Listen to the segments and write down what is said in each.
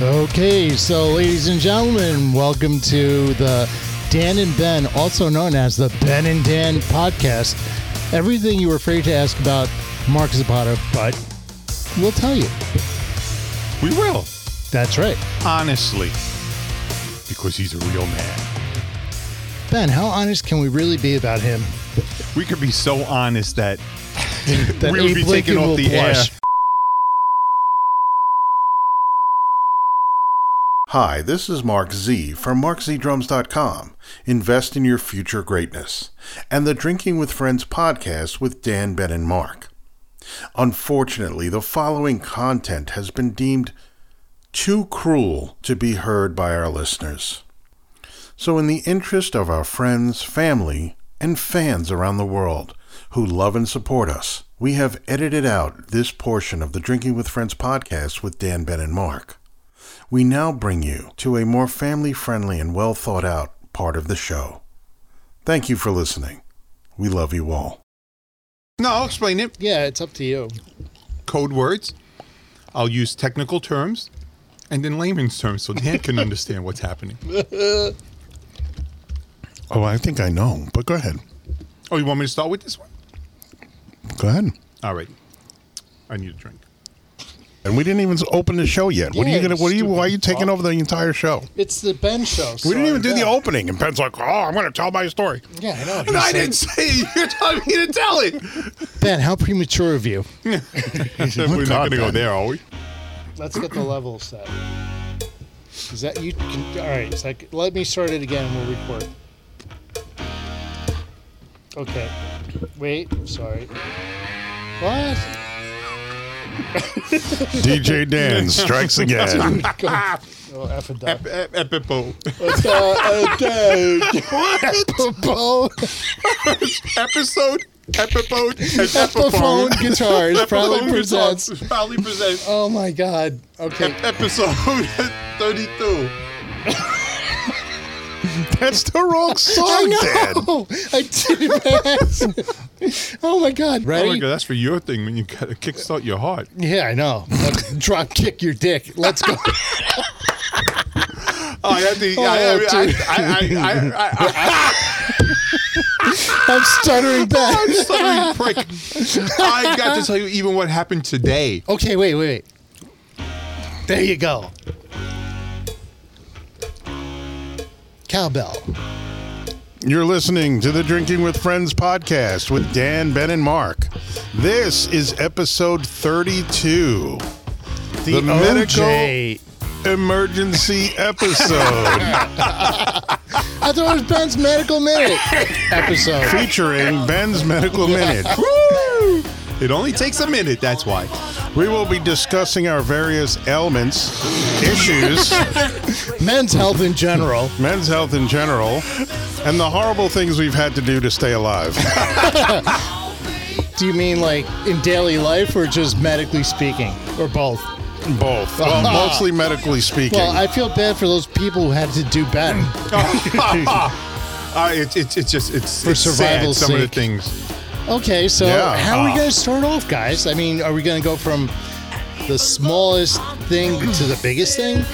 Okay, so ladies and gentlemen, welcome to the Dan and Ben, also known as the Ben and Dan podcast. Everything you were afraid to ask about Mark Zapata, but we'll tell you. We will, That's right. honestly, because he's a real man. Ben, how honest can we really be about him? We could be so honest that That we would Abe be taken Lincoln off will the blush. air. Hi, this is Mark Z from markzdrums.com. Invest in your future greatness. And the Drinking with Friends podcast with Dan, Ben, and Mark. Unfortunately, the following content has been deemed too cruel to be heard by our listeners. So, in the interest of our friends, family, and fans around the world who love and support us, we have edited out this portion of the Drinking with Friends podcast with Dan, Ben, and Mark we now bring you to a more family friendly and well thought out part of the show. Thank you for listening. We love you all. No, I'll explain it. Yeah, it's up to you. Code words. I'll use technical terms and then layman's terms so Dan can understand what's happening. Oh, I think I know, but go ahead. Oh, you want me to start with this one? Go ahead. All right. I need a drink. And we didn't even open the show yet. What are Yeah, you gonna? What are you? stupid Why are you taking fuck. over the entire show? It's the Ben show. We didn't even do the opening, and Ben's like, "Oh, I'm gonna tell my story." Yeah, I know. And I didn't say it. You're telling me to tell it. Ben, how premature of you. We're not going God, to go Ben. there, are we? Let's get the level set. Is that you? Can, all right. It's like let me start it again. and We'll record. Okay. Wait. Sorry. What? DJ Dan strikes again. Oh, F a duck. Ep- ep- epipo. Epiphone Episode. Epipode. Epiphone. guitars proudly Epiphone presents. results Proudly presents. Oh my God. Okay. episode 32. That's the wrong song, I Dan. Oh know. I did it. fast. oh my God. Oh my Ready? god, that's for your thing when you gotta kickstart your heart. yeah, I know. Drop kick your dick. Let's go. Oh, I have to. Oh, dude. I'm stuttering back. am sorry, prick. I got to tell you even what happened today. Okay, wait, wait, wait. There you go. Cowbell. You're listening to the Drinking with Friends podcast with Dan, Ben, and Mark. This is episode 32, the, oh? medical OJ. emergency episode I thought it was Ben's medical minute episode. featuring Ben's medical minute. Woo! It only takes a minute, that's why. We will be discussing our various ailments, issues, Men's health in general. men's health in general, and the horrible things we've had to do to stay alive. Do you mean like in daily life or just medically speaking or both? Both, well, mostly medically speaking. Well, I feel bad for those people who had to do Ben. Uh, it's it's it's just it's For it's sad, survival's Some of the sake. things. Okay, so Yeah. how are we Ah. going to start off, guys? I mean, are we going to go from the smallest thing to the biggest thing?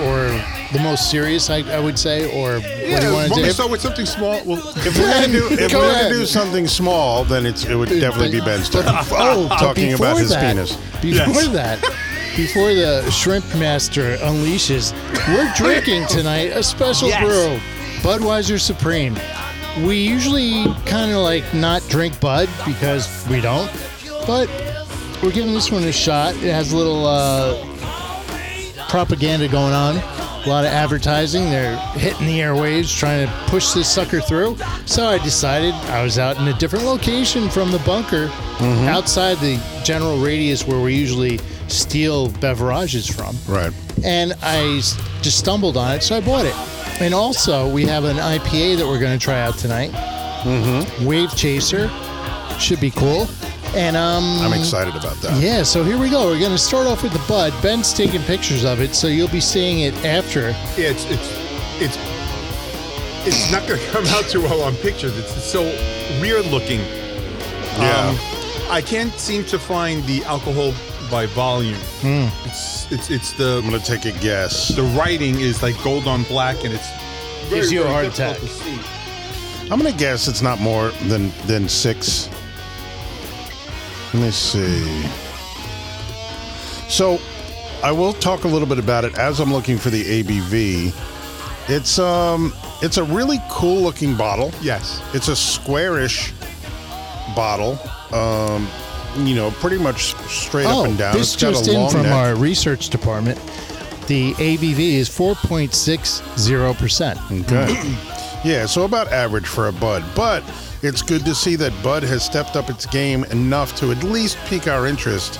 Or the most serious, I, I would say? Or what do you want well, to we do? start with something small. Well, If we're gonna do, if Go we're ahead. gonna do something small, then it's, it would definitely be Ben's turn. oh, but talking before about his that, penis. Before Yes. that, before the shrimp master unleashes, we're drinking tonight a special Yes. brew, Budweiser Supreme. We usually kind of like not drink Bud because we don't, but we're giving this one a shot. It has a little uh, propaganda going on. A lot of advertising. They're hitting the airwaves trying to push this sucker through. So I decided I was out in a different location from the bunker, outside the general radius where we usually steal beverages from Right. and I s- just stumbled on it, so I bought it. And also, we have an IPA that we're going to try out tonight. Wave Chaser should be cool. And um, I'm excited about that. yeah, so here we go. We're going to start off with the bud. Ben's taking pictures of it, so you'll be seeing it after. yeah, it's it's it's it's not gonna come out too well on pictures. It's, it's so weird looking. Yeah. Um, I can't seem to find the alcohol by volume. It's, it's it's I'm the going to take a guess. the writing is like gold on black, and it's very, Gives you a very heart difficult attack. to see. I'm going to guess it's not more than than six. Let me see. So, I will talk a little bit about it as I'm looking for the ABV. It's um, it's a really cool looking bottle. Yes, It's a squarish bottle. Um, you know, pretty much straight oh, up and down. this it's got just a in long from neck. our research department. The ABV is 4.60%. Okay. yeah, so about average for a Bud, but it's good to see that Bud has stepped up its game enough to at least pique our interest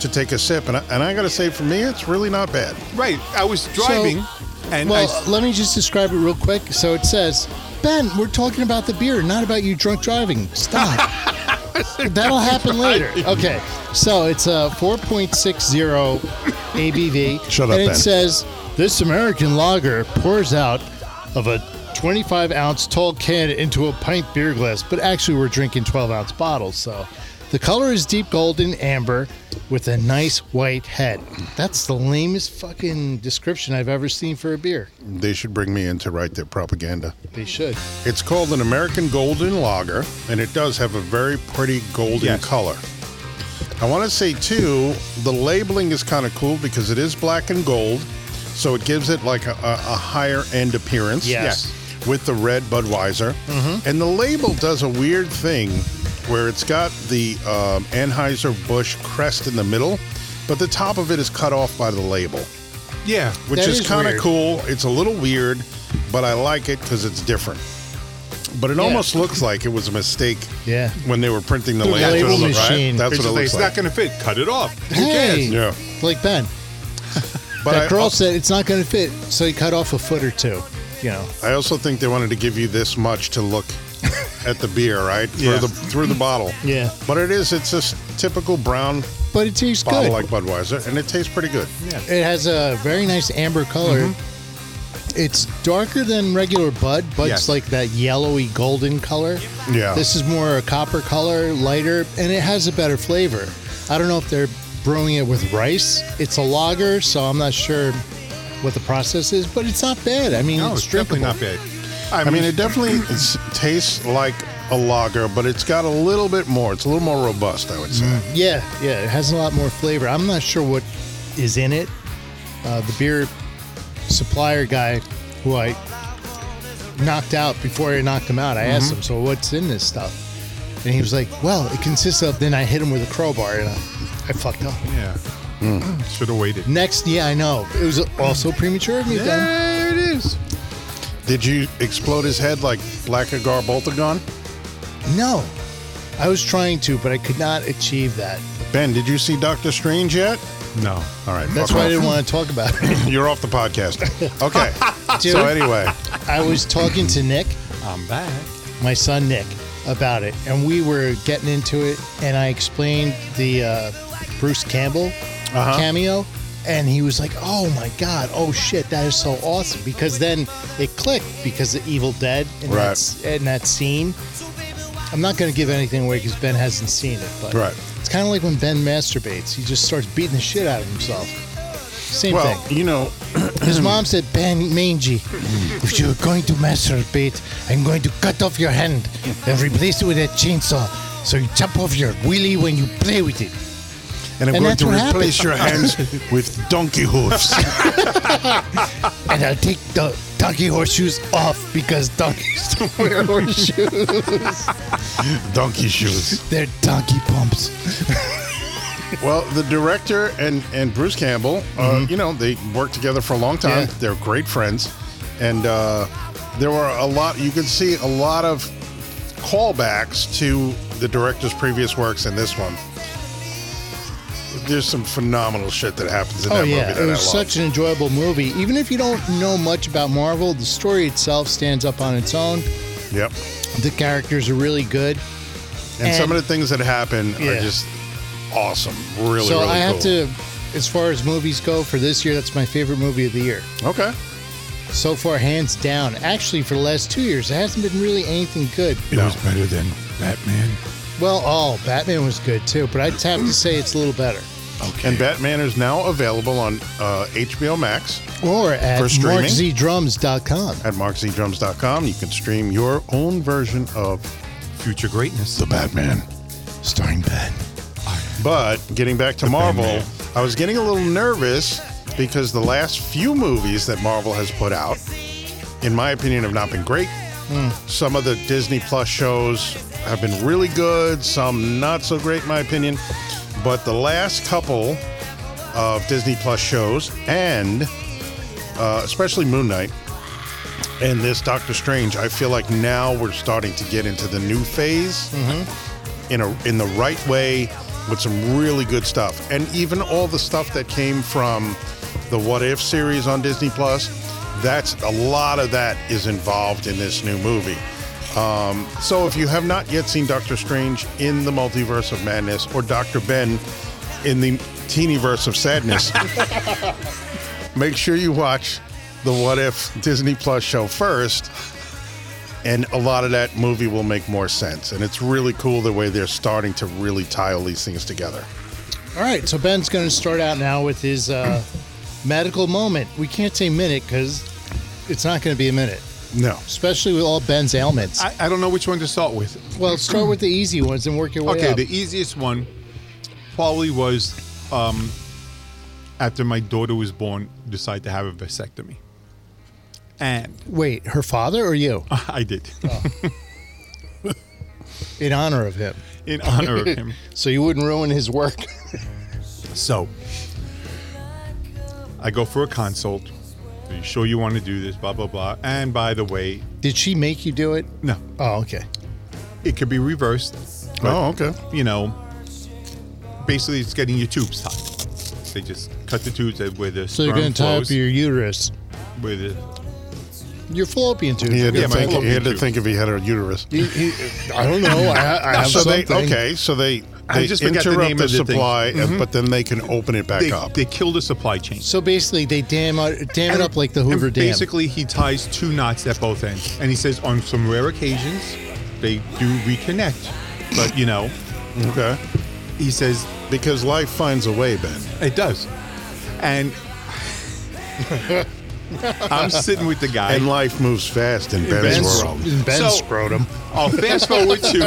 to take a sip. And I, and I got to say, for me, it's really not bad. right. I was driving, and I well, s- let me just describe it real quick. So it says, Ben, we're talking about the beer, not about you drunk driving. Stop. That'll happen later. Okay. So it's a 4.60 ABV. Shut up, And it Ben. says, this American lager pours out of a 25 ounce tall can into a pint beer glass, but actually we're drinking 12 ounce bottles. So the color is deep golden amber with a nice white head. That's the lamest fucking description I've ever seen for a beer. They should bring me in to write their propaganda. They should. It's called an American Golden Lager, and it does have a very pretty golden Yes. color. I want to say, too, the labeling is kind of cool because it is black and gold, so it gives it like a, a, a higher end appearance. Yes. With the red Budweiser. And the label does a weird thing where it's got the um, Anheuser-Busch crest in the middle, but the top of it is cut off by the label yeah, which That is is kind of weird. cool. It's a little weird, but I like it because it's different. But it almost looks like it was a mistake. Yeah. When they were printing the The label, label right? machine. That's it's, what it just like, looks it's not like. going to fit. Cut it off. Who Hey, cares? Yeah. like Ben. But that I, girl said it's not going to fit, so he cut off a foot or two. You know, I also think they wanted to give you this much to look at the beer, right? Yeah. Through the through the bottle. Yeah. But it is. It's this typical brown but it tastes bottle good. like Budweiser, and it tastes pretty good. it has a very nice amber color. It's darker than regular Bud. Bud's Yes. like that yellowy golden color. Yeah. This is more a copper color, lighter, and it has a better flavor. I don't know if they're brewing it with rice. It's a lager, so I'm not sure what the process is, but it's not bad. I mean, No, it's, it's definitely drinkable. not bad. I mean, it definitely is, tastes like a lager, but it's got a little bit more. It's a little more robust, I would say. Yeah, yeah, it has a lot more flavor. I'm not sure what is in it. Uh, the beer supplier guy, who I knocked out before I knocked him out, I asked him, "So what's in this stuff?" And he was like, "Well, it consists of." Then I hit him with a crowbar, and I, I fucked up. Yeah, should have waited. Next, yeah, I know it was also premature of me. Ben. There it is. Did you explode his head like Blackagar Boltagon? No, I was trying to, but I could not achieve that. Ben, did you see Doctor Strange yet? No. All right, That's fuck why I off. didn't want to talk about it. You're off the podcast. Okay. Dude. so anyway, I was talking to Nick. I'm back. my son Nick about it, and we were getting into it, and I explained the uh, Bruce Campbell Uh-huh. cameo, and he was like, "Oh my god, oh shit, that is so awesome!" Because then it clicked because of Evil Dead and, Right. that's, and that scene. I'm not going to give anything away because Ben hasn't seen it, but Right. it's kind of like when Ben masturbates; he just starts beating the shit out of himself. Same well, thing. you know, His Mm. mom said, Ben Mangy, if you're going to masturbate, I'm going to cut off your hand and replace it with a chainsaw. So you chop off your wheelie when you play with it. and I'm And going that's to what replace happened. your hands with donkey hoofs. And I'll take the donkey horseshoes off because donkeys don't wear horseshoes. donkey shoes. They're donkey pumps. Well, the director and and Bruce Campbell, uh, you know, they worked together for a long time. Mm-hmm. Yeah. They're great friends, and uh, there were a lot. You could see a lot of callbacks to the director's previous works in this one. There's some phenomenal shit that happens in Oh that yeah, movie. That it I was love. such an enjoyable movie. Even if you don't know much about Marvel, the story itself stands up on its own. Yep. The characters are really good. And, some and- of the things that happen are Yeah. just awesome. Really, so really I have cool. to, as far as movies go for this year, that's my favorite movie of the year. Okay. So far, hands down. Actually, for the last two years, there hasn't been really anything good. It was better than Batman. Well, oh, Batman was good too, but I'd have to say it's a little better. Okay. And Batman is now available on uh, HBO Max Or at For streaming? markzdrums.com. at markzdrums.com. You can stream your own version of Future Greatness, The Batman. Starring Ben. But getting back to Marvel, I was getting a little nervous because the last few movies that Marvel has put out, in my opinion, have not been great. Some of the Disney Plus shows have been really good, some not so great, in my opinion. But the last couple of Disney Plus shows, and uh, especially Moon Knight and this Doctor Strange, I feel like now we're starting to get into the new phase in a in the right way with some really good stuff. And even all the stuff that came from the What If series on Disney Plus, that's a lot of that is involved in this new movie. Um, so if you have not yet seen Doctor Strange in the Multiverse of Madness or Doctor Ben in the Teenyverse of Sadness, make sure you watch the What If Disney Plus show first and a lot of that movie will make more sense. And it's really cool the way they're starting to really tie all these things together. All right, so Ben's going to start out now with his uh, medical moment. We can't say minute because it's not going to be a minute, No. especially with all Ben's ailments. I, I don't know which one to start with. well, start with the easy ones and work your way Okay, up. the easiest one probably was um, after my daughter was born, decide to have a vasectomy. And Wait, her father or you? Uh. I did In honor of him. in honor of him. So you wouldn't ruin his work. So I go for a consult. Are you sure you want to do this? Blah, blah, blah. And by the way, Did she make you do it? no, Oh, okay. it could be reversed. Oh, okay. you know, basically it's getting your tubes tied. They just cut the tubes that where the So you're sperm going to tie up flows, your uterus, where the- your fallopian tube. He had, to, Yeah, my think, he had to fallopian think if he had a uterus. He- he- I don't know. I, ha- I have so they something. okay, so they I they just forgot the interrupt the, name of the thing. supply, and- but then they can open it back they, up. they kill the supply chain. So basically, they dam out, dam it up like the Hoover and Dam. basically, he ties two knots at both ends, and he says on some rare occasions they do reconnect, but you know, okay, he says because life finds a way, Ben. it does, and I'm sitting with the guy. And life moves fast in Ben's, Ben's, world. Ben's So- scrotum. I'll fast forward to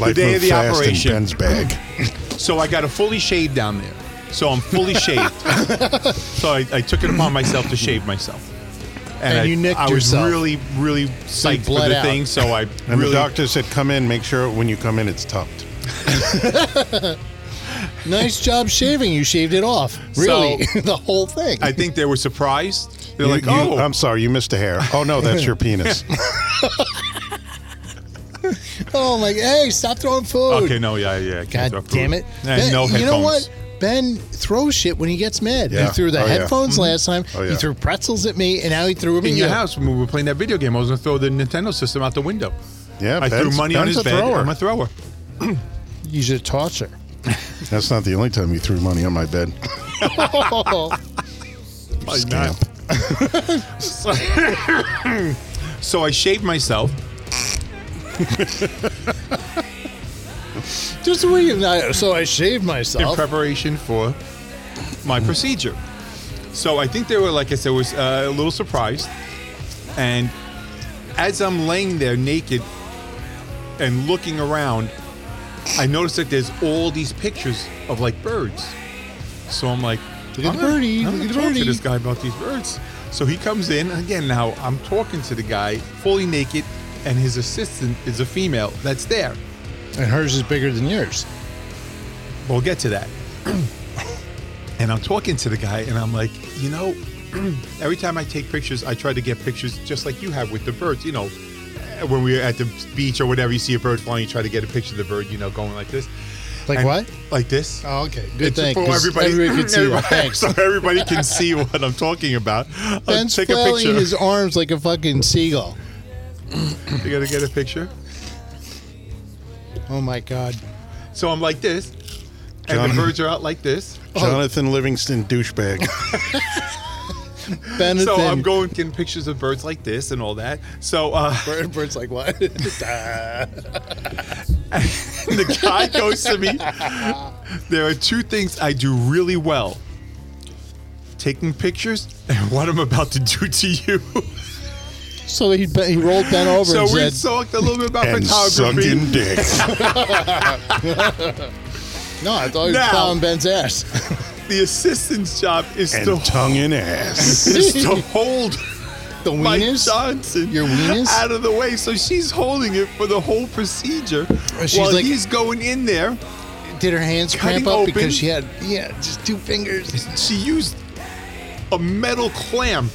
Life day of moved the fast operation. in Ben's bag. so I got a fully shaved down there, so I'm fully shaved. so I, I took it upon myself to shave myself. And I, you nicked I was yourself. really, really psyched for bled the out. thing. So I And really the doctor said, "Come in. Make sure when you come in, it's tucked." Nice job shaving. You shaved it off. Really, the whole thing. I think they were surprised. They're You- like, you- "Oh, I'm sorry, you missed a hair." Oh no, that's your penis. oh my! Hey, stop throwing food. okay, no, yeah, yeah." I can't God throw food. damn it! And Ben- no headphones. you know what? Ben throws shit when he gets mad. Yeah. He threw the Oh, yeah. headphones last time. Oh, yeah. He threw pretzels at me, and now he threw them In at your you. house, when we were playing that video game, I was gonna throw the Nintendo system out the window. Yeah, I threw Ben's- money on Ben's his a bed. thrower. I'm a thrower. You should toss her. That's not the only time you threw money on my bed. Probably Scamp. not. so I shaved myself. Just the way you not. So I shaved in myself. preparation for my procedure. So I think they were, like I said, was uh, a little surprised. And as I'm laying there naked and looking around, I noticed that there's all these pictures of like birds. So I'm like, Look at I'm the gonna- birdie, I'm look gonna at the talk birdie. to this guy about these birds. So he comes in again. Now I'm talking to the guy fully naked, and his assistant is a female that's there. and hers is bigger than yours. We'll get to that. and I'm talking to the guy, and I'm like, you know, every time I take pictures, I try to get pictures just like you have with the birds. You know, uh, when we were at the beach or whatever, you see a bird flying, you try to get a picture of the bird, you know, going like this. Like And- what? Like this. Oh, okay. Good It's thing. For 'cause everybody, everybody can see that. everybody- Thanks. So everybody can see what I'm talking about. I'll Ben's take a flailing picture. his arms like a fucking seagull. you gotta get a picture. Oh my god. So I'm like this, and John- the birds are out like this. Jonathan Livingston douchebag. Ben So then- I'm going getting pictures of birds like this and all that. So uh, Bird- Bird's like what? the guy goes to me there are two things I do really well taking pictures and what I'm about to do to you. So he be- he rolled Ben over so and we said, talked a little bit about and photography. sunken dick. "No, I thought you were Now- plowing Ben's ass." The assistant's job is and to, tongue in ass. is to hold The Mike wieners. Johnson Your weenus? out of the way. So she's holding it for the whole procedure Oh, She's while like- he's going in there. Did her hands cramp up Cutting open. because she had yeah, just two fingers. She used a metal clamp.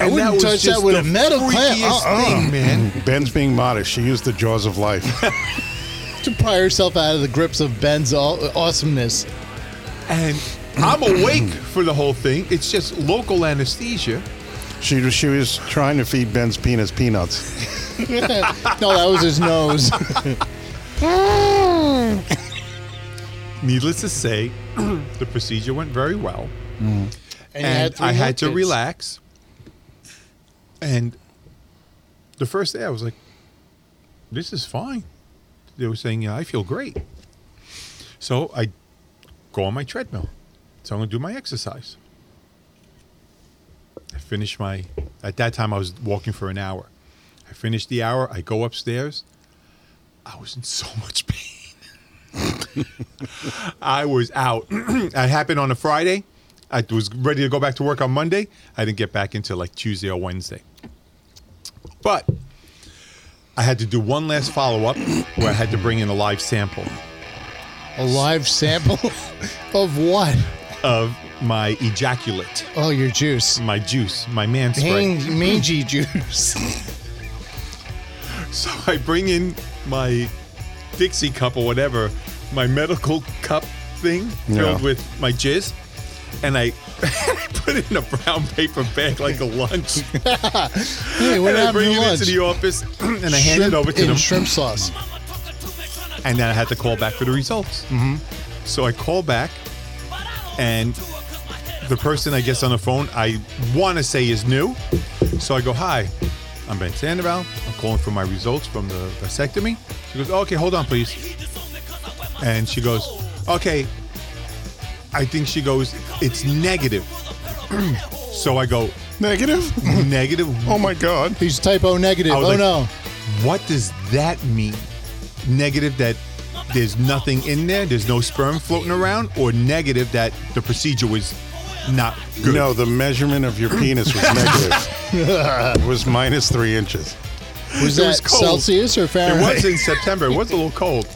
I wouldn't was touch just that with the a metal clamp. freakiest Uh-uh. thing, man. Ben's being modest. She used the jaws of life. To pry herself out of the grips of Ben's aw- awesomeness. And I'm awake for the whole thing. It's just local anesthesia. She was she was trying to feed Ben's penis peanuts. no, that was his nose. Needless to say, the procedure went very well. And, he and three I had to kids. relax. And the first day, I was like, "This is fine." They were saying, "Yeah, I feel great." So I go on my treadmill. So I'm gonna do my exercise. I finish my. At that time, I was walking for an hour. I finish the hour. I go upstairs. I was in so much pain. I was out. it happened on a Friday. I was ready to go back to work on Monday. I didn't get back until like Tuesday or Wednesday. But I had to do one last follow up where I had to bring in a live sample A live sample of what? of my ejaculate, Oh, your juice. my juice, my man spray. Hang, mangy juice. So I bring in my Dixie cup or whatever, my medical cup thing filled Yeah. with my jizz, and I put it in a brown paper bag like a lunch. hey, what and I happened bring to it lunch? into the office and I hand shrimp it over to and them. shrimp sauce. And then I had to call back for the results. Mm-hmm. So I call back, and the person I guess on the phone I want to say is new. So I go, Hi, I'm Ben Sandoval. I'm calling for my results from the vasectomy. She goes, Okay, hold on, please. And she goes, Okay. I think she goes, It's negative. so I go, Negative? Negative? Oh my god. He's typo negative. I Oh was like- no. What does that mean? Negative that there's nothing in there, there's no sperm floating around, or negative that the procedure was not good. No, the measurement of your penis was negative. it was minus three inches. Was it that was cold. Celsius or It Fahrenheit? was in September. It was a little cold.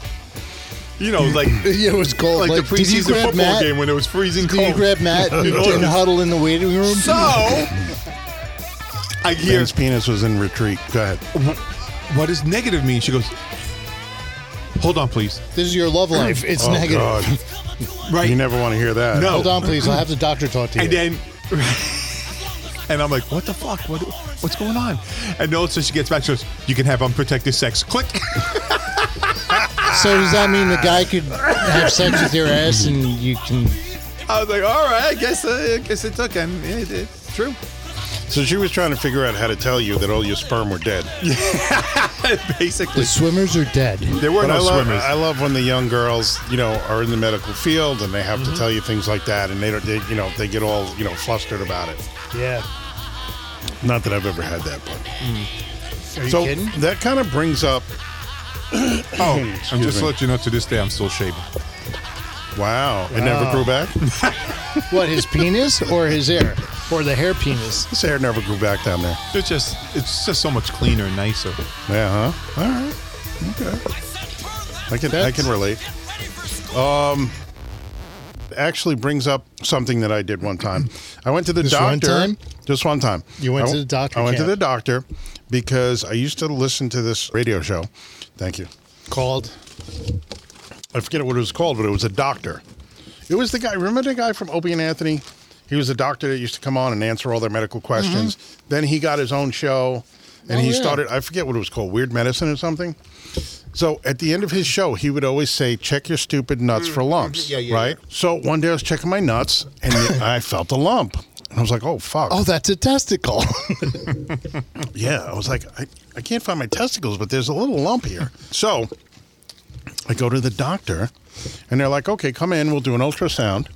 You know, like Yeah, it was cold. like, Like, the did you preseason grab football Matt? game when it was freezing Did you cold. grab Matt and, and huddle in the waiting room? so I hear Ben's penis was in retreat. Go ahead. what does negative mean? She goes, Hold on, please. This is your love life. It's Oh negative. god. Right. You never want to hear that. No. Hold on, please. I'll have the doctor talk to you. And then, and I'm like, what the fuck? What, what's going on? And all of a sudden she gets back, she goes, you can have unprotected sex. Click. so does that mean the guy could have sex with your ass and you can? I was like, all right, I guess, uh, I guess it's okay. And It, it's true. So she was trying to figure out how to tell you that all your sperm were dead. Basically, The swimmers are dead. there were But I, no love, swimmers. I love when the young girls, you know, are in the medical field and they have to tell you things like that, and they don't, they, you know, they get all, you know, flustered about it. Yeah. Not that I've ever had that, but Are you so kidding? that kind of brings up. oh, I'm Excuse just me. let you know to this day, I'm still shaving. Wow, it never grew back. What his penis or his hair or the hair penis? His hair never grew back down there. It's just, it's just so much cleaner and nicer. Yeah, huh? All right. Okay. I can I can relate. oh, Um, actually brings up something that I did one time. I went to the Just doctor. one time? Just one time. You went I- to the doctor I went camp. to the doctor because I used to listen to this radio show. Thank you. Called. I forget what it was called, but it was a doctor. It was the guy. Remember the guy from Opie and Anthony? He was a doctor that used to come on and answer all their medical questions. Mm-hmm. Then he got his own show, and Oh, he yeah. started. I forget what it was called, Weird Medicine or something. So at the end of his show, he would always say, "Check your stupid nuts for lumps." Mm. Yeah, yeah, right. So one day I was checking my nuts, and I felt a lump, and I was like, "Oh fuck!" Oh, that's a testicle. Yeah, I was like, I, I can't find my testicles, but there's a little lump here. So I go to the doctor, and they're like, "Okay, come in. We'll do an ultrasound."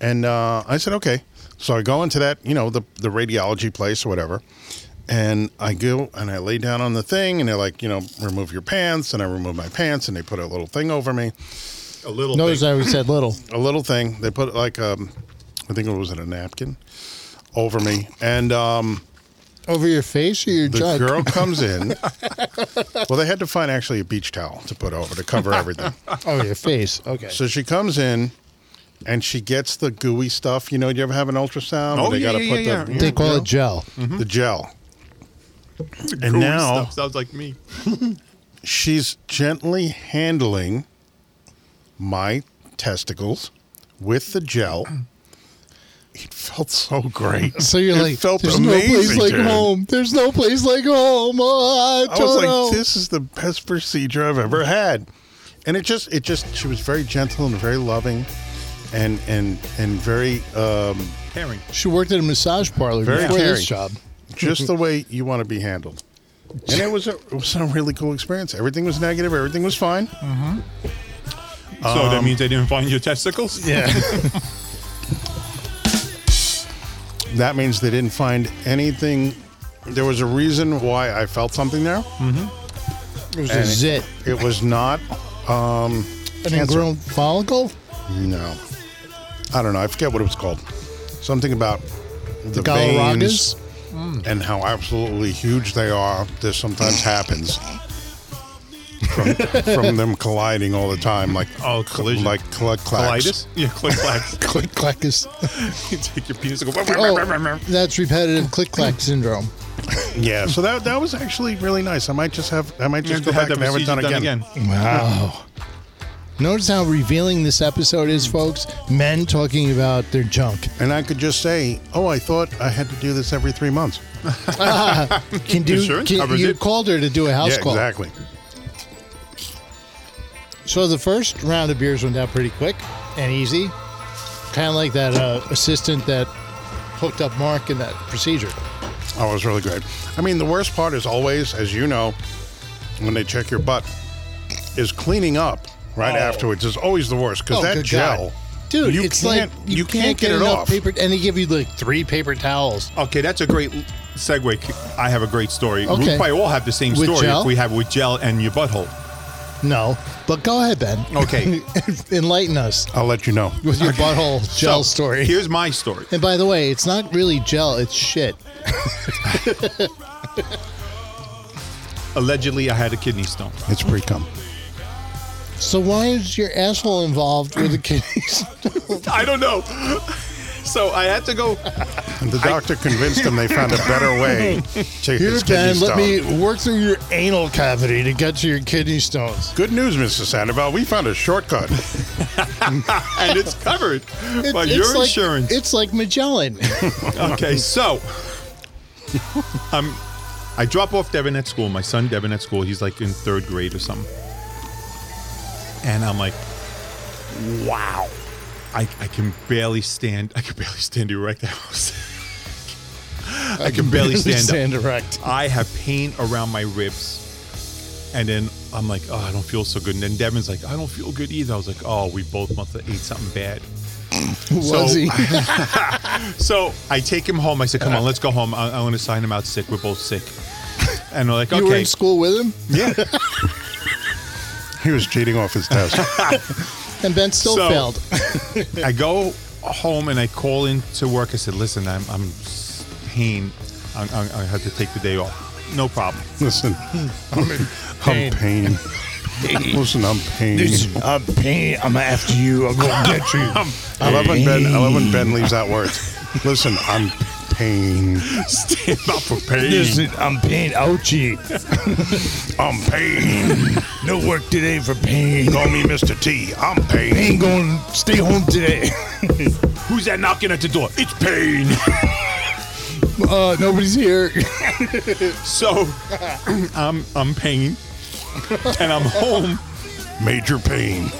And uh, I said, "Okay." So I go into that, you know, the the radiology place or whatever, and I go and I lay down on the thing, and they're like, you know, remove your pants, and I remove my pants, and they put a little thing over me, A little. Notice I always said little. a little thing. They put like um, I think it was a napkin over me, and um. Over your face or your The jug? girl comes in. well, they had to find actually a beach towel to put over to cover everything. Oh, your face. Okay. so she comes in and she gets the gooey stuff. You know, you ever have an ultrasound? Oh, where they yeah, gotta yeah, put yeah, the, yeah. they call you it gel. know, the gel. and Mhm. now- stuff. sounds like me. She's gently handling my testicles with the gel. It felt so great. So you're It like, felt there's amazing, no place like dude. home. There's no place like home. Oh, I, I was don't like, know. this is the best procedure I've ever had. And it just, it just, she was very gentle and very loving, and and and very, um, Herring. She worked at a massage parlor Very before caring. this job. just the way you want to be handled. And it was a, it was a really cool experience. Everything was negative. Everything was fine. so that means they didn't find your testicles. Um, Yeah. that means they didn't find anything. There was a reason why I felt something there. It was a zit. It was not. Um, An cancer. ingrown follicle? No. I don't know. I forget what it was called. Something about the, veins Galarragas? and how absolutely huge they are. This sometimes happens from, from them colliding all the time, like Oh, collision. like click clacks. Colitis. Yeah, click clacks. Click clack is. you take your penis and go. Oh, that's repetitive click clack syndrome. Yeah, so that that was actually really nice. I might just have I might Just just to go have back that and have it procedure done done again. again. Wow. Notice how revealing this episode is, folks. Men talking about their junk. And I could just say, "Oh, I thought I had to do this every three months." Uh-huh. Can do. Insurance Can, covers you it. called her to do a house yeah, call. exactly. So the first round of beers went down pretty quick and easy, kind of like that uh, assistant that hooked up Mark in that procedure. Oh, it was really great. I mean, the worst part is always, as you know, when they check your butt, is cleaning up right afterwards is always the worst because Oh, that good gel, God. dude, you it's can't, like you, can't, get, it enough off. Paper, and they give you like three paper towels. Okay, that's a great segue. I have a great story. We Okay. probably all have the same With story gel? if we have with gel and your butthole. No, but go ahead, Ben. Okay. enlighten us I'll let you know. with your butthole gel So, story. Here's my story. and by the way, it's not really gel; it's shit. Allegedly, I had a kidney stone. It's pre cum. So why is your asshole involved with the kidneys? I don't know. So I had to go. And the doctor convinced them they found a better way to Here, his Ben, kidney let stone. me work through your anal cavity to get to your kidney stones. Good news, Mrs. Sandoval. We found a shortcut. and it's covered It- by it's your like- insurance. It's like Magellan. okay, so um, I drop off Devin at school. My son Devin at school. He's like in third grade or something. And I'm like, wow, I, I can barely stand. I can barely stand erect. I was- I can barely stand, up. erect. I have pain around my ribs. And then I'm like, oh, I don't feel so good. And then Devin's like, I don't feel good either. I was like, oh, we both must have ate something bad. Was he? So I take him home. I said, Uh-huh. come on, let's go home. I, I want to sign him out sick. We're both sick. And they're like, You were okay. in school with him, yeah. He was cheating off his test. and Ben still So- failed. I go home and I call in to work. I said, listen, I'm, I'm s- pain. I, I, I had to take the day off. No problem. Listen, I'm in pain. pain. Listen, I'm pain. I'm pain. I'm after you. I'm gonna get you. I love when Ben. I love when Ben leaves out words. Listen, I'm pain. Stand up for pain. I'm pain. Ouchie. I'm pain. No work today for pain. Call me Mr. T. I'm pain. gonna stay home today. Who's that knocking at the door? It's pain. Uh, nobody's here. So I'm I'm paying and I'm home Major pain.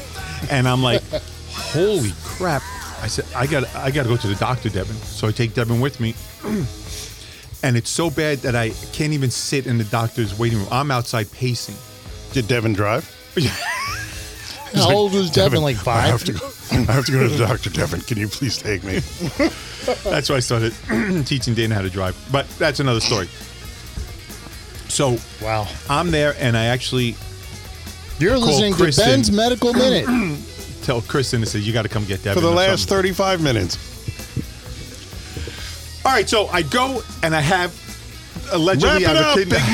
and I'm like, holy crap. I said, I got I gotta go to the doctor, Devin. So I take Devin with me. And it's so bad that I can't even sit in the doctor's waiting room. I'm outside pacing. Did Devin drive? How old was Devin? Like I five? have to go. I have to go to the doctor, Devin. Can you please take me? That's why I started teaching Dana how to drive. But that's another story. So Wow. I'm there, and I actually You're Call listening to Kristen. Ben's Medical Minute. tell Kristen, I said, "You got to come get Devin." For the or last something." thirty-five minutes, All right, so I go and I have allegedly Wrap it I have a up, kidney- big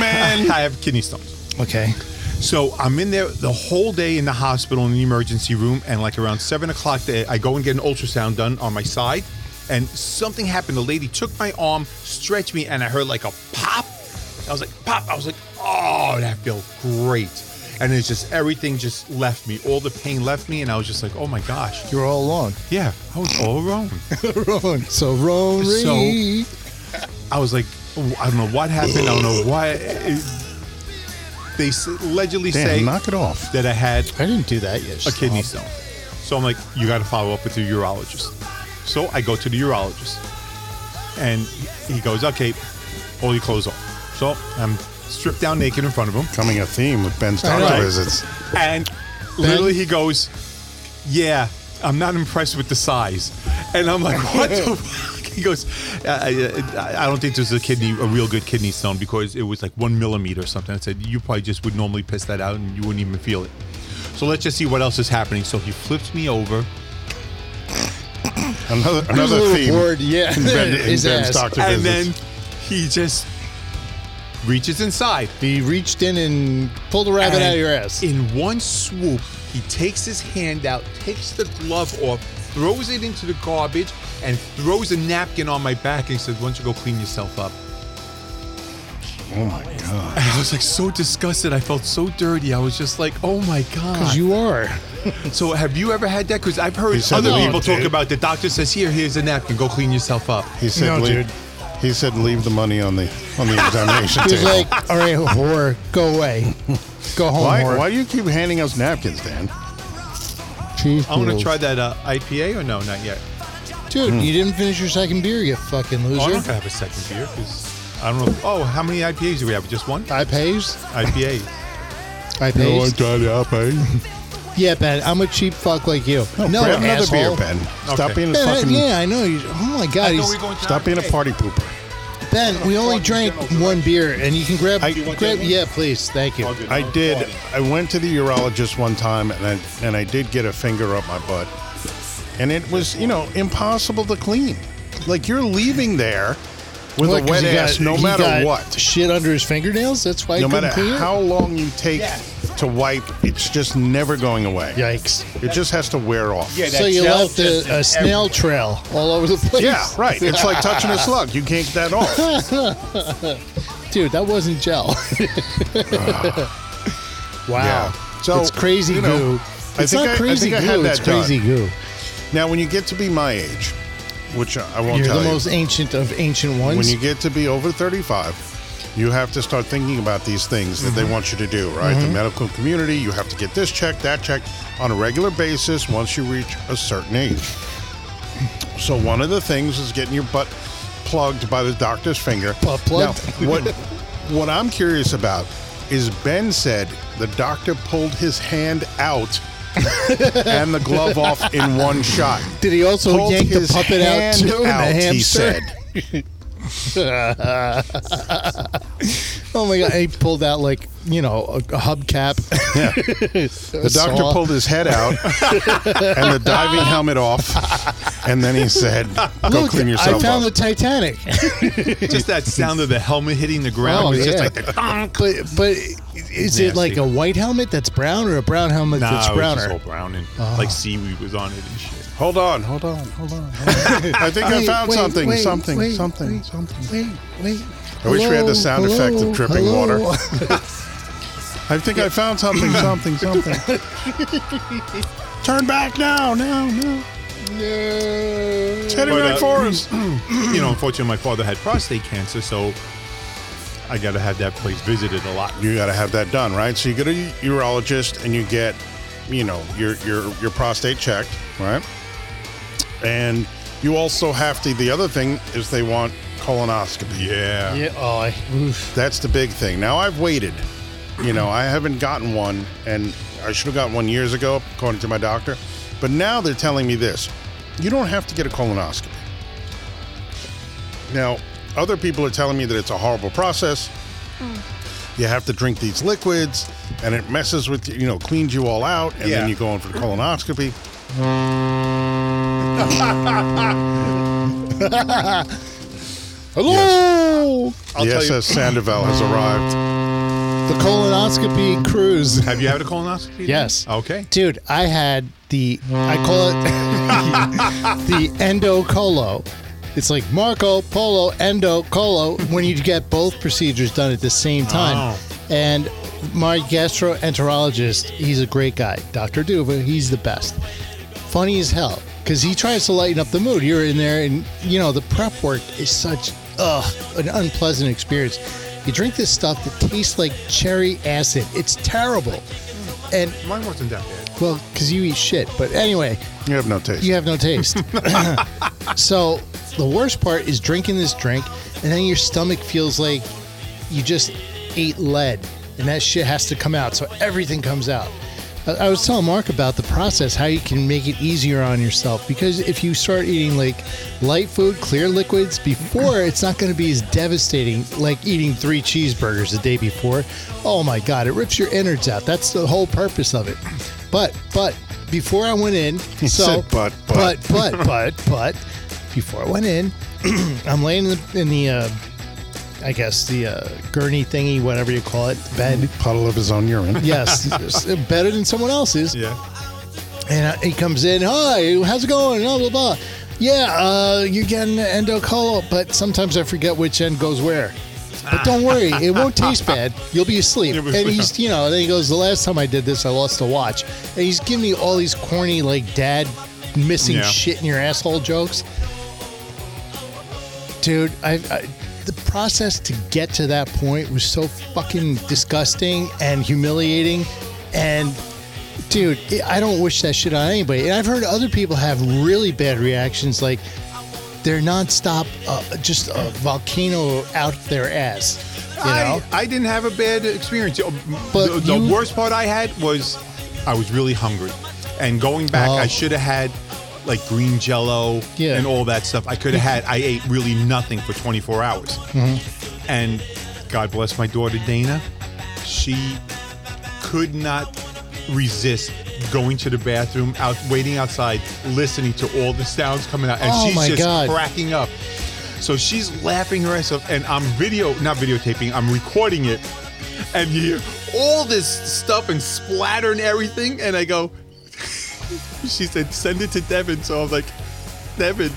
man. I have kidney stones. okay. So I'm in there the whole day in the hospital in the emergency room, and like around seven o'clock, they, I go and get an ultrasound done on my side, and something happened. The lady took my arm, stretched me, and I heard like a pop. I was like, pop. I was like, oh, that felt great. And it's just everything just left me. All the pain left me, and I was just like, oh my gosh. You're all alone. Yeah, I was all wrong. Wrong. So wrong. So- I was like, oh, I don't know what happened. I don't know why. It- they s- allegedly Dan, say knock it off. that I had I didn't do that yet. a kidney Stop. stone. So I'm like, you got to follow up with your urologist. So I go to the urologist, and he goes, okay, all your clothes off. So I'm stripped down naked in front of him, Coming a theme with Ben's All doctor right. visits. and literally he goes, yeah, I'm not impressed with the size, and I'm like, what the. fuck? He goes, I, I, I don't think there's a kidney, a real good kidney stone because it was like one millimeter or something. I said, you probably just would normally piss that out and you wouldn't even feel it. So let's just see what else is happening. So he flips me over. Another He was a another little theme. bored, yeah. In, Ben, in His Ben's ass. doctor and visits. then he just reaches inside. He reached in and pulled a rabbit out of And your ass. In one swoop, he takes his hand out, takes the glove off, throws it into the garbage, and throws a napkin on my back and says, Why don't you go clean yourself up? oh my god! And I was like so disgusted. I felt so dirty. I was just like, oh my God. Because you are. so have you ever had that? Because I've heard He said other that he people talk did. about the doctor says, here, here's a napkin, go clean yourself up. He said, No, leave, dude. He said, leave the money on the on the examination He was table. like, all right, whore, go away. Go home, why? whore. Why do you keep handing us napkins, Dan? Cheese I want to noodles. try that uh, IPA or no? Not yet. Dude, Hmm. you didn't finish your second beer, you fucking Oh, I'm not loser. gonna have a second beer because I don't know. If, oh, how many IPAs do we have? Just one I pays. IPA. I pays. trying to help, eh? Yeah, Ben, I'm a cheap fuck like you. No, Grab another asshole. beer, Ben. Stop Okay. being a Ben, I- fucking. yeah, I know. You, oh my god, he's, Stop being a party pooper. Ben. We only drank one beer, and you can grab. I- grab yeah, please, thank you. I did. I went to the urologist one time, and I and I did get a finger up my butt, and it was you know impossible to clean. Like you're leaving there with What, a 'cause wet he got- ass, no he matter got what, Shit under his fingernails. That's why. he no matter couldn't clean it? how long you take to wipe, it's just never going away. Yikes. It just has to wear off. Yeah, So you left a, a snail trail all over the place. right. It's like touching a slug. You can't get that off. Dude, that wasn't gel. wow. Yeah. So, it's crazy you know, goo. I It's think I- not I crazy think I had goo. It's that done. crazy goo. Now, when you get to be my age, which I I won't You're tell the you, most ancient of ancient ones. when you get to be over 35 you have to start thinking about these things that Mm-hmm. they want you to do right the medical community you have to get this checked that checked on a regular basis once you reach a certain age so one of the things is getting your butt plugged by the doctor's finger Butt plugged? Now, what what i'm curious about is ben said the doctor pulled his hand out and the glove off in one shot Did he also pulled yank Oh, the his puppet out hand too? and out, the hamster? he said Oh my god! He pulled out like you know a, a hubcap. Yeah. The doctor saw. pulled his head out and the diving helmet off, and then he said, "Go Look, clean yourself I found up." the Titanic. just that sound of the helmet hitting the ground Oh, was just yeah. like the thunk. but but is it like Nasty. a white helmet that's brown or a Uh-huh. brown helmet Nah, that's it was just browner? all brown and like seaweed was on it and shit. hold on, hold on, hold on. hold on. I think I Wait, found wait, something, wait, something, wait, something, wait, something. Wait, wait. I wish we had the sound effect of dripping water. water. I think I found something, something, something. Turn back now, now, now. no. It's heading But, right uh, for us. You know, unfortunately, my father had prostate cancer, so I got to have that place visited a lot. you got to have that done, right? So you go to a urologist and you get, you know, your your your prostate checked, right? And you also have to. The other thing is they want colonoscopy. Yeah. Yeah. Oh, I, oof. That's the big thing. Now I've waited. You know, I haven't gotten one, and I should have gotten one years ago, according to my doctor. But now they're telling me this you don't have to get a colonoscopy. Now, other people are telling me that it's a horrible process. You have to drink these liquids and it messes with you, you know, cleans you all out, and Yeah. then you go in for the colonoscopy. Hello! I'll the tell you- SS Sandoval has arrived. The colonoscopy cruise. Have you had a colonoscopy? Yes. Okay. Dude, I had the I call it the endocolo. It's like Marco Polo endocolo when you get both procedures done at the same time. Oh. And my gastroenterologist, he's a great guy, Dr. Duva. He's the best. Funny as hell because he tries to lighten up the mood. You're in there, and you know the prep work is such ugh, an unpleasant experience. You drink this stuff that tastes like cherry acid. It's terrible. And Mine wasn't that bad. well, because you eat shit. But anyway, You have no taste. you have no taste. so the worst part is drinking this drink, and then your stomach feels like you just ate lead, and that shit has to come out. So everything comes out. I, I was telling Mark about the process, how you can make it easier on yourself, because if you start eating like light food, clear liquids before, it's not going to be as devastating like eating three cheeseburgers the day before. Oh my God, it rips your innards out. That's the whole purpose of it. But, but, before I went in, so said, "But, but." but but but but before I went in, I'm laying in the, in the uh, I guess the uh, gurney thingy, whatever you call it, bed. Puddle of his own urine. Yes, it's better than someone else's. Yeah. And uh, he comes in, hi, how's it going? Blah blah blah. Yeah, uh, you're getting an endocolo, but sometimes I forget which end goes where. But don't worry, it won't taste bad. You'll be asleep. You'll And be asleep. he's, you know, then he goes, the last time I did this, I lost a watch. And he's giving me all these corny, like, dad missing Yeah. shit in your asshole jokes. Dude, I, I the process to get to that point was so fucking disgusting and humiliating. And dude, I I don't wish that shit on anybody. And I've heard other people have really bad reactions, like they're nonstop, uh, just a volcano out their ass. You know? I, I didn't have a bad experience. Oh, m- But the, the you- worst part I had was I was really hungry. And going back, Oh. I should have had like green jello Yeah. and all that stuff. I could have had, I ate really nothing for 24 hours. Mm-hmm. And God bless my daughter, Dana. She could not resist going to the bathroom, out waiting outside, listening to all the sounds coming out, and Oh she's my just God. cracking up. So she's laughing her ass off, and I'm video, not videotaping, I'm recording it, and you hear all this stuff and splatter and everything, and I go, she said, send it to Devin. So I was like, Devin.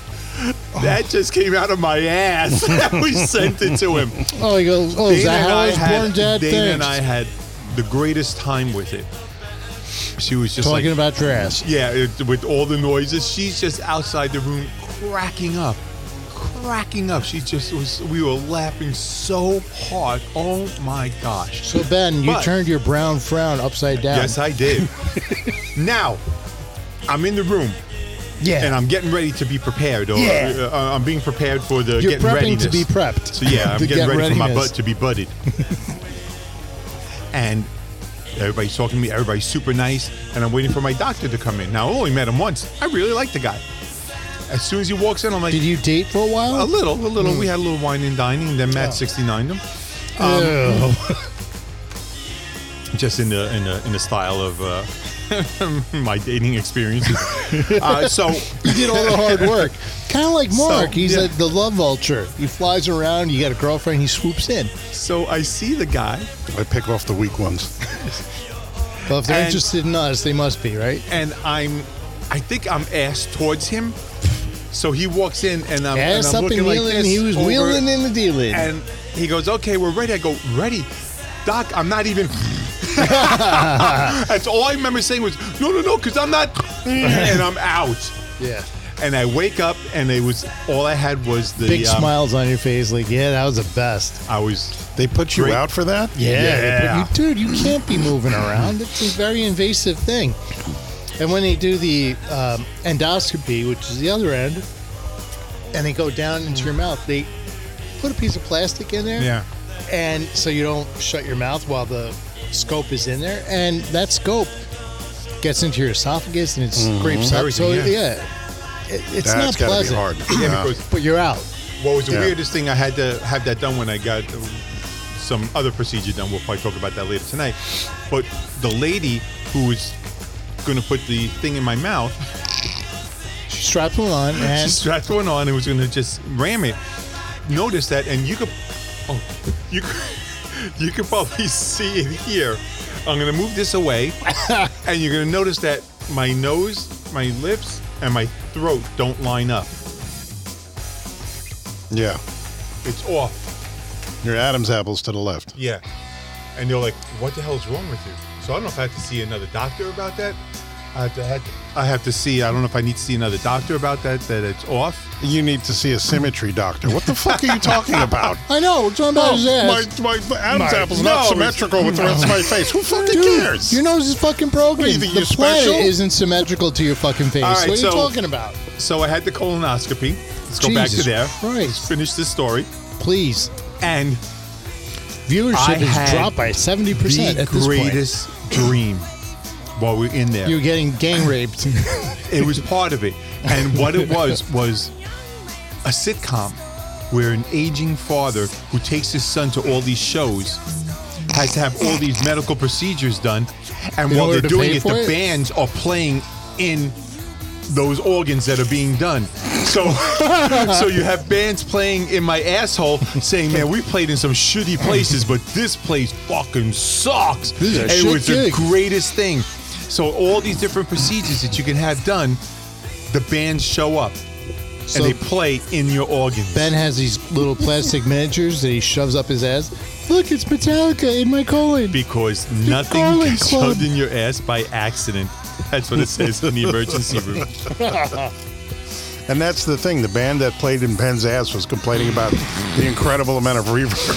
That Oh. just came out of my ass. we sent it to him. oh, he goes, oh, is Dana that and how I I was had- born, Dad? Dana Thanks. and I had the greatest time with it. She was just Talking like, about your ass. yeah, it, with all the noises. She's just outside the room cracking up, cracking up. She just was. We were laughing so hard. Oh my gosh. So Ben, you But- turned your brown frown upside down. Yes, I did. now, I'm in the room yeah. and I'm getting ready to be prepared. Or Yeah. uh, I'm being prepared for the You're getting prepping readiness. to be prepped. So yeah, I'm The getting get ready for my readiness. butt to be butted. and everybody's talking to me. Everybody's super nice, and I'm waiting for my doctor to come in. Now I only met him once. I really like the guy. As soon as he walks in, I'm like, Did you Hmm. date for a a while? little, a little. We had a little wine and dining, and then Oh. Matt 69 them, um, Ew. just in the in the in the style of. Uh, my dating experiences. uh, so you did all the hard work. Kind of like So, Mark. He's yeah. like the love vulture. He flies around. You got a girlfriend. He swoops in. so I see the guy, I pick off the weak ones. Well, if they're And- interested in us, they must be, right? and I'm, I think I'm ass towards him. So he walks in, and I'm, and Ass I'm up looking and like wheeling. this he was over- wheeling in the dealing. and he goes, "Okay, we're ready." I go, "Ready, Doc? I'm not even." That's all I remember saying was, "No, no, no," because I'm not, and I'm out. yeah. And I wake up, and it was all I had was the Big um, smiles on your face, like, yeah, that was the best. I was They put you Great. out for that? they put you, dude, you can't be moving around. It's a very invasive thing. And when they do the um, endoscopy, which is the other end, and they go down into your mouth, they put a piece of plastic in there. yeah. and so you don't shut your mouth while the scope is in there. And that scope gets into your esophagus and it scrapes up. So yeah, Everything, yeah. It- it's not That's gotta be pleasant. hard. Yeah, Yeah. because But you're out. what was the Yeah. weirdest thing I had to have that done when I got uh, some other procedure done. We'll probably talk about that later tonight. But the lady who was going to put the thing in my mouth, She strapped one on and she strapped one on and was going to just ram it. Noticed that, and you could, oh, you, could- you could probably see it here. I'm going to move this away, and you're going to notice that my nose, my lips, and my throat don't line up. Yeah. It's off. Your Adam's apples to the left. Yeah. And they're like, what the hell's wrong with you? So I don't know if I have to see another doctor about that. I have to, I have to, I have to see. I don't know if I need to see another doctor about that, that it's off. You need to see a symmetry doctor. What the fuck are you talking about? I know, we're talking about his Oh, my, ass. my Adam's My apple's not nose. symmetrical with the rest of my face. Who fucking cares? Your nose is fucking broken. What do you think, the you're planet special? isn't symmetrical to your fucking face. All right, what are you so- talking about? So I had the colonoscopy. Let's go back to Jesus there. Christ. Finish this story. Please. And Viewership I has had dropped by 70% the at this point. greatest dream while we're in there. You're getting gang raped. it was part of it. And what it was was a sitcom where an aging father who takes his son to all these shows has to have all these medical procedures done. And In while order they're to doing pay it, for the it? bands are playing in those organs that are being done. So so you have bands playing in my asshole saying, Man, we played in some shitty places, but this place fucking sucks. This is a And shit it was the gig. greatest thing. So all these different procedures that you can have done, the bands show up So- and they play in your organs. ben has these little plastic miniatures that he shoves up his ass. Look, it's Metallica in my colon. because nothing Garland gets Club. shoved in your ass by accident. That's what it says in the emergency room. Oh, And that's the thing. The band that played in Ben's ass was complaining about the incredible amount of reverb.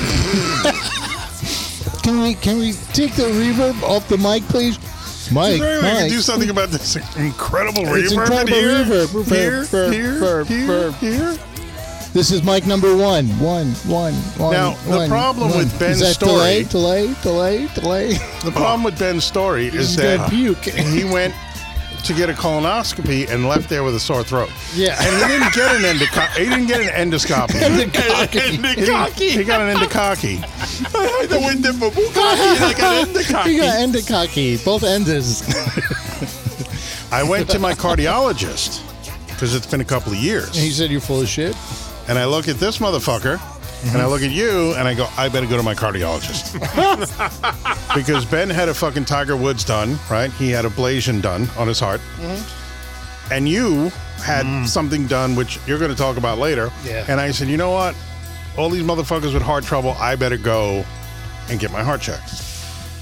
Can we can we take the reverb off the mic, please? Is Mike, there any way we can Mike. do something about this incredible It's reverb incredible in here? reverb. Reverb, Here, verb, here, verb, here, verb. here. This is mic number one, one, one, one. Now, the one, problem one. with Ben's is that delay, story- delay, delay, delay. The problem with Ben's story is He's gonna that puke. he went to get a colonoscopy and left there with a sore throat. Yeah. and he didn't get an endoco- He didn't get an endoscopy. He, didn't- he got an endococky. I had to win them for bukkake, like I had the You got cocky. endococky, both ends. I went to my cardiologist because it's been a couple of years. he said you're full of shit. and I look at this motherfucker, and I look at you, and I go, I better go to my cardiologist. because Ben had a fucking Tiger Woods done, right? He had ablation done on his heart. And you had something done, which you're going to talk about later. Yeah. And I said, you know what? All these motherfuckers with heart trouble, I better go and get my heart checked.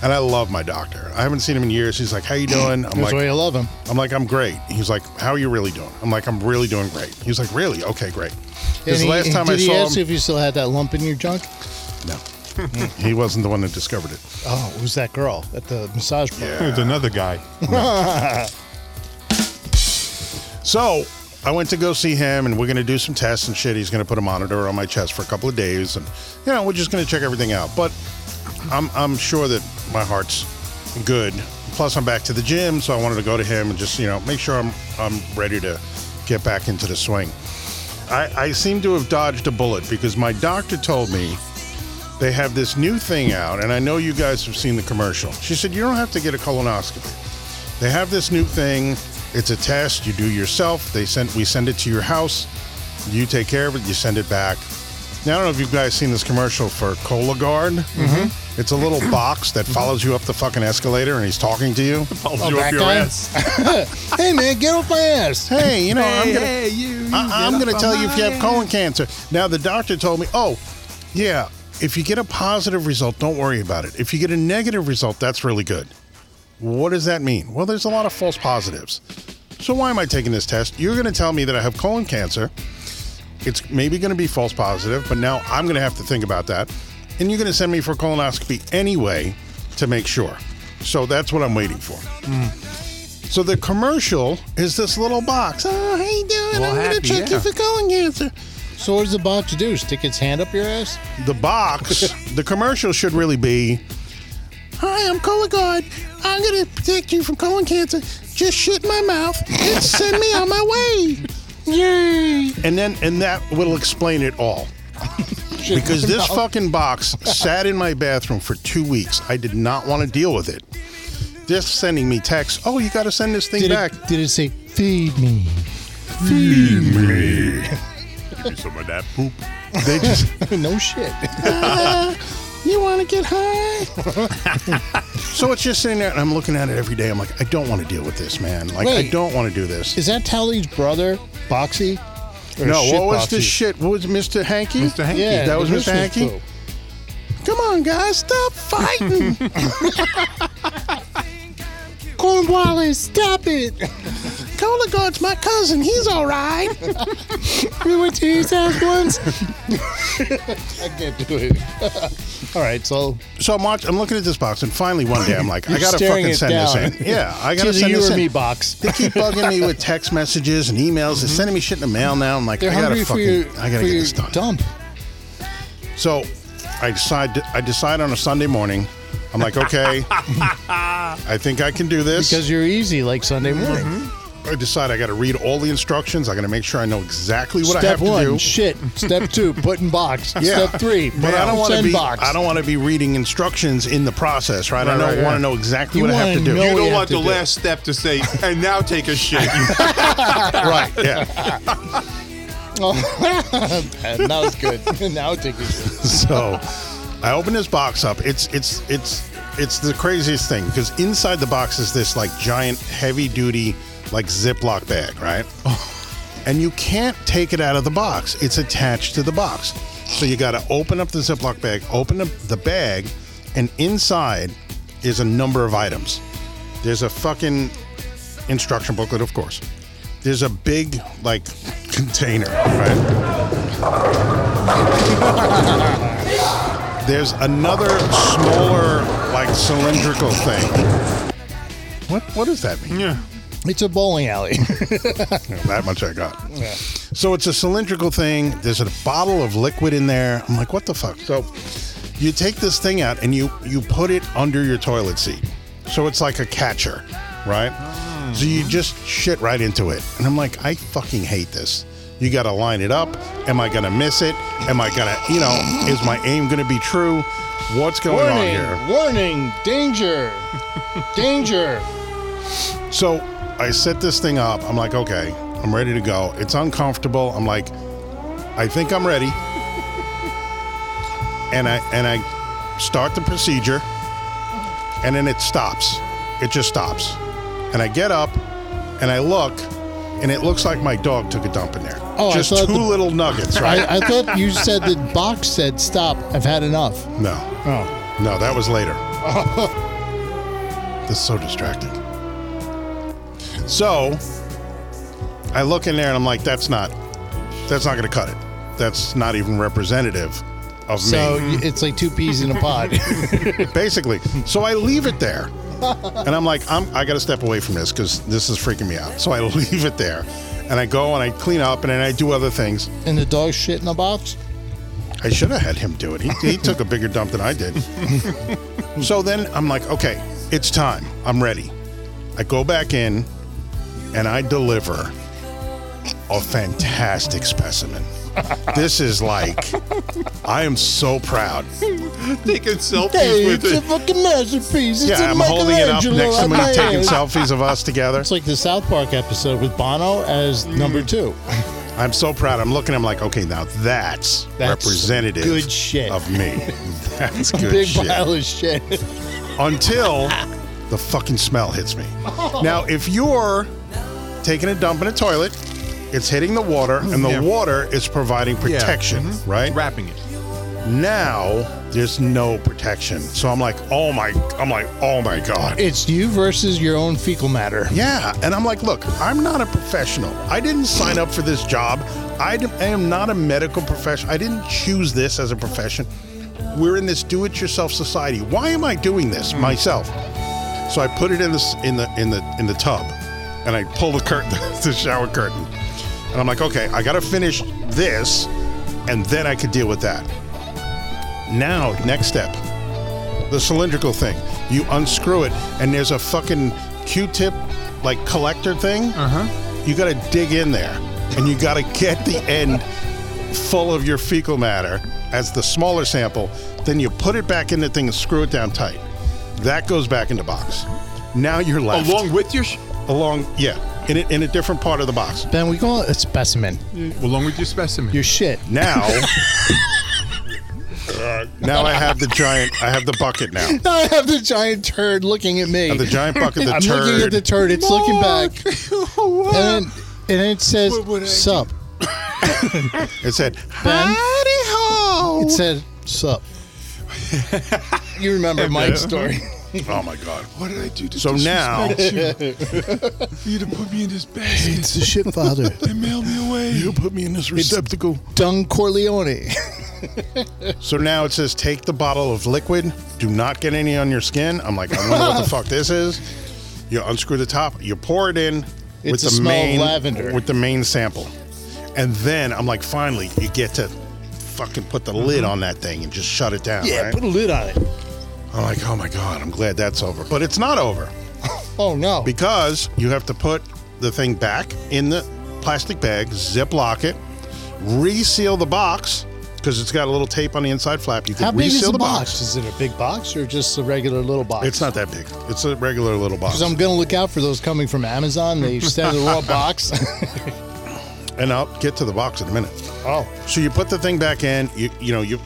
And I love my doctor. I haven't seen him in years. He's like, "How you doing?" I'm That's like, why you love him. "I'm like, I'm great." He's like, "How are you really doing?" I'm like, "I'm really doing great." He's like, "Really? Okay, great." And Because he- last and time did I he saw ask him, you if you still had that lump in your junk? no. he wasn't the one that discovered it. Oh, it was that girl at the massage parlor. There's another guy. So I went to go see him, and we're going to do some tests and shit. He's going to put a monitor on my chest for a couple of days, and you know we're just going to check everything out. But I'm I'm sure that my heart's good. Plus, I'm back to the gym, so I wanted to go to him and just you know make sure I'm I'm ready to get back into the swing. I, I seem to have dodged a bullet because my doctor told me they have this new thing out, and I know you guys have seen the commercial. She said, You don't have to get a colonoscopy. They have this new thing. It's a test you do yourself. They send we send it to your house. You take care of it. You send it back. Now I don't know if you guys seen this commercial for Cologuard. Mm-hmm. It's a little box that follows you up the fucking escalator, and he's talking to you. Follows Oh, you that up your guy? ass. Hey man, get off my ass. Hey, you know I'm gonna hey, you, you I, I'm get going to up tell on you if you my have colon cancer. Now, the doctor told me, oh, yeah, if you get a positive result, don't worry about it. If you get a negative result, that's really good. What does that mean? Well, there's a lot of false positives. So, why am I taking this test? You're going to tell me that I have colon cancer. It's maybe going to be false positive, but now I'm going to have to think about that. And you're going to send me for colonoscopy anyway to make sure. So, that's what I'm waiting for. So the commercial is this little box. Oh, how you doing? Well, I'm gonna happy, check yeah. you for colon cancer. So what does the box do? Stick its hand up your ass? The box, the commercial should really be Hi, I'm Colon Guard. I'm going to protect you from colon cancer. Just shit in my mouth and send me on my way. Yay. And then and that will explain it all. Because this fucking box sat in my bathroom for two weeks. I did not want to deal with it. Just sending me texts. Oh, you got to send this thing Did back. it, did it say, feed me? Some of that poop. They just Oh, no shit. you want to get high? so it's just sitting there, and I'm looking at it every day. I'm like, I don't want to deal with this, man. Like, I Wait. don't want to do this. Is that Tally's brother, Boxy? Or No, what was Shitboxy? the shit? What was Mr. Hanky? Mr. Hanky. Yeah, that was the Mr. Christmas Hanky. poo. Come on, guys, stop fighting. Cornwallis, stop it! Cola Guard's my cousin. He's all right. We went to his house once. I can't do it. All right, so So I'm watch, I'm looking at this box, and finally one day I'm like, I You're gotta staring fucking it send down. this in. Yeah, I gotta to the send you this or in. me box. They keep bugging me with text messages and emails. They're sending me shit in the mail now. I'm like, They're I gotta hungry for fucking, your, I gotta for get your this done. dump. So I decide, I decide on a Sunday morning. I'm like, okay, I think I can do this. Because you're easy like Sunday Mm-hmm. morning. I decide I got to read all the instructions. I got to make sure I know exactly what I Step have one, to do. shit. Step two, put in box. Yeah. Step three, but I don't want to send be. box. I don't want to be reading instructions in the process, right? I Right, don't right, yeah. want to know exactly You what I have wanna to do. know you what don't you want have the to do. last step to say, and now take a shit. right? Yeah. that was good. now take it. So I open this box up. It's it's it's it's the craziest thing because inside the box is this like giant, heavy duty, like Ziploc bag, right? And you can't take it out of the box. It's attached to the box. So you got to open up the Ziploc bag, open up the bag, and inside is a number of items. There's a fucking instruction booklet, of course. There's a big, like, container, right? There's another smaller, like, cylindrical thing. What, what does that mean? yeah. It's a bowling alley. That much I got. So it's a cylindrical thing. There's a bottle of liquid in there. I'm like, what the fuck? So you take this thing out and you you put it under your toilet seat. So it's like a catcher, right? So you just shit right into it. And I'm like, I fucking hate this. You got to line it up. Am I going to miss it? Am I going to, you know, is my aim going to be true? What's going on here? warning, warning, danger, danger. So I set this thing up. I'm like, okay, I'm ready to go. It's uncomfortable. I'm like, I think I'm ready. And I and I start the procedure. And then it stops. It just stops. And I get up and I look and it looks like my dog took a dump in there. Oh, I just two thought the- little nuggets, right? I, I thought you said the box said stop. I've had enough. no. Oh, No, that was later. That's so distracting. So I look in there and I'm like, that's not that's not gonna cut it. That's not even representative of so me. y- it's like two peas in a pod. Basically. So I leave it there. And I'm like, I'm I gotta step away from this because this is freaking me out. So I leave it there. And I go and I clean up and then I do other things. and the dog shit in a box. I should have had him do it. He, he took a bigger dump than I did. so then I'm like, okay, it's time. I'm ready. I go back in and I deliver a fantastic specimen. This is like, I am so proud. Taking selfies Hey, with it's a it. fucking masterpiece. It's Yeah, a I'm holding it up Michelangelo next to on me, my taking hand. selfies of us together. It's like the South Park episode with Bono as number two. I'm so proud. I'm looking. I'm like, okay, now that's, That's representative good shit. of me. That's good Big shit. pile of shit. until the fucking smell hits me. Now, if you're taking a dump in a toilet, it's hitting the water, and the Yeah. water is providing protection, right? Wrapping it. Now, there's no protection. So I'm like, oh my, I'm like, oh my God. It's you versus your own fecal matter. Yeah. And I'm like, look, I'm not a professional. I didn't sign up for this job. I, d- I am not a medical professional. I didn't choose this as a profession. We're in this do-it-yourself society. Why am I doing this myself? So I put it in the s- in the in the in the tub, and I pull the curtain, the shower curtain, and I'm like, okay, I gotta finish this, and then I could deal with that. Now, next step, the cylindrical thing. You unscrew it, and there's a fucking Q-tip like collector thing. Uh-huh. You got to dig in there, and you got to get the end full of your fecal matter as the smaller sample. Then you put it back in the thing and screw it down tight. That goes back into box. Now you're left Along with your, sh- along yeah, in a, in a different part of the box. Ben, we call it a specimen. along with your specimen. Your shit. Now. Now I have the giant. I have the bucket now. I have the giant turd looking at me. the giant bucket, the I'm turd. looking at the turd. It's looking back, and What? then, and then it says What would I do? sup. It said, Ben, Howdy-ho. it said sup. you remember Mike's story? "Oh my god." What did I do to So now- disrespect you? For you to put me in this basket the shit father, and mail me away. put me in this receptacle. Dung Corleone. So now it says, "Take the bottle of liquid. Do not get any on your skin." I'm like, I wonder what the fuck this is. You unscrew the top. You pour it in with It's a the smell of main lavender. with the main sample, and then I'm like, finally, you get to fucking put the lid on that thing and just shut it down. Mm-hmm. yeah, right? put a lid on it. I'm like, oh my god, I'm glad that's over. But it's not over. Oh no. because you have to put the thing back in the plastic bag, ziplock it, reseal the box because it's got a little tape on the inside flap. You can How big reseal is the, the box? Is it a big box or just a regular little box? It's not that big. It's a regular little box. Because I'm gonna look out for those coming from Amazon. They send a raw box. and I'll get to the box in a minute. oh, So you put the thing back in. You you know you.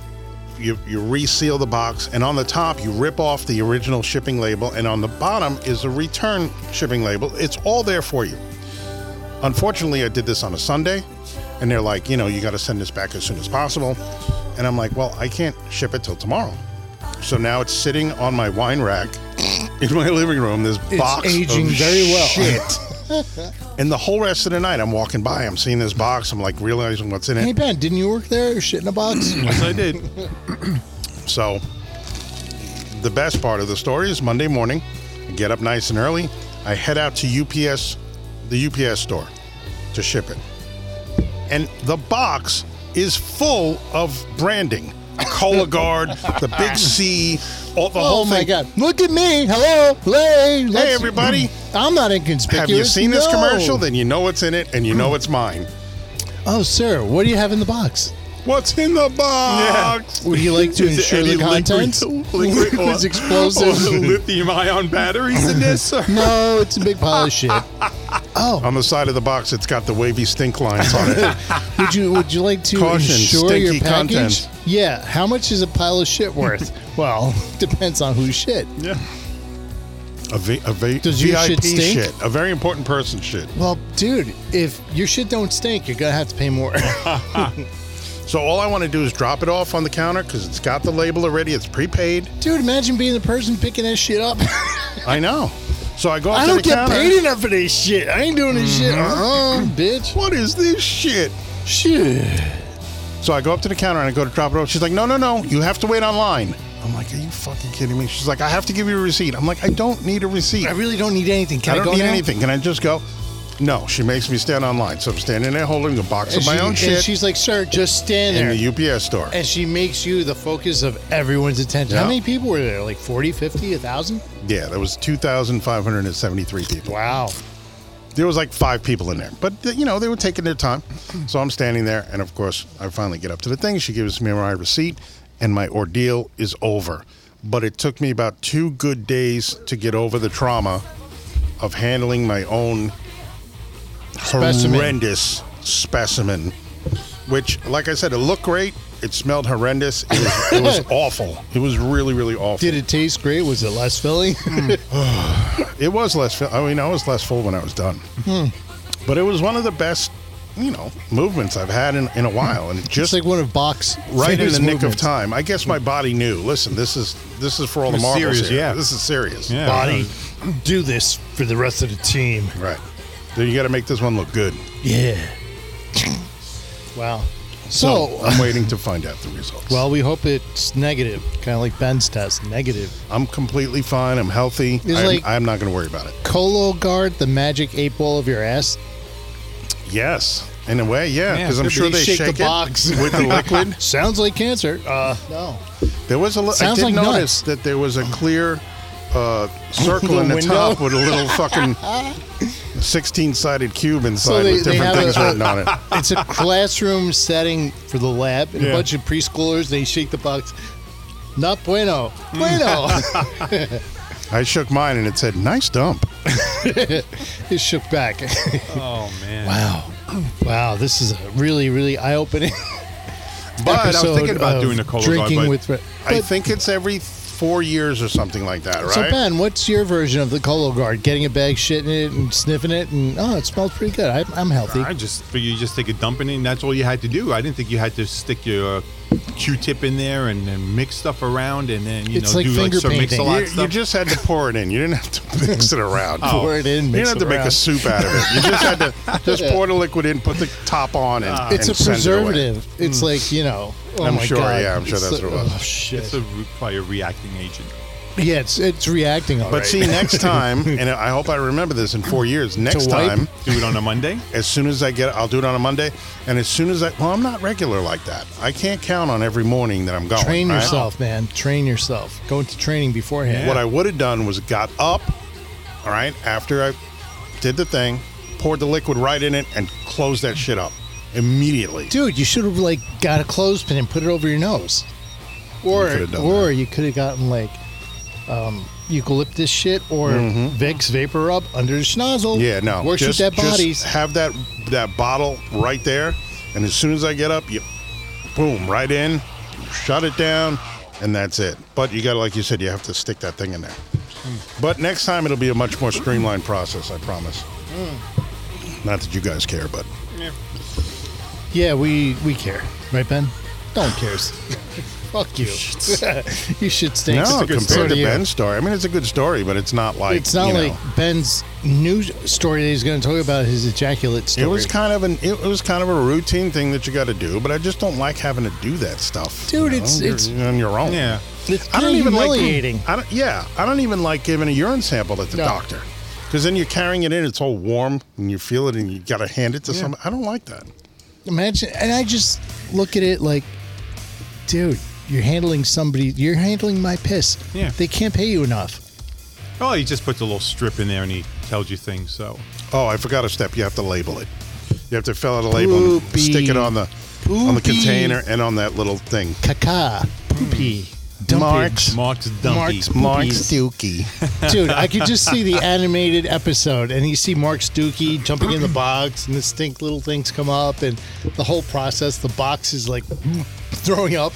You, you reseal the box, and on the top, you rip off the original shipping label, and on the bottom is a return shipping label. It's all there for you. Unfortunately, I did this on a Sunday, and they're like, you know, you got to send this back as soon as possible. And I'm like, well, I can't ship it till tomorrow. So now it's sitting on my wine rack in my living room. This It's box of aging very well. shit. and the whole rest of the night, I'm walking by, I'm seeing this box, I'm like realizing what's in it. hey Ben, didn't you work there? Shit in a box. Yes, I did. So, the best part of the story is Monday morning. I get up nice and early. I head out to UPS, the UPS store, to ship it. And the box is full of branding. Cola Guard, the Big C, all the Oh whole my thing. God! Look at me! Hello, hey, Hey, everybody. I'm not inconspicuous. Have you seen this No. commercial? Then you know what's in it and you know it's mine. Oh, sir, what do you have in the box? What's in the box? Would you like to Is there ensure the any liquid- contents? liquid or- Liquids, explosives. or lithium ion batteries in this? or- No, it's a big pile of shit. Oh, On the side of the box, it's got the wavy stink lines on it. would you would you like to Caution, ensure stinky your package? contents. Yeah, how much is a pile of shit worth? well, depends on whose shit. Yeah. A, v- a v- Does your VIP shit stink? A very important person shit. Well, dude, if your shit don't stink, you're gonna have to pay more. So all I want to do is drop it off on the counter because it's got the label already. It's prepaid. dude, imagine being the person picking that shit up. I know. So I go up I to don't the get counter. paid enough for this shit. I ain't doing this shit. Uh-uh, bitch. What is this shit? Shit. So I go up to the counter and I go to drop it off. She's like, no, no, no. You have to wait online. I'm like, are you fucking kidding me? She's like, I have to give you a receipt. I'm like, I don't need a receipt. I really don't need anything. Can I I, don't go need now? anything. Can I just go? No, she makes me stand online. So I'm standing there holding a box of my she- own shit she's like, sir, just stand in there. the UPS store. and she makes you the focus of everyone's attention. Yeah. How many people were there? Like 40, 50, 1,000? Yeah, that was 2,573 people. Wow. there was like five people in there, but th- you know they were taking their time. So I'm standing there, and of course I finally get up to the thing. She gives me my receipt, and my ordeal is over. But it took me about two good days to get over the trauma of handling my own Specimen. horrendous specimen, which, like I said, it looked great. It smelled horrendous. It was, it was awful. It was really, really awful. Did it taste great? Was it less filling? It was less. Full. I mean, I was less full when I was done. But it was one of the best, you know, movements I've had in, in a while, and it Just just like one of Bach's right in famous the nick of movements. time. I guess my body knew. Listen, this is this is for all the It's marbles serious, here. yeah. this is serious. Yeah. Body, do this for the rest of the team. right. Then you got to make this one look good. Yeah. Wow. So, uh, I'm waiting to find out the results. well, we hope it's negative, kind of like Ben's test, negative. I'm completely fine. I'm healthy. It's I'm, like- I'm not going to worry about it. Colo guard the magic eight ball of your ass. Yes, in a way, yeah, Yeah. because I'm They sure they, shake, shake, the box it with the liquid. Sounds like cancer. Uh, no. There was a li- I Sounds did like notice nuts. that there was a clear uh, circle in the Window? top with a little fucking 16-sided cube inside they- with they different have things a- written on it. It's a classroom setting for the lab, and Yeah. a bunch of preschoolers. They shake the box. Not bueno. Mm. Bueno. I shook mine and it said, "Nice dump." it shook back. Oh man. wow. Wow. This is a really, really eye-opening. But I was episode thinking about of doing a Cola Guy, drinking but with. Re- I But- think it's every four years or something like that, right? So Ben, what's your version of the Colo Guard? Getting a bag, shitting it, and sniffing it, and oh, it smells pretty good. I, I'm healthy. I just figured you just take a dump in it, and that's all you had to do. I didn't think you had to stick your uh, Q-tip in there and then mix stuff around, and then you It's know like do like finger some mix a painting. lot you, you stuff. just had to pour it in. You didn't have to mix it around. Oh. Pour it in. You mix didn't have to it make around. a soup out of it. You just had to just pour the liquid in, put the top on, and It's and a send it away. Hmm. preservative. It's like you know. Oh I'm my sure, God. yeah, I'm sure It's that's the- what it was. Oh, shit. it's a, re- probably a reacting agent. yeah, it's it's reacting. all But right. see, next time, and I hope I remember this in four years. Next wipe? time, Do it on a Monday. as soon as I get, I'll do it on a Monday. And as soon as I, well, I'm not regular like that. I can't count on every morning that I'm going. train right? yourself, man. Train yourself. Go into training beforehand. What I would have done was got up, all right, after I did the thing, poured the liquid right in it, and closed that shit up immediately. Dude, you should have like got a clothespin and put it over your nose, or could have done or that. you could have gotten like um, eucalyptus shit or Vicks vapor rub under the schnozzle. Mm-hmm. Yeah, no. works just, with dead just bodies. have that that bottle right there, and as soon as I get up, you boom right in, shut it down, and that's it. But you got to, like you said, you have to stick that thing in there. But next time it'll be a much more streamlined process, I promise. Hmm. Not that you guys care, but Yeah, we we care, right, Ben? Don't cares. Fuck you. you should stay. no, So do compared to you. Ben's story, I mean it's a good story, but it's not like It's not you know, like Ben's new story that he's going to talk about his ejaculate story. It was kind of an it was kind of a routine thing that you got to do, but I just don't like having to do that stuff, you Dude, it's- know? You're- it's- you're on your own. Yeah. It's I don't kinda even humiliating. like. I don't, yeah, I don't even like giving a urine sample at the No. doctor because then you're carrying it in. It's all warm and you feel it, and you got to hand it to someone. I don't like that. Imagine, and I just look at it like, dude, you're handling somebody. You're handling my piss. Yeah. They can't pay you enough. Oh, he just puts a little strip in there and he tells you things. So Oh, I forgot a step. You have to label it. You have to fill out a label, and Poopy. stick it on the on Poopy. the container and on that little thing. Caca, poopy, dumpage. Marks. Hmm. Mark's dumpy. Mark's- Mark's Dookie. Dude, I could just see the animated episode, and you see Mark Stukey jumping in the box, and the stink little things come up, and the whole process. The box is like throwing up.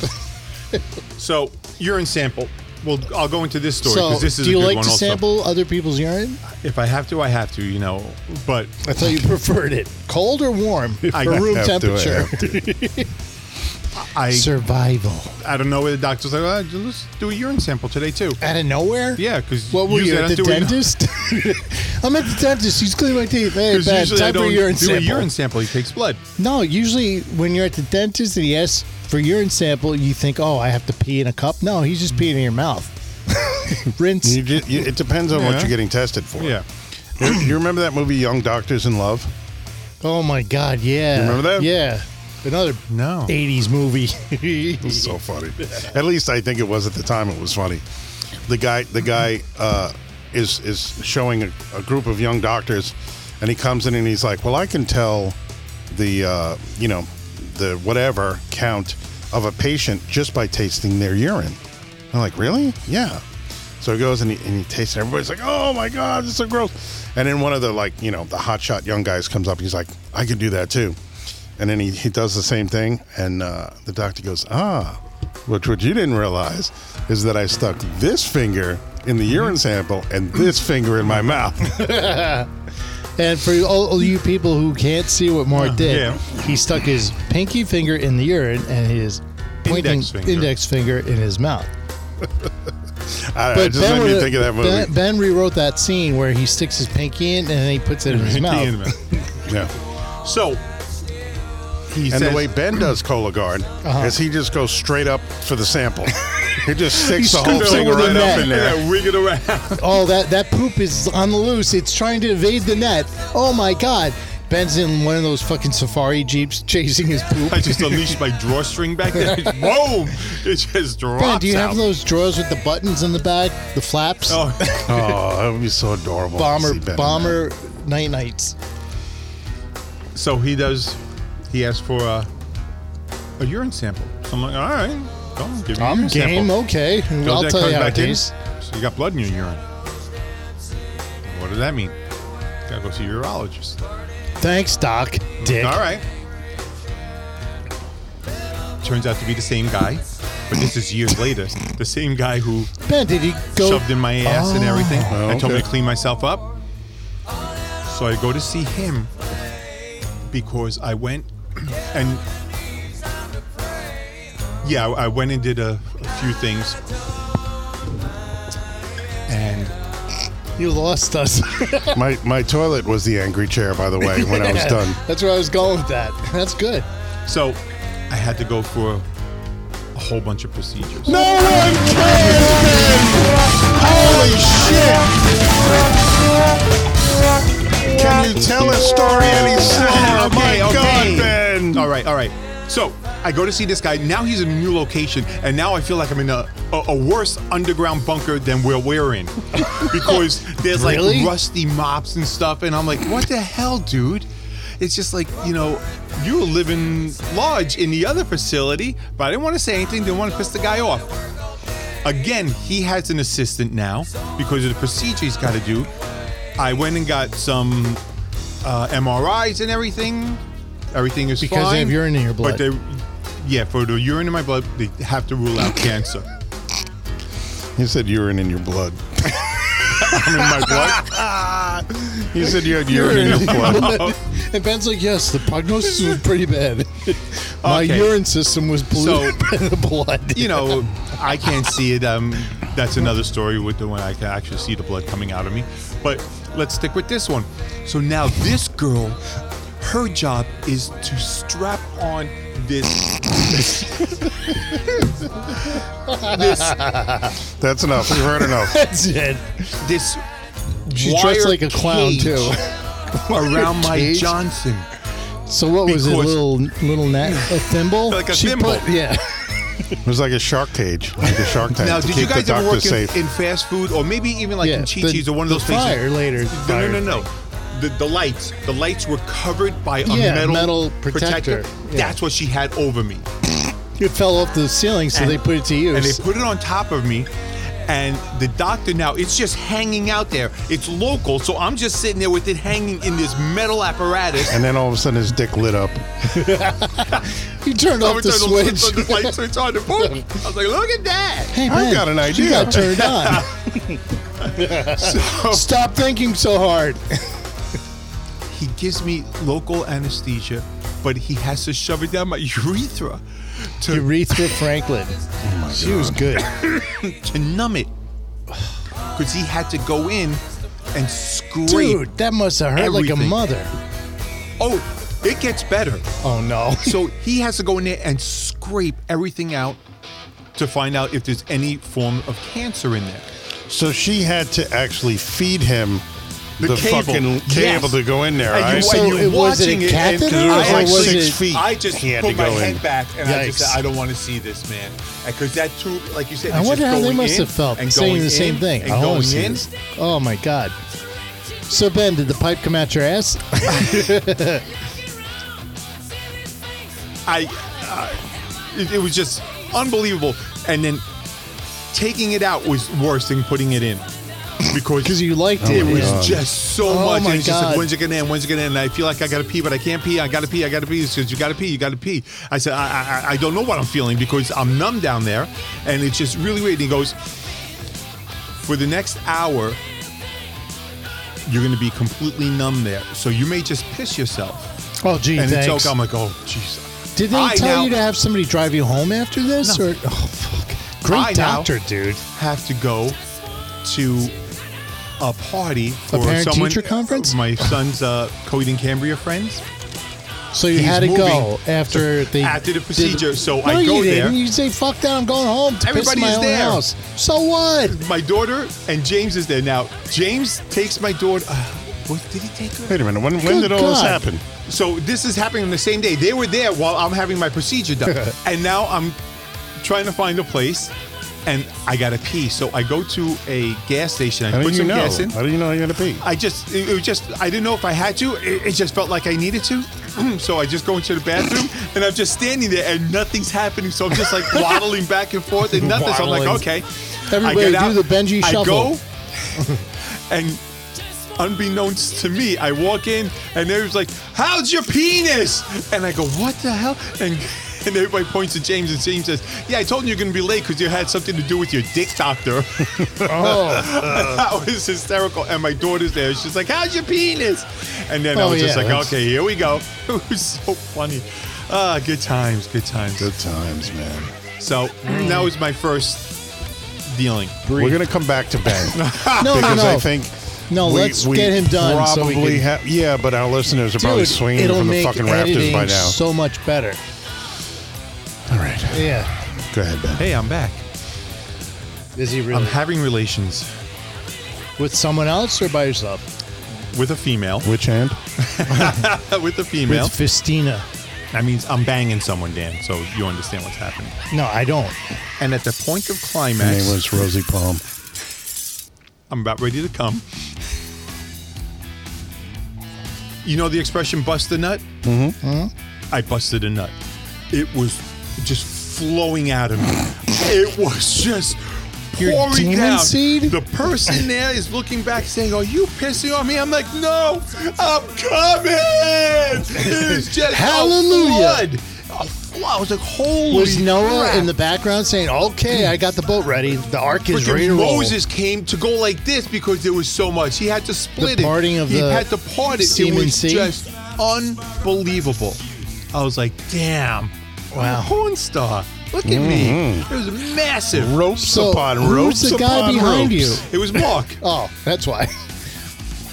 So urine sample. Well, I'll go into this story so, because this is do a you good like one to also. sample other people's urine? If I have to, I have to. You know, but I thought you preferred it cold or warm I for room have to, I temperature. have I Survival I don't know where the doctor's like. "Ah, let's do a urine sample today too. out of nowhere. Yeah, because What were you at the dentist? I'm at the dentist. He's cleaning my teeth. Hey, Because Ben, usually I time for don't urine do a sample. urine sample. He takes blood. No, usually when you're at the dentist and he asks for urine sample, you think, oh, I have to pee in a cup. No, he's just peeing in your mouth. Rinse. You ju- you- it depends on Yeah. what you're getting tested for. Yeah. You, you remember that movie Young Doctors in Love? oh my God, yeah. You remember that? Yeah. Another No. 80s movie. It's so funny. At least I think it was at the time. It was funny. The guy, the guy, uh, is is showing a, a group of young doctors, and he comes in and he's like, "Well, I can tell the uh, you know the whatever count of a patient just by tasting their urine." I'm like, "Really? Yeah." So he goes and he, and he tastes it. Everybody's like, "Oh my god, it's so gross!" And then one of the like you know the hotshot young guys comes up. He's like, "I can do that too." And then he, he does the same thing, and uh, the doctor goes, "Ah, which what you didn't realize is that I stuck this finger in the urine sample and this finger in my mouth." and for all, all you people who can't see what Mark did, yeah. he stuck his pinky finger in the urine and his pointing Index finger. index finger in his mouth. I, don't know, it just made me would've- think of that movie. Ben, Ben rewrote that scene where he sticks his pinky in and then he puts it in his mouth. yeah. so he And says, the way Ben does Cologuard is he just goes straight up for the sample. he just sticks the whole scoops thing over the right net. up in there. Yeah, wig it around. Oh, that that poop is on the loose. It's trying to evade the net. Oh my God! Ben's in one of those fucking safari jeeps chasing his poop. I just unleashed my drawstring back there. Boom! It just drops Ben, do you out. have those drawers with the buttons in the back, the flaps? Oh, Oh, that would be so adorable. to bomber, see Ben in that. bomber night nights. so he does. He asked for a, a urine sample. So I'm like, all right, go on, give me a I'm urine game. sample. Okay, Goes I'll there, tell comes you how back it in. is. So you got blood in your urine. What does that mean? Gotta go to a urologist. Thanks, Doc. Dick. All right. Turns out to be the same guy, but this is years later. The same guy who Ben, did he go? shoved in my ass and everything Oh, and told me okay. to clean myself up. So I go to see him because I went and yeah, I I went and did a, a few things. And You lost us. My my toilet was the angry chair, by the way, when I was done. That's where I was going with that. That's good. so I had to go for a whole bunch of procedures. No one cares, Ben! Holy shit! Can you tell a story any slower? Oh Okay, my okay. god, Ben! All right, all right. So I go to see this guy. Now he's in a new location, and now I feel like I'm in a, a, a worse underground bunker than where we're in, because there's Really? like rusty mops and stuff, and I'm like, what the hell, dude? It's just like you know, you were living large in the other facility, but I didn't want to say anything. Didn't want to piss the guy off. Again, he has an assistant now because of the procedure he's got to do. I went and got some uh, MRIs and everything. Everything is Because they fine. have urine in your blood. But they, yeah, for the urine in my blood, they have to rule out cancer. You said urine in your blood. I'm in my blood? You said you had urine in your blood. and Ben's like, yes, the prognosis was pretty bad. My Okay. urine system was polluted by the blood. You know, I can't see it. Um, that's another story with the one I can actually see the blood coming out of me. But let's stick with this one. So now this girl, her job is to strap on this this That's enough. We've heard enough. That's it. this She's wire dressed like a clown cage too. around my Cage? Johnson. So what was it? Because- Little little net a thimble? Like a She thimble. put- yeah. It was like a shark cage, like a shark tank. Now, to did you keep guys the ever doctor work in, safe. in fast food or maybe even like yeah. in Chi Chi's or one of those the places? Fire later. No, fire. no, no, no. The, the lights, the lights were covered by a Yeah, metal, metal protector. Yeah. That's what she had over me, It fell off the ceiling, so And- they put it to use. and they put it on top of me. And the doctor now, it's just hanging out there. It's local, so I'm just sitting there with it hanging in this metal apparatus. and then all of a sudden his dick lit up. you turned I off would the turn the- switch. the light switch on the book. I was like, look at that. Hey, I've Ben, got an She idea. got turned on. Stop thinking so hard. He gives me local anesthesia, but he has to shove it down my urethra to Urethra Franklin. Oh she was good. to numb it because he had to go in and scrape. Dude, that must have hurt like a Everything. mother. Oh, it gets better. Oh no. So he has to go in there and scrape everything out to find out if there's any form of cancer in there. So she had to actually feed him the, cable. fucking Yes. cable to go in there, And right? you, So and you're it was watching a it, and- catheter and or I was it actually- six feet? I just He had put to my go in. head back and I just Yikes. said, I don't want to see this, man. Because that tube, like you said, I it's wonder just how they going must in have felt and saying going the same in thing. And I wanna going see in. this. Oh my god. So Ben, did the pipe come out your ass? I, I it, it was just unbelievable. And then taking it out was worse than putting it in Because because you liked Oh, it it. was Yeah. just so Oh much. my and it's just like, God. when's it gonna end? When's it gonna end? And I feel like I gotta pee, but I can't pee. I gotta pee. I gotta pee. He says, you gotta pee. You gotta pee. I said, I, I, I don't know what I'm feeling because I'm numb down there, and it's just really weird. And he goes, for the next hour, you're gonna be completely numb there, so you may just piss yourself. Oh gee, And thanks. it's okay. I'm like, oh, jeez. Did they I tell now- you to have somebody drive you home after this? No. Or oh fuck. Great I now- doctor, dude. have to go to a party for someone, uh, parent-teacher conference? My son's uh, Cody and Cambria friends. So you He's had to go moving. after So they after the did- procedure, so no, I go you there. Didn't. You say fuck that, I'm going home to piss in Everybody my is own there. house. So what? My daughter and James is there now. James takes my daughter. What, did he take her? Wait a minute. When, when Good did all this God. happen? So this is happening on the same day. They were there while I'm having my procedure done. and now I'm trying to find a place and I got to pee. So I go to a gas station. I How put did you some know? gas in. How do you know you had to pee? I just, it, it was just, I didn't know if I had to. It, it just felt like I needed to. so I just go into the bathroom and I'm just standing there and nothing's happening. So I'm just like waddling back and forth and nothing. So I'm like, Waddling. okay. Everybody do the Benji I shuffle. go and unbeknownst to me, I walk in and everybody's like, how's your penis? And I go, what the hell? And and everybody points to James and James says, yeah, I told you you're going to be late because you had something to do with your dick doctor. Oh, that Uh, was hysterical. And my daughter's there. She's like, "How's your penis?" And then Oh, I was just yeah, like, that's- "Okay, here we go." It was so funny. Ah, good times, good times. Good times, man. So that was my first dealing. We're gonna come back to Ben no, no, because no. I think No, we- let's we get him done so we Probably can- ha- yeah, but our listeners are probably Dude, swinging it'll from the make fucking Raptors editing by now. so much better. All right, Yeah. go ahead, Ben. Hey, I'm back. Is he really I'm having relations with someone else or by yourself? with a female. Which hand? with a female. With Festina. That means I'm banging someone, Dan. So you understand what's happening. No, I don't. And at the point of Her climax, name was Rosie Palm. I'm about ready to come. You know the expression bust a nut? Mm-hmm. I busted a nut. It was just flowing out of me. it was just Your pouring demon down. seed? The person there is looking back saying, Are you pissing on me? I'm like, No, I'm coming. It is just Hallelujah. A flood. A flood. I was like, Holy Was Noah crap." in the background saying, "Okay, I got the boat ready. The ark is Freaking ready to roll." Moses came to go like this because there was so much. He had to split The it. parting of he the had to part it. It seam and was sea? just unbelievable. I was like, damn. Wow. Mm-hmm. I'm a porn star. Look at me. It was massive. Ropes So, upon who's ropes the guy upon behind ropes. you? It was Mark. Oh, that's why.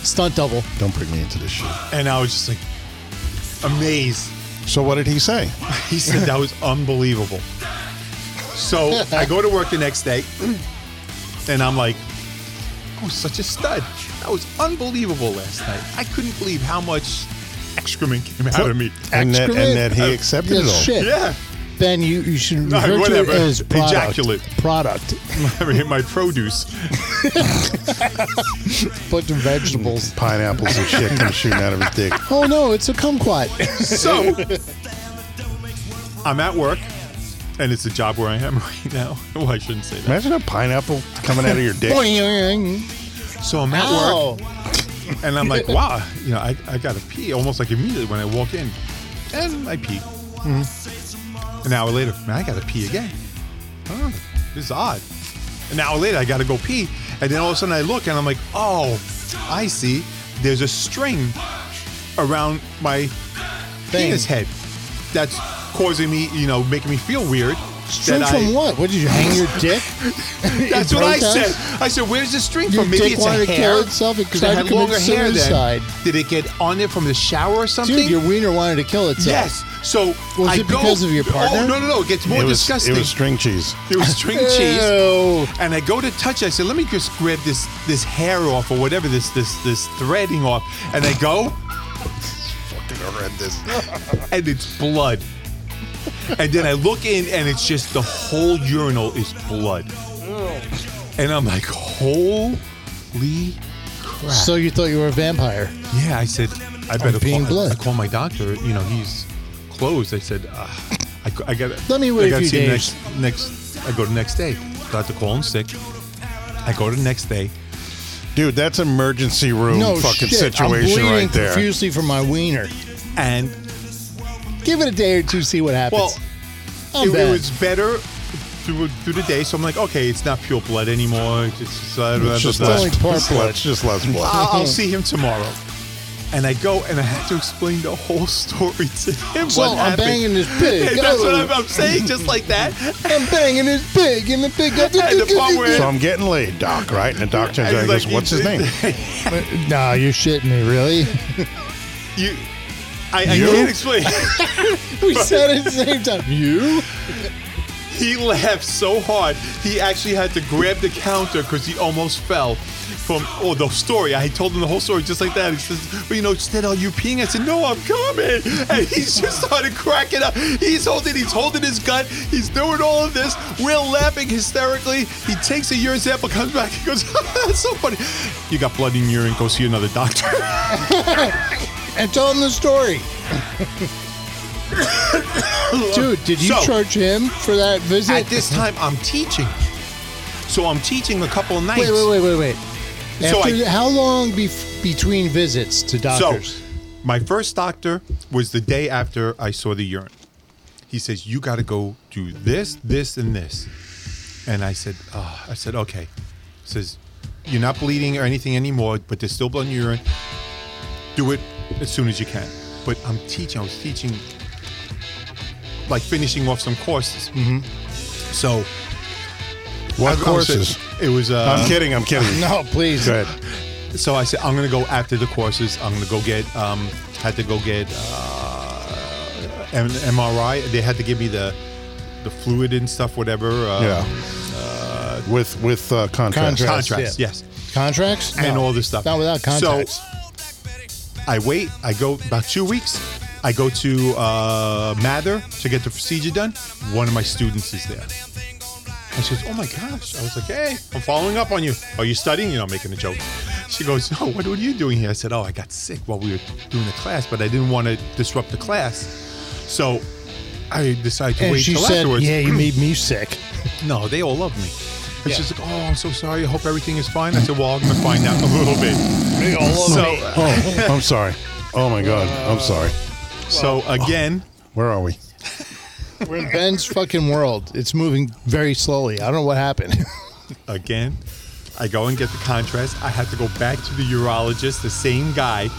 Stunt double. Don't bring me into this shit. and I was just like, amazed. So what did he say? He said that was unbelievable. So I go to work the next day, and I'm like, I was such a stud. That was unbelievable last night. I couldn't believe how much excrement came out of me. And that, and that Excrement. he accepted it That's all. shit. Yeah, Ben, you, you should No, refer whatever. to it as product. Ejaculate. Product. I mean, my produce. Bunch of vegetables. Pineapples and shit come shooting out of his dick. oh no, it's a kumquat. So I'm at work, and it's a job where I am right now. Well, I shouldn't say that. Imagine a pineapple coming out of your dick. Boing. So I'm at work. Ow. And I'm like, wow, you know, I, I got to pee almost like immediately when I walk in. And I pee. An hour later, man, I got to pee again. Huh, this is odd. An hour later, I got to go pee. And then all of a sudden I look and I'm like, oh, I see. There's a string around my Thing. penis head that's causing me, you know, making me feel weird. String that from I, what? What did you hang your dick? In That's what I protest? said. I said, "Where's the string Your from? Maybe dick it's wanted a to hair." kill itself. It 'Cause tried I to had longer commit hair suicide. then. Did it get on there from the shower or something? Dude, your wiener wanted to kill itself. yes. So Was I it go- because of your partner? Oh, no, no, no. It gets more It was, it disgusting. was string cheese. It was string cheese. Ew. And I go to touch it. I said, "Let me just grab this this hair off or whatever this this this threading off." And I go, Fucking horrendous. and it's blood. And then I look in, and it's just the whole urinal is blood. And I'm like, "Holy crap!" So you thought you were a vampire? Yeah, I said, I better being call, blood. I call my doctor. You know, he's closed. I said, uh, I, got Let me wait a I gotta few see him days. Next, next, I go to next day. Got to call him sick. I go to the next day. Dude, that's emergency room No fucking shit. I'm situation bleeding right there. profusely from my wiener. And, Give it a day or two, see what happens. well, I'm it, it bad. was better through, through the day. So I'm like, okay, it's not pure blood anymore. It's just, uh, blah, It's just blah, blah. only less part it's blood. Mm-hmm. less- just less Ah. blood. I'll, I'll see him tomorrow. And I go and I had to explain the whole story to him. So what I'm happened. banging this pig. And that's what Oh. I'm, I'm saying, just like that. I'm banging this pig and the pig got And the part where- So I'm getting laid, doc, right? And the doc turns And around and he's goes, like, What's his name? Nah, you're shitting me, really? You, I, I You? can't explain. we said it at the same time. You? He laughed so hard, he actually had to grab the counter because he almost fell from oh the story. I told him the whole story just like that. He says, "Well, you know, Stead, are you peeing?" I said, "No, I'm coming." And he just started cracking up. He's holding, he's holding his gun. He's doing all of this. We're laughing hysterically. He takes a urine sample, comes back, he goes, "That's so funny." You got blood in your urine. Go see another doctor. and tell him the story. Dude, did you Oh, So- charge him for that visit? At this time, I'm teaching. So I'm teaching a couple of nights. wait, wait, wait, wait, wait. So After, I- how long bef- between visits to doctors? So, my first doctor was the day after I saw the urine. He says, "You got to go do this, this, and this." And I said, oh, "I said okay." says, "You're not bleeding or anything anymore, but there's still blood in your urine. Do it as soon as you can." But I'm teaching. I was teaching, like finishing off some courses. Mm-hmm. So What I- I was- courses? It was. Uh, I'm kidding. I'm kidding. no, please. Go ahead. so I said, I'm gonna go after the courses. I'm gonna go get. Um, had to go get uh, an MRI. They had to give me the the fluid and stuff, whatever. Uh, Yeah. with with uh, contrast. Contrast. Contracts, Yeah. yes, Contracts? and No. all this stuff. Not without contracts. So I wait. I go about two weeks. I go to uh, Mather to get the procedure done. One of my students is there. And she goes, Oh my gosh. I was like, Hey, I'm following up on you. Are you studying? You know, I'm making a joke. She goes, No, what are you doing here? I said, Oh, I got sick while we were doing the class, but I didn't want to disrupt the class. So I decided to and wait she till said, afterwards. "Yeah, you made me sick." No, they all love me. And Yeah. she's like, Oh, I'm so sorry. I hope everything is fine. I said, Well, I'm going to find out in a little bit. They all love so, me. Oh, I'm sorry. Oh my God. I'm sorry. so again, Where are we? We're in Ben's fucking world. It's moving very slowly. I don't know what happened. again. I go and get the contrast. I have to go back to the urologist, the same guy,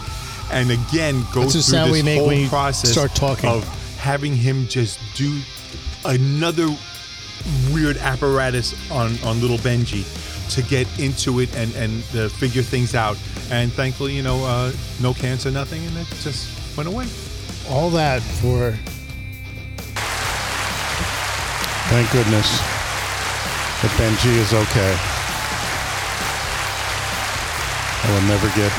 and again go That's through the sound this we make whole when you process start talking. of having him just do another weird apparatus on on little Benji to get into it and and uh, figure things out. And thankfully, you know, uh, no cancer, nothing, and it just went away. all that for Thank goodness that Benji is okay. I will never get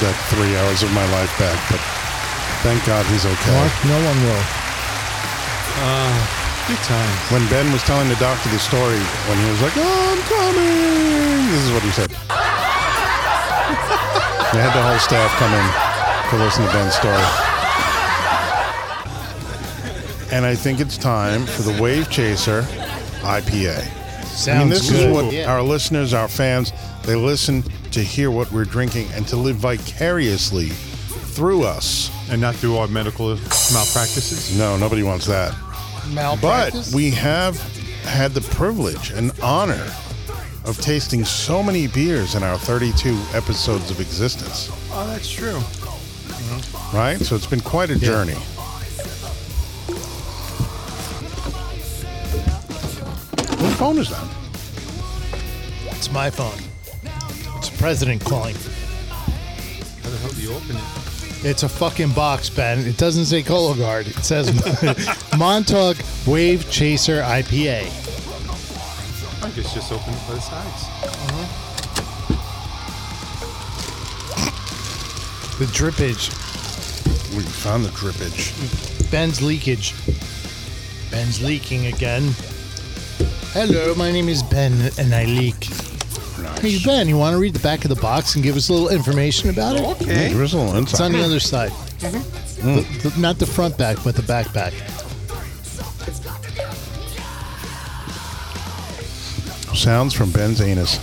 that three hours of my life back, but thank God he's okay. Mark. No one will. Ah, Good times. When Ben was telling the doctor the story, when he was like, "Oh, I'm coming," this is what he said. they had the whole staff come in to listen to Ben's story. And I think it's time for the Wave Chaser IPA. Sounds I mean, this good. is what Yeah. our listeners, our fans, they listen to hear what we're drinking and to live vicariously through us. And not through our medical malpractices. No, nobody wants that. But malpractice. we have had the privilege and honor of tasting so many beers in our 32 episodes of existence, Oh, that's true. right? So it's been quite a journey. Whose phone is that? it's my phone. It's the president calling. How the hell do you open it? It's a fucking box, Ben. It doesn't say Cologuard. It says Montauk Wave Chaser IPA. I guess just open it by the sides. The drippage. We found the drippage. Ben's leakage. Ben's leaking again. Hello, my name is Ben, and I leak. Hey, Ben, you want to read the back of the box and give us a little information about it? Okay. Give us a little It's on insight. the other side. The- the- not the front back, but the back back. Sounds from Ben's anus.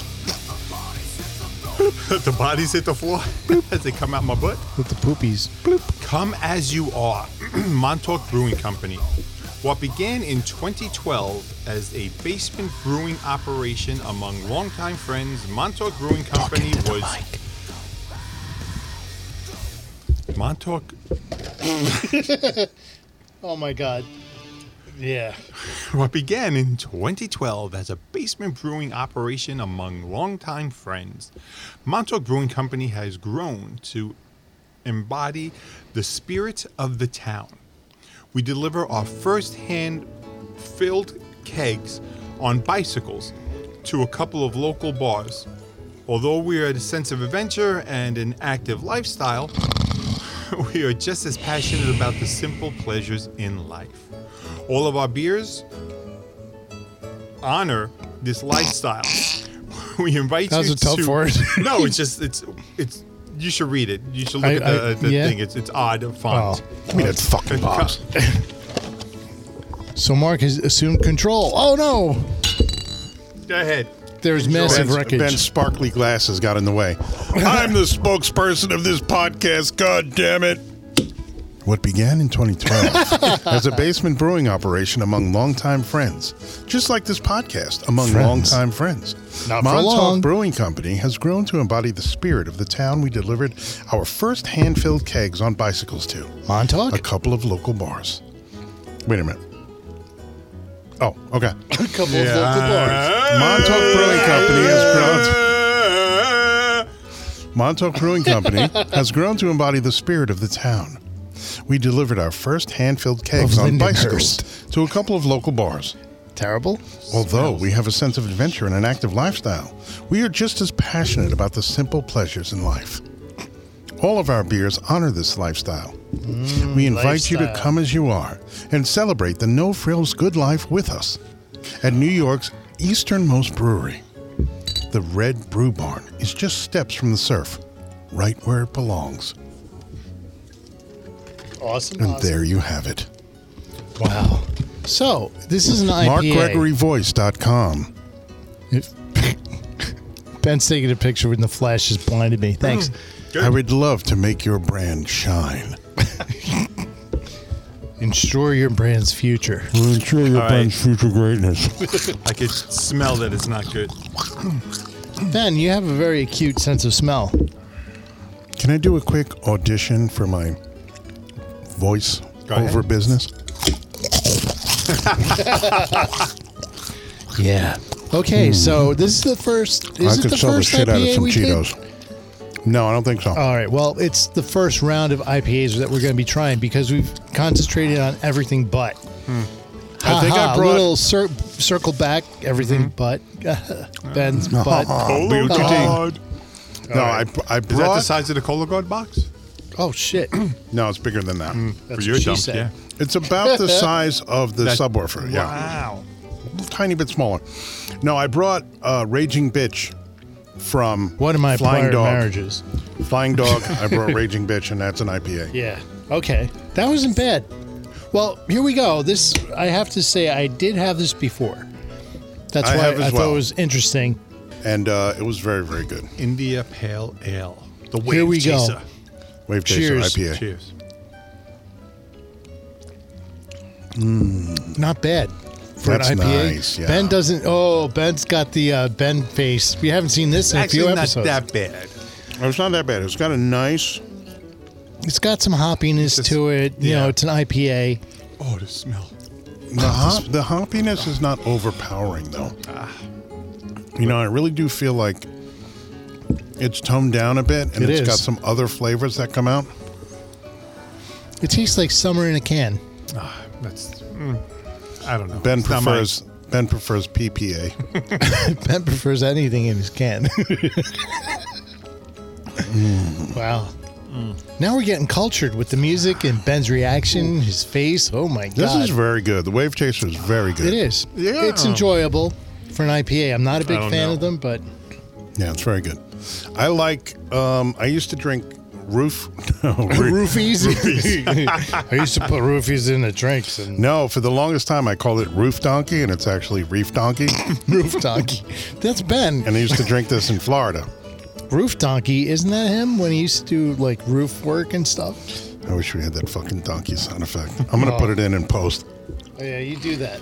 the bodies hit the floor as they come out my butt. With the poopies. Come as you are, Montauk Brewing Company. What began in 2012 as a basement brewing operation among longtime friends, Montauk Brewing Company was. Montauk. Oh my god. Yeah. What began in 2012 as a basement brewing operation among longtime friends, Montauk Brewing Company has grown to embody the spirit of the town. We deliver our first hand filled kegs on bicycles to a couple of local bars. Although we had a sense of adventure and an active lifestyle, we are just as passionate about the simple pleasures in life. All of our beers honor this lifestyle. We invite That was you a tough to word. no, it's just it's it's. You should read it. You should look I- at the, I- at the yeah. thing. It's it's odd Oh. font. Give me that fucking box. So Mark has assumed control. Oh no! Go ahead. There's massive Ben's, wreckage. Ben's sparkly glasses got in the way. I'm the spokesperson of this podcast. God damn it. What began in 2012 as a basement brewing operation among longtime friends, just like this podcast among Friends. longtime friends. Not for Montauk long. Brewing Company has grown to embody the spirit of the town we delivered our first hand-filled kegs on bicycles to a Montauk? couple of local bars. Wait a minute. Oh, okay. A couple of local bars. Montauk Brewing Company has grown. Montauk Brewing Company has grown to embody the spirit of the town. We delivered our first hand-filled kegs Of on bicycles Lindenhurst. to a couple of local bars. Terrible. Although we have a sense of adventure and an active lifestyle, we are just as passionate about the simple pleasures in life. All of our beers honor this lifestyle. we invite you to Mm, lifestyle. come as you are and celebrate the no frills good life with us at New York's easternmost brewery. The Red Brew Barn is just steps from the surf, right where it belongs. Awesome. And there you have it. Wow. So this is an IPA. MarkGregoryVoice.com. If- Ben's taking a picture when the flash has blinded me. Thanks. I would love to make your brand shine. Hmm. Ensure your brand's future. Ensure your All right. brand's future greatness. I could smell that it's not good. Ben, you have a very acute sense of smell. Can I do a quick audition for my voice Go ahead. over business? Yeah. Okay, so this is the first. Is Hmm. I it could the sell the first shit IPA out of some we did? Uh, Cheetos. No, I don't think so. All right. Well, it's the first round of IPAs that we're going to be trying because we've concentrated on everything but. I think I Ha-ha, brought- Hmm? little cir- circle back everything but Ben's butt. Oh, Oh, Weird God. thing. no, I, I Is that the brought. size of the Cola Guard box? Oh shit! no, it's bigger than that. Mm, That's For your what she dump, said. yeah. It's about the size of the That- subwoofer. Yeah, Wow. tiny bit smaller. No, I brought uh, Raging Bitch from One of my Flying prior Dog. marriages. Flying Dog. I brought Raging Bitch, and that's an IPA. Yeah. Okay. That wasn't bad. Well, here we go. This I have to say I did have this before. That's I why have as I thought well. it was interesting. And uh, it was very, very good. India Pale Ale. The wave Here we go. chaser. Wave Chaser Cheers. IPA. Cheers. Not bad. For That's an IPA. nice, yeah. Ben doesn't. Oh, Ben's got the uh, Ben face. We haven't seen this in a Actually, few not episodes. that bad. Oh, It's not that bad. It's got a nice. It's got some hoppiness Just- to it. You know, yeah. it's an IPA. Oh, the smell. The hop, the hoppiness is not overpowering though. You know, I really do feel like it's toned down a bit, and It it has is. got some other flavors that come out. It tastes like summer in a can. Ah, that's. mm, I don't know. Ben It's not mine. prefers Ben prefers PPA. Ben prefers anything in his can. Wow. Now we're getting cultured with the music and Ben's reaction, his face. Oh my This god. is very good. The Wave Chaser is very good. it is. Yeah. It's enjoyable for an IPA. I'm not a big don't fan know. of them, but Yeah, it's very good. I like. Um, I used to drink roof. No, Roo- roofies. I used to put roofies in the drinks and no, for the longest time I called it Roof Donkey, and it's actually Reef Donkey. roof donkey. That's Ben. and I used to drink this in Florida. Roof donkey, isn't that him when he used to do like roof work and stuff? I wish we had that fucking donkey sound effect. I'm gonna put it in and post. Oh yeah, you do that.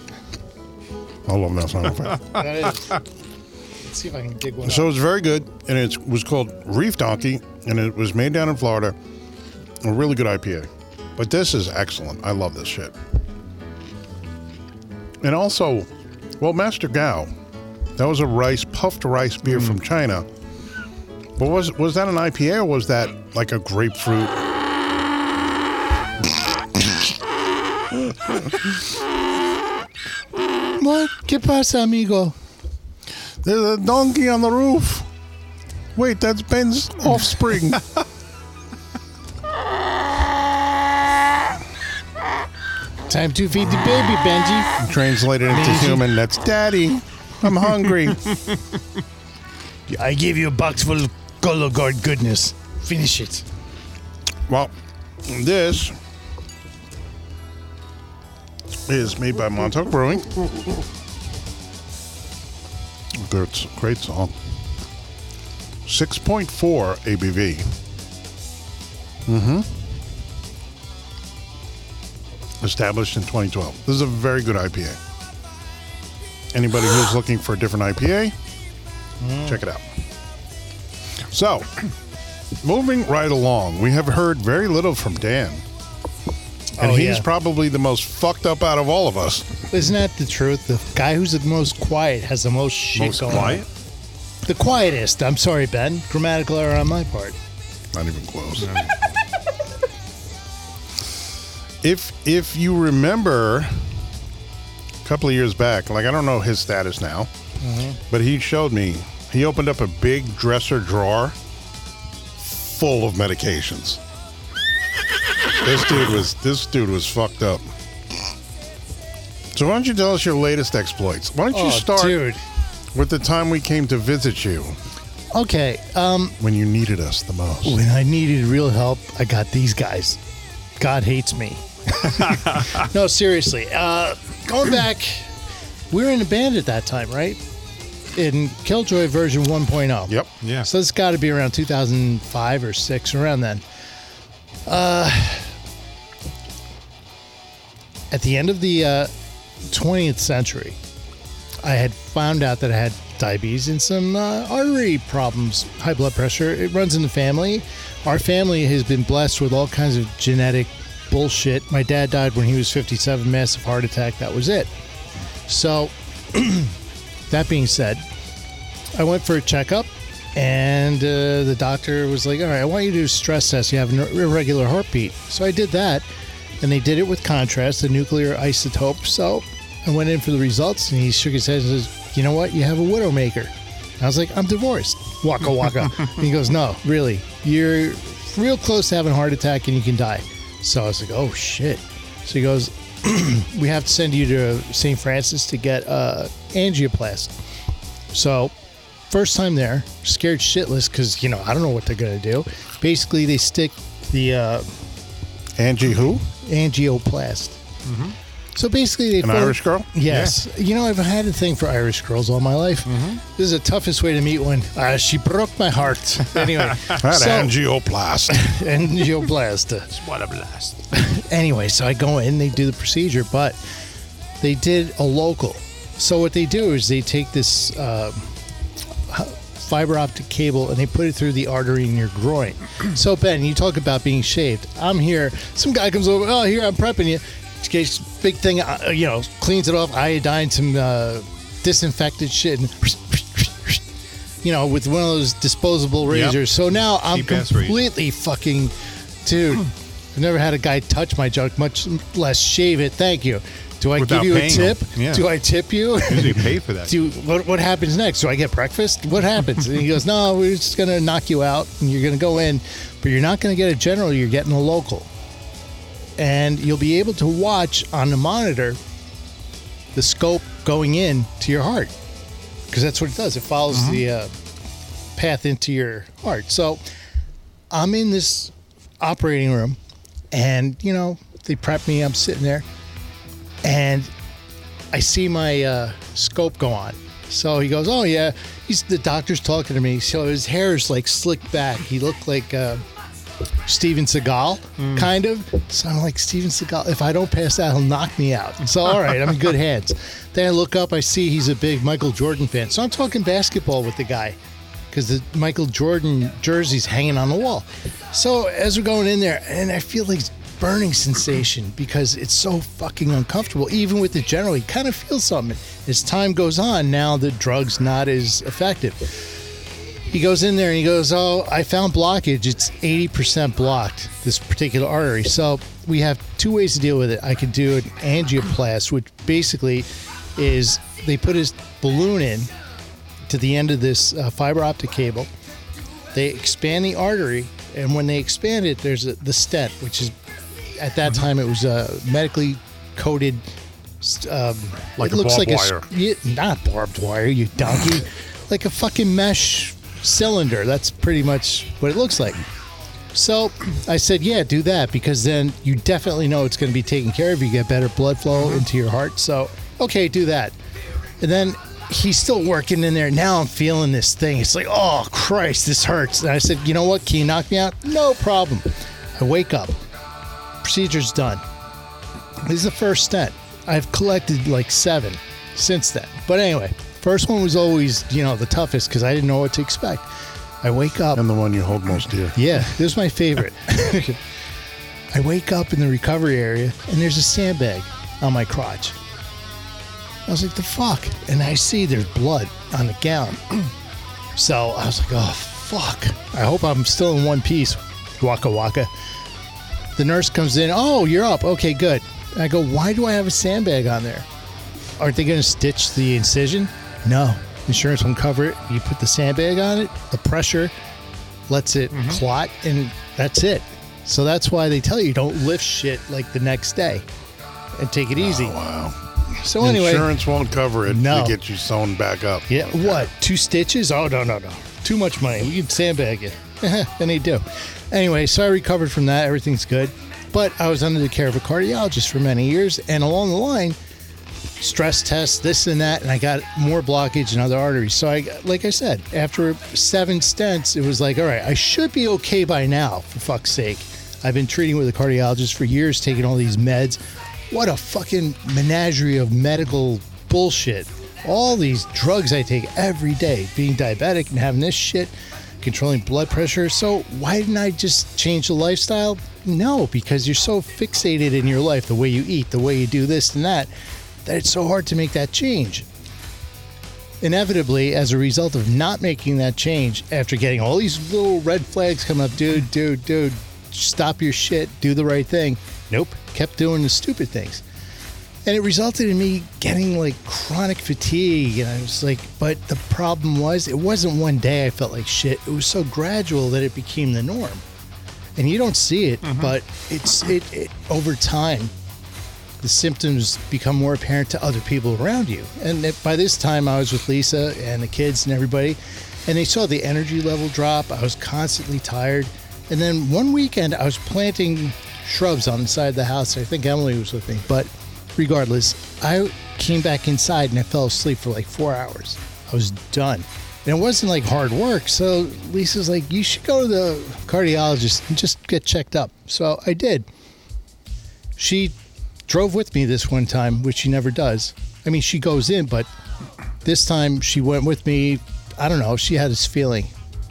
All of them sound effect. That is. Let's see if I can dig one. So it up. was very good, and it was called Reef Donkey, and it was made down in Florida. A really good IPA, but this is excellent. I love this shit. And also, well, Master Gao, that was a rice puffed rice beer from China. But was was that an IPA or was that like a grapefruit? What? ¿Qué pasa, amigo? There's a donkey on the roof. Wait, that's Ben's offspring. Time to feed the baby, Benji. Translated into human, that's daddy. I'm hungry. I give you a box full of Golo Guard goodness. Finish it. well, this is made by Montauk Brewing. Great, great song. 6.4 ABV. Mm-hmm. Established in 2012. This is a very good IPA. Anybody who's looking for a different IPA, Mm. check it out. So, moving right along, we have heard very little from Dan. And Oh, he's yeah. probably the most fucked up out of all of us. Isn't that the truth? The guy who's the most quiet has the most shit going on. The quietest. I'm sorry, Ben. Grammatical error on my part. Not even close. if if you remember a couple of years back, like I don't know his status now, but he showed me he opened up a big dresser drawer full of medications. this dude was this dude was fucked up. So why don't you tell us your latest exploits? Why don't you Oh, start dude. with the time we came to visit you Okay. Um, when you needed us the most? when I needed real help, I got these guys. God hates me. no, seriously. Uh, going back, we were in a band at that time, right? In Killjoy version oh. 1.0. Yep. Yeah. So it's got to be around 2005 or six, around then. Uh, at the end of the uh, 20th century, I had found out that I had diabetes and some uh, artery problems, high blood pressure. It runs in the family. Our family has been blessed with all kinds of genetic bullshit. My dad died when he was 57, massive heart attack. That was it. So, that being said, I went for a checkup, and uh, the doctor was like, "All right, I want you to do a stress test. You have an irregular heartbeat." So I did that, and they did it with contrast, the nuclear isotope. So I went in for the results, and he shook his head and says, "You know what? You have a widowmaker." And I was like, "I'm divorced." Waka waka. and he goes, "No, really, you're real close to having a heart attack, and you can die." So I was like, "Oh shit." So he goes, "We have to send you to St. Francis to get uh, angioplast." So first time there, scared shitless because you know I don't know what they're gonna do. Basically, they stick the uh, Angie who? angioplast. So basically, they Mm-hmm. An fill- Irish girl? Yes, you know I've had a thing for Irish girls all my life. Mm-hmm. This is the toughest way to meet one. Uh, she broke my heart. Anyway, That so- angioplast. angioplast. What a blast. anyway, so I go in, they do the procedure, but they did a local. So what they do is they take this um, h- fiber optic cable and they put it through the artery in your groin. so Ben, you talk about being shaved. I'm here. Some guy comes over. Oh, here I'm prepping you. Just gets big thing, uh, you know, cleans it off. Iodine, some uh, disinfected shit, and you know, with one of those disposable razors. So now I'm Cheap ass razor. completely fucking, dude. I've never had a guy touch my junk, much less shave it. Thank you. Do I Without give you a paying tip? him. Yeah. Do I tip you? Usually pay for that. Do what? What happens next? Do I get breakfast? What happens? And he goes, No, we're just gonna knock you out, and you're gonna go in, but you're not gonna get a general. You're getting a local, and you'll be able to watch on the monitor the scope going in to your heart, because that's what it does. It follows the uh, path into your heart. So I'm in this operating room, and you know they prep me. I'm sitting there, and I see my uh, scope go on. So he goes, "Oh yeah." He's the doctor's talking to me. So his hair is like slicked back. He looked like uh, Steven Seagal, kind of. So I'm like Steven Seagal. If I don't pass out, he'll knock me out. So all right, I'm in good hands. Then I look up. I see he's a big Michael Jordan fan. So I'm talking basketball with the guy because the Michael Jordan jersey's hanging on the wall. So as we're going in there, and I feel like burning sensation because it's so fucking uncomfortable. Even with the general, you kind of feel something. As time goes on, now the drug's not as effective. He goes in there and he goes, Oh, I found blockage. It's 80% blocked, this particular artery. So we have two ways to deal with it. I could do an angioplasty, which basically is they put his balloon in to the end of this uh, fiber optic cable. They expand the artery, and when they expand it, there's a, the stent, which is at that Mm-hmm. time it was a medically coated. st- Um, Like it a looks barbed like a s- wire. yeah, not barbed wire, you donkey. like a fucking mesh cylinder. That's pretty much what it looks like. So I said, yeah, do that because then you definitely know it's going to be taken care of. You get better blood flow Mm-hmm. into your heart. So, okay, do that. And then he's still working in there. Now I'm feeling this thing. It's like, oh, Christ, this hurts. And I said, you know what? Can you knock me out? No problem. I wake up. Procedure's done. This is the first stent. I've collected like seven since then. But anyway, first one was always, you know, the toughest because I didn't know what to expect. I wake up. And the one you hold most dear. Yeah, this is my favorite. I wake up in the recovery area and there's a sandbag on my crotch. I was like, the fuck? And I see there's blood on the gown. so I was like, oh, fuck. I hope I'm still in one piece. Waka waka. The nurse comes in. Oh, you're up. Okay, good. And I go, why do I have a sandbag on there? Aren't they going to stitch the incision? No. Insurance won't cover it. You put the sandbag on it, the pressure lets it clot, and that's it. So that's why they tell you don't lift shit like the next day and take it easy. Wow. So anyway, Insurance won't cover it No. to get you sewn back up. yeah, what? Two stitches? Oh, no, no, no. Too much money. We can sandbag it. and they do. Anyway, so I recovered from that. Everything's good. But I was under the care of a cardiologist for many years. And along the line, stress tests, this and that. And I got more blockage in other arteries. So, I, like I said, after seven stents, it was like, all right, I should be okay by now, for fuck's sake. I've been treating with a cardiologist for years, taking all these meds. What a fucking menagerie of medical bullshit. All these drugs I take every day, being diabetic and having this shit, controlling blood pressure. So, why didn't I just change the lifestyle? No, because you're so fixated in your life, the way you eat, the way you do this and that, that it's so hard to make that change. Inevitably, as a result of not making that change, after getting all these little red flags come up, dude, dude, dude, stop your shit, do the right thing. Nope, kept doing the stupid things. And it resulted in me getting like chronic fatigue. And I was like, but the problem was, it wasn't one day I felt like shit. It was so gradual that it became the norm. And you don't see it, but it's it, it over time the symptoms become more apparent to other people around you. And that by this time, I was with Lisa and the kids and everybody, and they saw the energy level drop. I was constantly tired. And then one weekend, I was planting shrubs on the side of the house. I think Emily was with me. But regardless, I came back inside and I fell asleep for like four hours. I was done. And it wasn't like hard work. So Lisa's like, you should go to the cardiologist and just get checked up. So I did she drove with me this one time, which she never does. I mean, she goes in, but this time she went with me. I don't know. She had this feeling.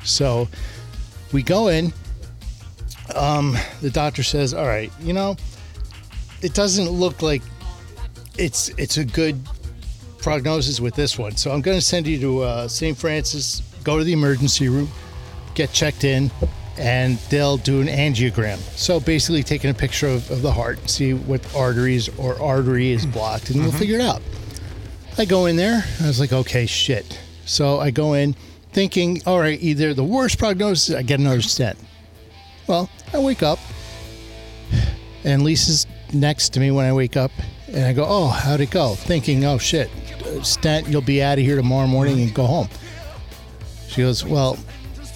So we go in. Um, the doctor says, "All right, you know, it doesn't look like it's it's a good prognosis with this one. So I'm going to send you to uh, St. Francis. Go to the emergency room, get checked in, and they'll do an angiogram. So basically, taking a picture of, of the heart, and see what arteries or artery is blocked, and we'll figure it out. I go in there. I was like, okay, shit. So I go in thinking, all right, either the worst prognosis, I get another stent. Well, I wake up, and Lisa's next to me when I wake up, and I go, oh, how'd it go? Thinking, oh, shit, stent, you'll be out of here tomorrow morning and go home. She goes, well,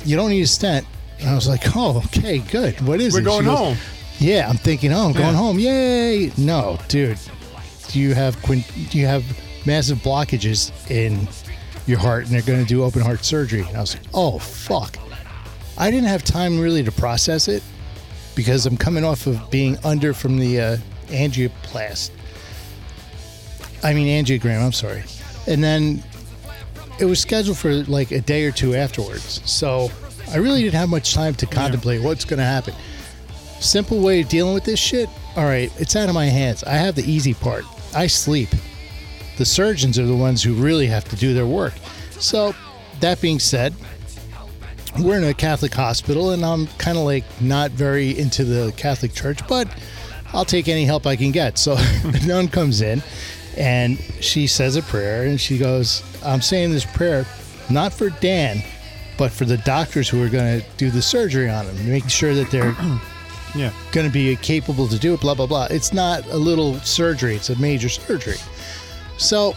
you don't need a stent. And I was like, oh, okay, good. What is We're it? She going goes, home. yeah, I'm thinking, oh, I'm going Yeah. home. Yay! No, dude, do you have quin- do you have massive blockages in your heart, and they're going to do open heart surgery? And I was like, oh fuck! I didn't have time really to process it because I'm coming off of being under from the uh, angioplast. I mean angiogram. I'm sorry, and then it was scheduled for like a day or two afterwards. So I really didn't have much time to contemplate what's going to happen simple way of dealing with this shit. All right, it's out of my hands. I have the easy part. I sleep. The surgeons are the ones who really have to do their work. So, that being said, we're in a Catholic hospital, and I'm kind of like not very into the Catholic Church, but I'll take any help I can get. So, a nun comes in and she says a prayer and she goes, I'm saying this prayer not for Dan, but for the doctors who are going to do the surgery on him, making sure that they're Yeah. going to be capable to do it, blah, blah, blah. It's not a little surgery, it's a major surgery. So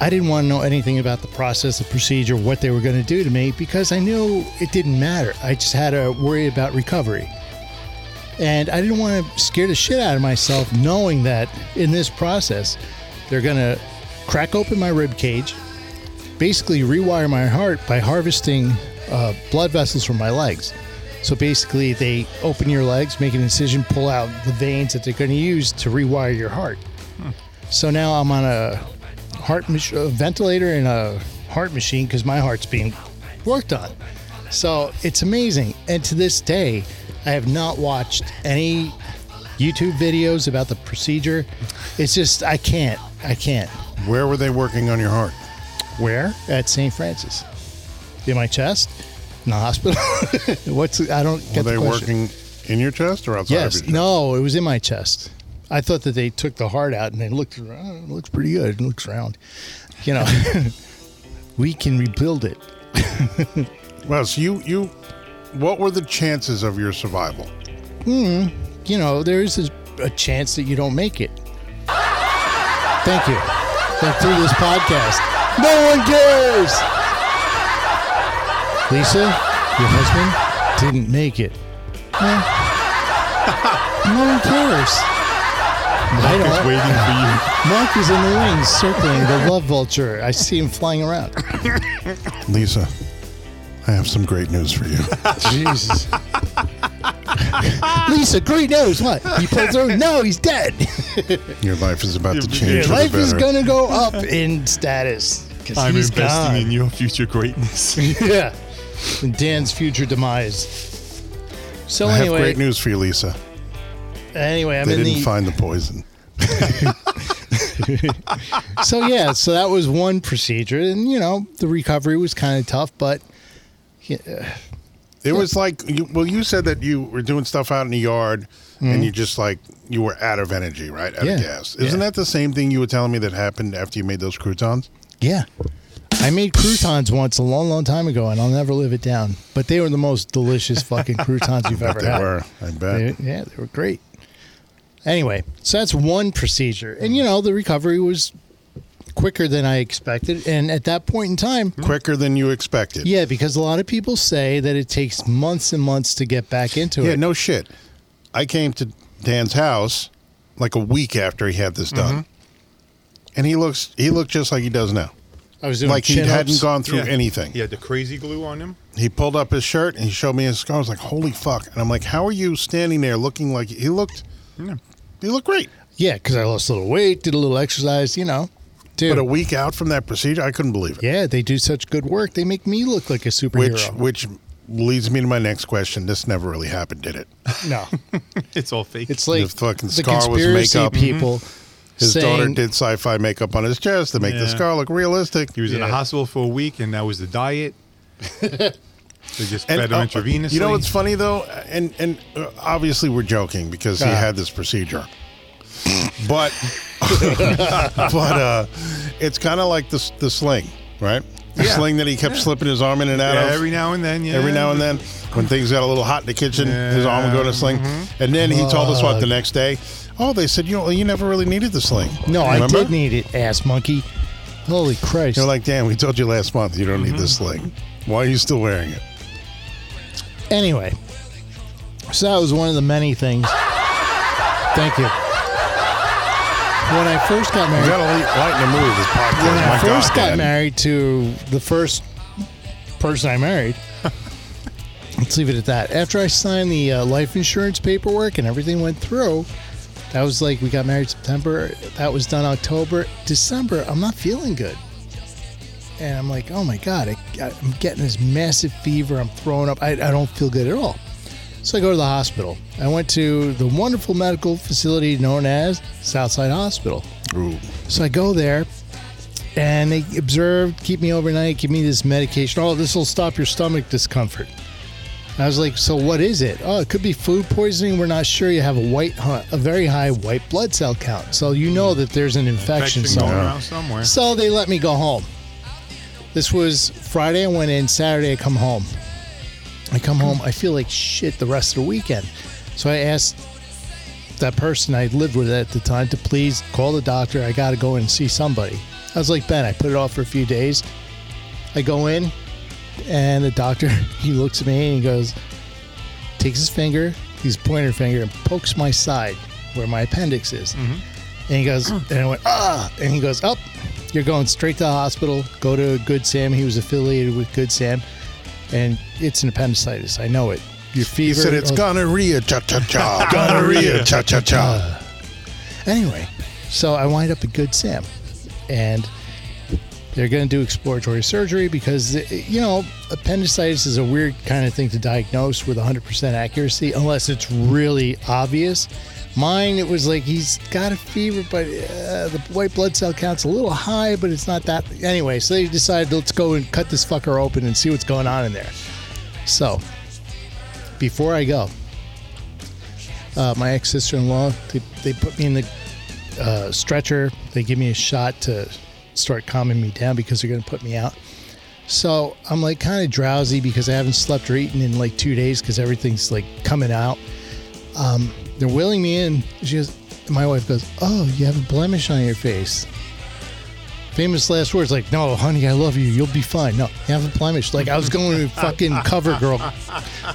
I didn't want to know anything about the process, the procedure, what they were going to do to me because I knew it didn't matter. I just had to worry about recovery. And I didn't want to scare the shit out of myself knowing that in this process, they're going to crack open my rib cage, basically rewire my heart by harvesting uh, blood vessels from my legs. So basically, they open your legs, make an incision, pull out the veins that they're going to use to rewire your heart. Hmm. So now I'm on a heart mach- a ventilator and a heart machine because my heart's being worked on. So it's amazing. And to this day, I have not watched any YouTube videos about the procedure. It's just, I can't. I can't. Where were they working on your heart? Where? At St. Francis. In my chest? In the hospital? What's I don't Were get the they question. working in your chest or outside Yes. of your chest? No, it was in my chest. I thought that they took the heart out and they looked around. It looks pretty good. It looks round. You know, we can rebuild it. Well, so you you, what were the chances of your survival? You know, there is a, a chance that you don't make it. Thank you. But through this podcast, no one cares. Lisa, your husband didn't make it. Eh. no one cares. I It's don't. waiting for you. Mark is in the wings circling the love vulture. I see him flying around. Lisa, I have some great news for you. Jesus. Lisa, great news. What? He pulled through? No, he's dead. Your life is about to Your change. for the life is better. going to go up in status. 'cause I'm he's investing gone. in your future greatness. Yeah. In Dan's future demise. So I have anyway, great news for you, Lisa. anyway, I'm they in didn't the find the poison. so yeah, so that was one procedure, and you know the recovery was kind of tough, but It was like, you, well, you said that you were doing stuff out in the yard and you just like, you were out of energy, right? Out Mm-hmm. Yeah. of gas. Isn't Yeah. that the same thing you were telling me that happened after you made those croutons? Yeah. I made croutons once a long, long time ago, and I'll never live it down. But they were the most delicious fucking croutons you've ever They had. were, I bet. They- yeah, they were great. Anyway, so that's one procedure. And, you know, the recovery was quicker than I expected. And at that point in time, Quicker than you expected. yeah, because a lot of people say that it takes months and months to get back into Yeah, it. no shit. I came to Dan's house like a week after he had this done. And he looks he looked just like he does now. I was doing like he chin-ups. hadn't gone through Yeah. anything. He had the crazy glue on him. He pulled up his shirt and he showed me his scar. I was like, "Holy fuck!" And I'm like, "How are you standing there looking like he looked? You look great." Yeah, because I lost a little weight, did a little exercise, you know. Dude, But a week out from that procedure, I couldn't believe it. yeah, they do such good work. They make me look like a which superhero. which leads me to my next question. This never really happened, did it? no. It's all fake. It's like The fucking the scar was conspiracy makeup. people. Mm-hmm. His saying, daughter did sci-fi makeup on his chest to make the Yeah. scar look realistic. he was in Yeah. a hospital for a week, and that was the diet. they just fed uh, him intravenously. You know what's funny though, and and uh, obviously we're joking because he Uh. had this procedure, but but uh, it's kind of like the s- the sling, right? The Yeah. sling that he kept slipping his arm in and out Yeah, of every now and then. Yeah. Every now and then, when things got a little hot in the kitchen, his arm would go in a sling. Mm-hmm. And then he told us what the next day. Oh, they said you know, you never really needed the sling. No, I Remember? did need it, ass monkey. Holy Christ! You're like, Dan, we told you last month you don't need this Mm-hmm. sling. Why are you still wearing it? anyway, so that was one of the many things. Thank you. When I first got You married, gotta li- lighten the mood with this podcast. when I My God, first got Dan. married to the first person I married. Let's leave it at that. After I signed the uh, life insurance paperwork and everything went through, that was like we got married September. That was done October, December. I'm not feeling good, and I'm like, oh my god, I, I'm getting this massive fever. I'm throwing up. I, I don't feel good at all. So I go to the hospital. I went to the wonderful medical facility known as Southside Hospital. Ooh. So I go there, and they observed, keep me overnight, give me this medication. Oh, this will stop your stomach discomfort. And I was like, so what is it? Oh, it could be food poisoning. We're not sure. You have a white, hu- a very high white blood cell count, so you know that there's an infection, Infection going somewhere. around somewhere. So they let me go home. This was Friday. I went in. Saturday, I come home. I come home. I feel like shit the rest of the weekend. So I asked that person I lived with at the time to please call the doctor. I got to go in and see somebody. I was like, Ben, I put it off for a few days. I go in, and the doctor, he looks at me and he goes, takes his finger, his pointer finger, and pokes my side where my appendix is. Mm-hmm. And he goes, and I went, ah. And he goes, up. You're going straight to the hospital. Go to Good Sam. He was affiliated with Good Sam. And it's an appendicitis. I know it. Your He fever. said it's oh, gonorrhea, cha cha cha. Gonorrhea, cha cha cha. Anyway, so I wind up at Good Sam, and they're going to do exploratory surgery because you know appendicitis is a weird kind of thing to diagnose with 100% accuracy unless it's really obvious. Mine, it was like he's got a fever, but uh, the white blood cell count's a little high, but it's not that. Anyway, so they decided let's go and cut this fucker open and see what's going on in there. So, before I go, uh, my ex sister in law, they, they put me in the uh, stretcher. They give me a shot to start calming me down because they're going to put me out. So I'm like kind of drowsy because I haven't slept or eaten in like two days because everything's like coming out. Um, they're wheeling me in. She goes, my wife goes, "Oh, you have a blemish on your face." Famous last words like, "No, honey, I love you. You'll be fine." No, you have a blemish. Like I was going to a fucking cover girl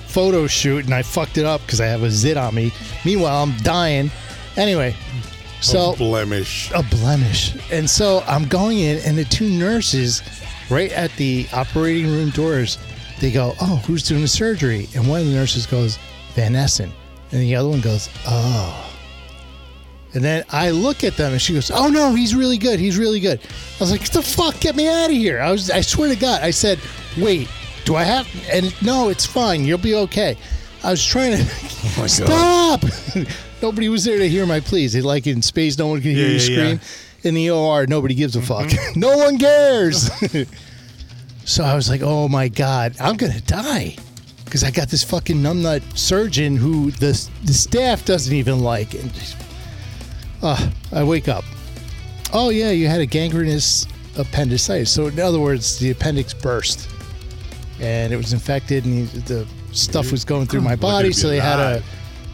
photo shoot and I fucked it up because I have a zit on me. Meanwhile, I'm dying. Anyway, so Blemish. a blemish. And so I'm going in, and the two nurses, right at the operating room doors, they go, "Oh, who's doing the surgery?" And one of the nurses goes, "Van Essen," and the other one goes, "Oh." And then I look at them, and she goes, "Oh no, he's really good. He's really good." I was like, "What the fuck? Get me out of here!" I was, I swear to God, I said, "Wait, do I have?" And no, it's fine. You'll be okay. I was trying to stop. Nobody was there to hear my pleas. They Like in space, no one can hear Yeah, you yeah, yeah. Mm-hmm. scream. In the OR, nobody gives a fuck. no one cares. so I was like, oh my God, I'm going to die. Because I got this fucking numbnut surgeon who the, the staff doesn't even like. And uh, I wake up. Oh, yeah, you had a gangrenous appendicitis. So, in other words, the appendix burst and it was infected, and he, the stuff was going through my body. at So you they had a alive.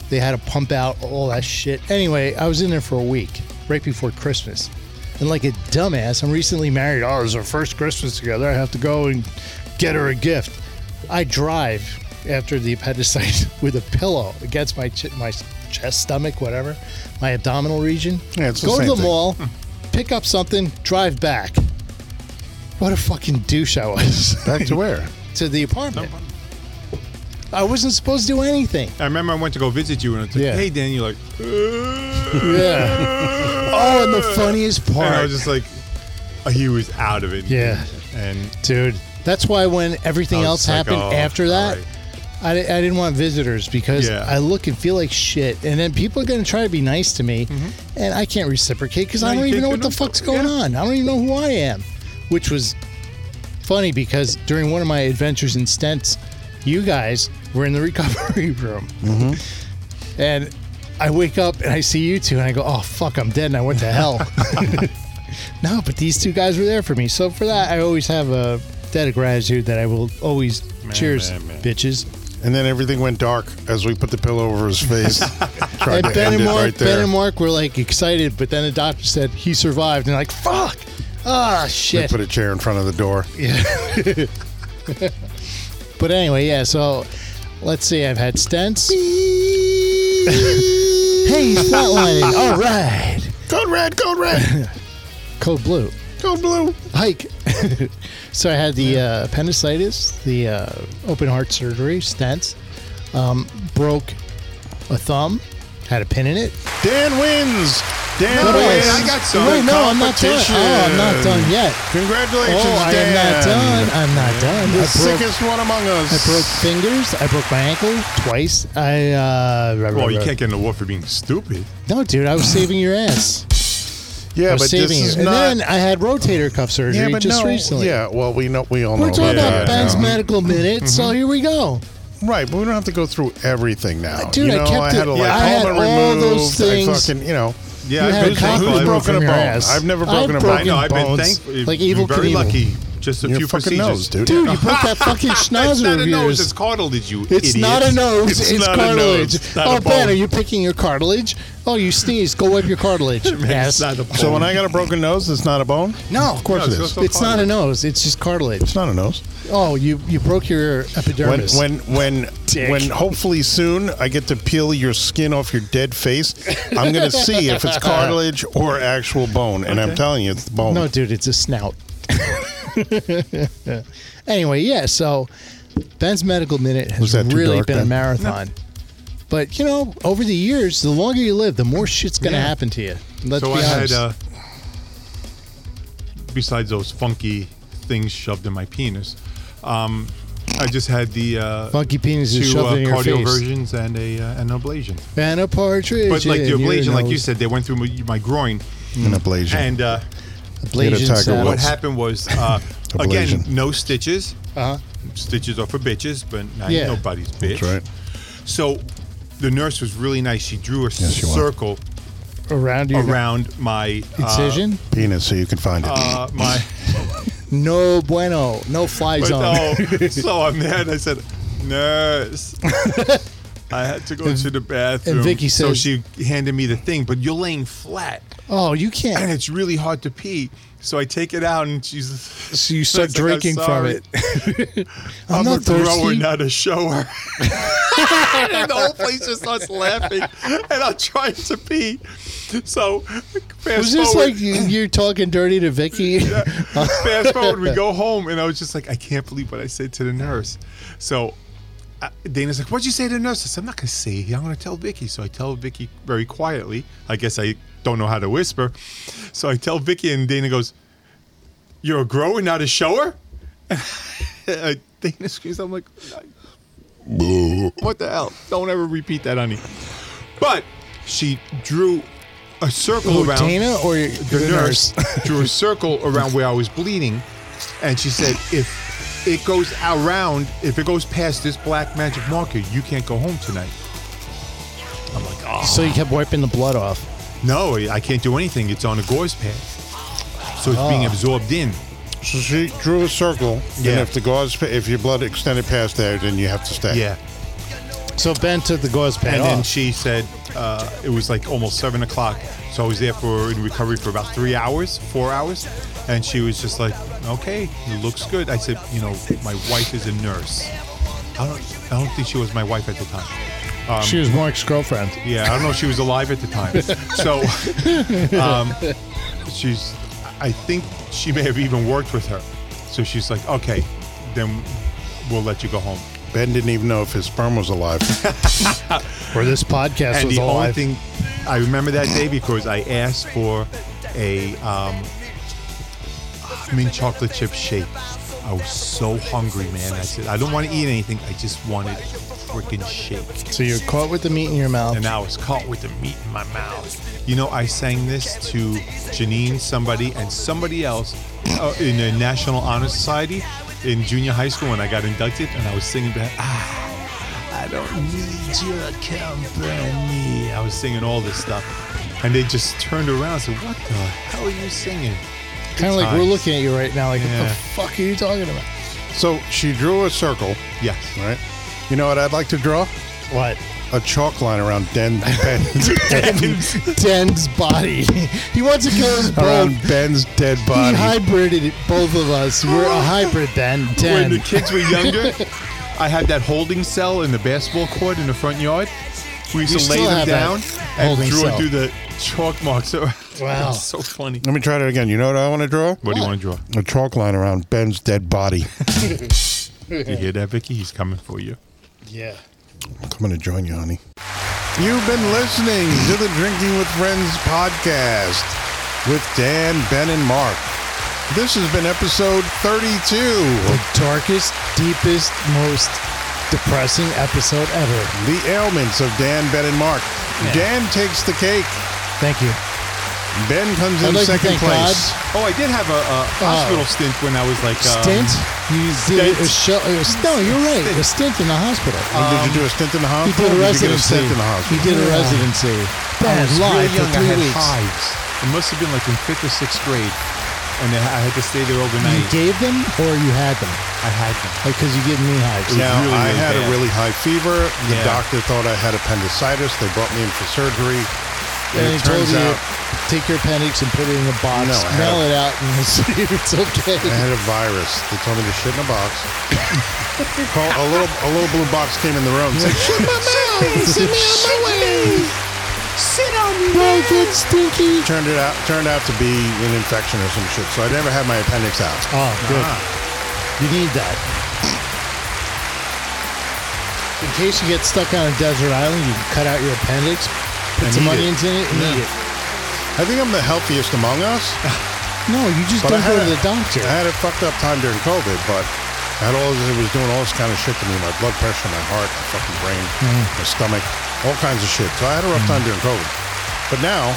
they had to pump out all that shit. Anyway, I was in there for a week, right before Christmas, and like a dumbass, I'm recently married. Oh, it's our first Christmas together. I have to go and get her a gift. I drive after the appendicitis with a pillow against my ch- my chest, stomach, whatever, my abdominal region. Yeah, it's the go same to the thing. mall, pick up something, drive back. What a fucking douche I was Back to where? to the apartment. I wasn't supposed to do anything. I remember I went to go visit you, and it's like, Yeah. hey, Dan, you're like, "Uh." Yeah. oh, and the funniest and I part, was just like, uh, he was out of it. Yeah. And dude. That's why when everything I else was like, happened "Oh, after all that, right." I, di- I didn't want visitors because Yeah. I look and feel like shit, and then people are going to try to be nice to me, and I can't reciprocate because I Mm-hmm. No, don't you even know can't do what the nothing. fuck's going Yeah. on. I don't even know who I am, which was funny because during one of my adventures in stents, you guys were in the recovery room, and I wake up and I see you two, and I go, "Oh fuck, I'm dead," and I went to hell. no, but these two guys were there for me, so for that, I always have a debt of gratitude that I will always cheers, man, man. bitches. And then everything went dark as we put the pillow over his face. Tried and to Ben and end it Mark, right Ben there. and Mark were like excited, but then the doctor said he survived, and like fuck, ah They shit. put a chair in front of the door. But anyway, yeah. So let's see. I've had stents. hey, he's flatlining. All right, Code red, code red, code blue. code blue. Hike. so I had the uh, appendicitis, the uh, open heart surgery, stents, um, broke a thumb, had a pin in it. Dan wins. Dan But wins. wait, I got some Wait, no, I'm not done. competition. Oh, I'm not done yet. Congratulations, Oh, I am Dan. not done. I'm not done. The I broke, sickest one among I us. broke fingers. I broke my ankle twice. I uh, well, you can't get an award for being stupid. No, dude, I was saving your ass. I Yeah, was but saving this is you. not. And then I had rotator cuff surgery yeah, but just no. recently. Yeah, Mm-hmm. well, we know we all We're know. talking about about that Ben's now. medical minute, so here we go. Right, but we don't have to go through everything now. Dude, you I know, kept I had it- a yeah, I had lipoma all removed. those things. I fucking, you know, Yeah, You I've had been a cockroach thankful. I've broken broken a your bone. ass. I've never broken I've a bone. I know. I've been bones, thankful. Like evil very Knievel. lucky. Just a Your few fucking procedures. nose, dude. Dude, you put that fucking That's schnauzer not a of yours. nose. It's cartilage, you It's idiot. not a nose. It's, It's not a cartilage. nose. It's not oh, a Ben, bone. are you picking your cartilage? Oh, you sneezed. Go wipe your cartilage. It's yes. not a So when bone. I got a broken nose, it's not a bone. no, of course No, it it's is. also it's not a cartilage. nose. It's just cartilage. It's not a nose. Oh, you you broke your When epidermis. when when Dick. when hopefully soon I get to peel your skin off your dead face, I'm gonna see if it's cartilage or actual bone, and I'm telling you, it's bone. no, dude, it's a snout. anyway, yeah. So Ben's medical minute has Was that too really dark, been a Ben? marathon. But you know, over the years, the longer you live, the more shit's gonna Yeah. happen to you. Let's so be I had, honest. uh, besides those funky things shoved in my penis, um, I just had the uh, Funky penis two is shoved uh, in your cardio face. versions and a uh, an ablation. And a partridge. But like the in your ablation, like you nose. said, they went through my, my groin, an ablation. and uh, Ablation Get a Tiger sound. Woods. what happened was uh, again Ablation. no stitches. Uh-huh. Stitches are for bitches, but not Yeah. nobody's bitch. That's right. So the nurse was really nice. She drew a she was. circle around your around my uh, incision? Penis, so you can find it. uh, my no bueno, no fly But zone. no, so I'm there and I said, nurse. I had to go to the bathroom. and Vicky so says- she handed me the thing, but you're laying flat Oh, you and can't. it's really hard to pee. So I take it out and she's. So you start drinking from it. I'm, not a grower, thirsty." not a shower. and the whole place just starts laughing, and I'm trying to pee. So fast Was this forward, like you- you're talking dirty to Vicky? fast forward, we go home, and I was just like, I can't believe what I said to the nurse. So uh, Dana's like, What'd you say to the nurse? I said, I'm not going to say it. I'm going to tell Vicky. So I tell Vicky very quietly. I guess I don't know how to whisper. So I tell Vicky, and Dana goes, You're a grower, not a shower? Uh, Dana screams, I'm like, What the hell? Don't ever repeat that, honey. But she drew a circle Who, around Dana or the, the nurse drew a circle around where I was bleeding, and she said, "If it goes around, if it goes past this black magic marker, you can't go home tonight." I'm like, "Oh So you kept wiping the blood off. no, I can't do anything. It's on a gauze pad, so it's being absorbed in." so she drew a circle, and Yeah. if the gauze, if your blood extended past there, then you have to stay. Yeah, So Ben took the gauze pad and off. then she said uh, it was like almost seven o'clock, so I was there for in recovery for about three hours, four hours, and she was just like, "Okay, it looks good." I said, "You know, my wife is a nurse." I don't, I don't think she was my wife at the time. um, she was Mark's girlfriend. Yeah, I don't know if she was alive at the time. So um, she's, I think she may have even worked with her. So she's like, okay, then we'll let you go home. Ben didn't even know if his sperm was alive. Or this podcast and was the alive. only thing I remember that day because I asked for a um, mint chocolate chip shake. I was so hungry, man. I said, I don't want to eat anything. I just wanted a freaking shake. so you're caught with the meat in your mouth. and I was caught with the meat in my mouth. You know, I sang this to Janine, somebody, and somebody else uh, in the National Honor Society in junior high school when I got inducted, and I was singing back, ah, I don't need your company. I was singing all this stuff. And they just turned around and said, What the hell are you singing? Kind of like we're times. looking at you right now. Like, what Yeah. the fuck are you talking about? so she drew a circle, Yes. right? You know what I'd like to draw? What? A chalk line around Den, Ben's, Den's body. he wants to kill his bone. around Ben's dead He body. hybrided it, both of us. We're a hybrid, Ben. When the Den. kids were younger, I had that holding cell in the basketball court in the front yard. We used You to lay still them have down that and holding drew cell. it through the chalk marks. So, Wow. It's so funny. Let me try that again. You know what I want to draw? What, do you want to draw? A chalk line around Ben's dead body. You hear that, Vicky? He's coming for you. Yeah. I'm coming to join you, honey. You've been listening to the Drinking with Friends podcast with Dan, Ben, and Mark. This has been episode 32. The darkest, deepest, most depressing episode ever. The ailments of Dan, Ben, and Mark. Dan takes the cake. Thank you. Ben comes I'd in like to second thank place. Oh, I did have a, a hospital stint when I was like um, Stint? You did a show. stint. it was- No, you're right. A stint in the hospital. And did you do a stint in the Um, He hospital? did a Did you residency. get a stint in the He hospital? did a residency. I That was was really live for young. I three had weeks. hives. It must have been like in fifth or sixth grade, and I I had to stay there You overnight. gave them or you had them? I had them. Because you give me hives. Now, really, I really had bad. a really high fever. The Yeah. doctor thought I had appendicitis. They brought me in for surgery. And, And it he told turns you, out take your appendix and put it in a box, No, I had smell a- it out, and see if it's okay. I had a virus. They told me to shit in a box. Call- a little a little blue box came in the room and said, Shit my mouth! Send me on my way! Sit on me. Don't get stinky. Turned it out turned out to be an infection or some shit. So I never had my appendix out. Oh, good. You need that. In case you get stuck on a desert island, you can cut out your appendix, put And some eat it. onions in it, and eat it. I think I'm the healthiest among us. No, you just But I don't go to had a- the doctor. I had a fucked up time during COVID, but I had all this, it was doing all this kind of shit to me. My blood pressure, my heart, my fucking brain, Hmm. my stomach, all kinds of shit. So I had a rough time during COVID. But now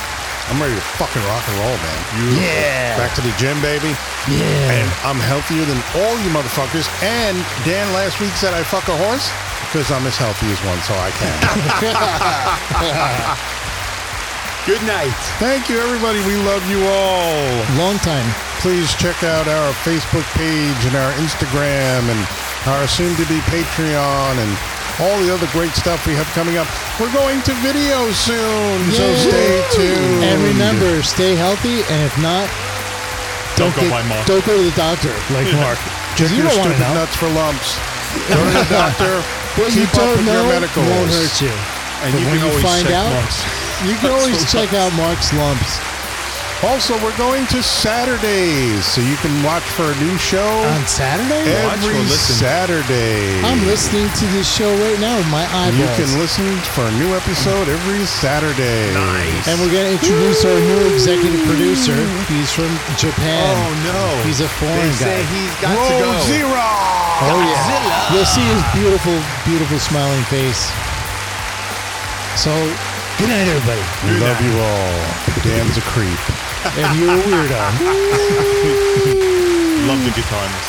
I'm ready to fucking rock and roll, man. Beautiful. Yeah. Back to the gym, baby. yeah. And I'm healthier than all you motherfuckers. And Dan last week said I fuck a horse because I'm as healthy as one, so I can. Good night. Thank you, everybody. We love you all. Long time. please check out our Facebook page and our Instagram and our soon to be Patreon and all the other great stuff we have coming up. We're going to video soon, so Yay. stay tuned. And remember, stay healthy, and if not, don't, go get- by Mark. Don't go to the doctor, like Mark. Because you your don't want to stupid know. nuts for lumps. Go to the doctor. What you keep up don't with know your won't medicals. hurt you. And But you when can you always find check out- marks. You can always check out Mark's lumps Also, we're going to Saturdays, so you can watch for a new show on Saturday. watch every or listen? Saturday. I'm listening to this show right now with my You eyeballs. can listen for a new episode every Saturday. Nice. and we're going to introduce our new executive producer. He's from Japan. Oh no. He's a foreign they Say guy. he's got Roll to go. zero. Oh yeah. You'll see his beautiful, beautiful smiling face. So, good night, everybody. We love you all. Dan's a creep. And you're a weirdo. Love the guitar. in this.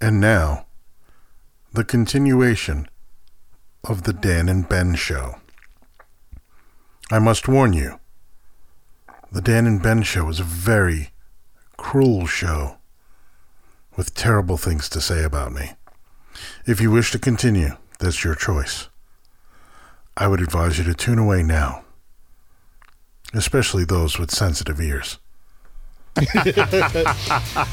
And now, the continuation of the Dan and Ben show. I must warn you, the Dan and Ben show is a very cruel show with terrible things to say about me. If you wish to continue, that's your choice. I would advise you to tune away now, especially those with sensitive ears.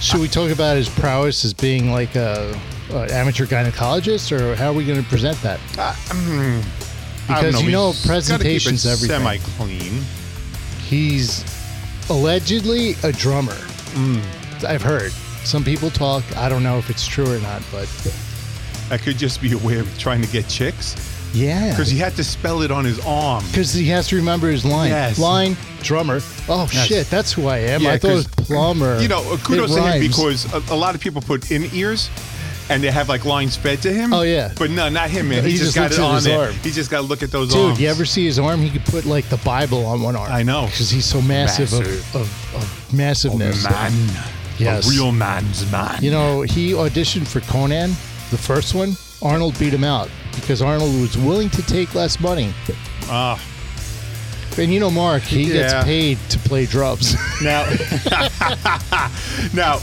Should we talk about his prowess as being like a, a amateur gynecologist, or how are we going to present that? I don't Because you know, he's gotta keep it presentation's everything. Semi-clean. He's allegedly a drummer. Mm. I've heard. Some people talk. I don't know if it's true or not, but I could just be aware of trying to get chicks yeah. because he had to spell it on his arm. Because he has to remember his line. Yes. Line, drummer. Oh, shit, that's who I am. Yeah, I thought it was 'cause, plumber. You know, uh, kudos It to him rhymes. because a, a lot of people put in ears and they have like lines fed to him. Oh, yeah. But no, not him, man. No, He, he just just, got looks it at on his there. arm. He just got to look at those Dude, arms. you ever see his arm? He could put like the Bible on one arm. I know. Because he's so massive, Massive. Oh, Of, of, of massiveness. man. Yes. A real man's man. You know, he auditioned for Conan, the first one. Arnold beat him out because Arnold was willing to take less money. Ah. And you know, Mark, he Yeah. gets paid to play drums. Now, now,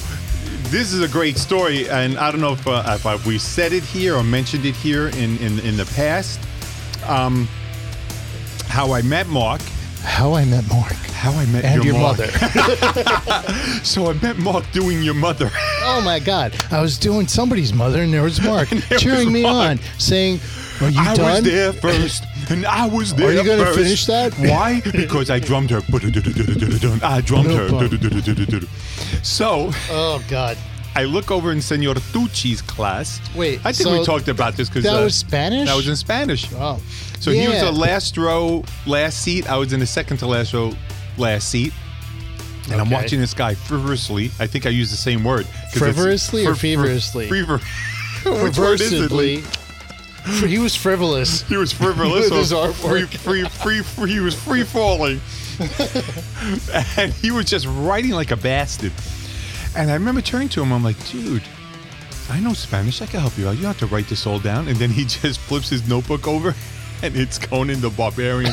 this is a great story, and I don't know if, uh, if I, we said it here or mentioned it here in in, in the past. Um, how I met Mark. How I met Mark. How I met And your, Mark. mother. So I met Mark doing your mother. Oh my God. I was doing somebody's mother and there was Mark cheering me Mark. on saying, Are you I was done? there first, and I was there Are you gonna first. finish that? Why? Because I drummed her. I drummed her. So Oh God. I look over in Senor Tucci's class. Wait, I think so we talked about this because that was Spanish? That was in Spanish. Wow. So he was Yeah. the last row, last seat. I was in the second to last row, last seat. And I'm Okay. watching this guy frivolously. I think I used the same word. 'cause it's- Frivolously or fr- fr- feverishly? Fever. Which word is it? Lee? Reversibly. He was frivolous. He was frivolous. With his or free, artwork. free, free, free, he was free falling. and he was just writing like a bastard. And I remember turning to him, I'm like, dude, I know Spanish. I can help you out. You don't have to write this all down. And then he just flips his notebook over and it's Conan the Barbarian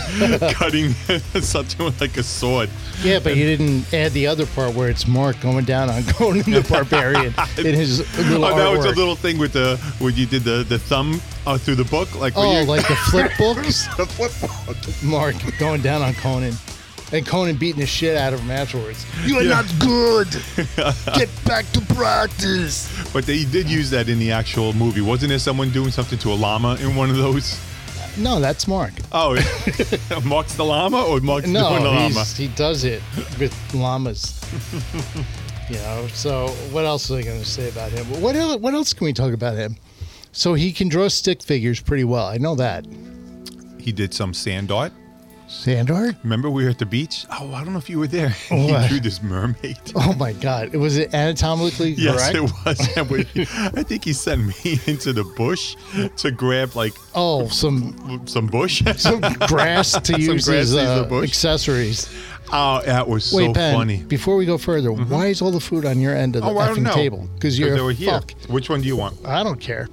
cutting something with like a sword. Yeah, but you didn't add the other part where it's Mark going down on Conan the Barbarian in his little oh, that was a artwork. little thing with the, where you did the, the thumb uh, through the book. Like, where Oh, you- like the flip books? The flip phone. Mark going down on Conan. And Conan beating the shit out of him afterwards. You are not good. Get back to practice. But they did use that in the actual movie. Wasn't there someone doing something to a llama in one of those? No, that's Mark. Oh, Mark's the llama or Mark's doing the No, llama? he's, he does it with llamas. you know. So what else are I going to say about him? What el- What else can we talk about him? So he can draw stick figures pretty well. I know that. He did some sand art. Sand art. Remember we were at the beach? Oh, I don't know if you were there. What? He drew this mermaid. Oh my God! It was it anatomically Yes, correct. it was. And we- I think he sent me into the bush to grab like oh, some some bush. some grass to use grass as to use uh, the bush. accessories. oh, that was Wait, so Penn, funny. Mm-hmm. Before we go further, why is all the food on your end of the Oh, I don't effing know. table? Because they you're were a here. fuck. Which one do you want? I don't care.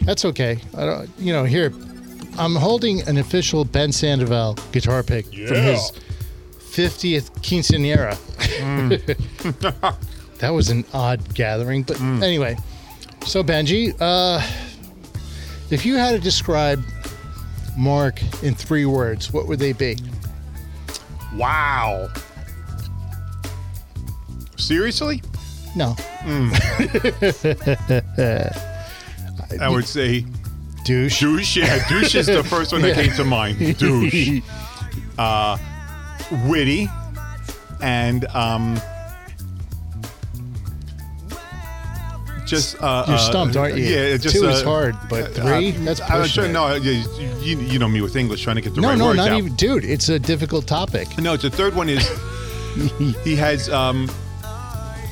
That's okay. I don't. You know, here, I'm holding an official Ben Sandoval guitar pick from Yeah. his 50th quinceanera. Mm. that was an odd gathering, but anyway. So Benji, uh, if you had to describe Mark in three words, what would they be? Wow. Seriously? No, I would say douche. douche. Yeah, douche is the first one that came to mind. Douche. Uh, witty and um just uh You're uh, stumped, aren't you? yeah just Two uh, is hard, but three? uh, That's I was pushing it. trying- no you, you you know me with english trying to get the no, right no, words not out. even, dude. It's a difficult topic. no the third one is he has um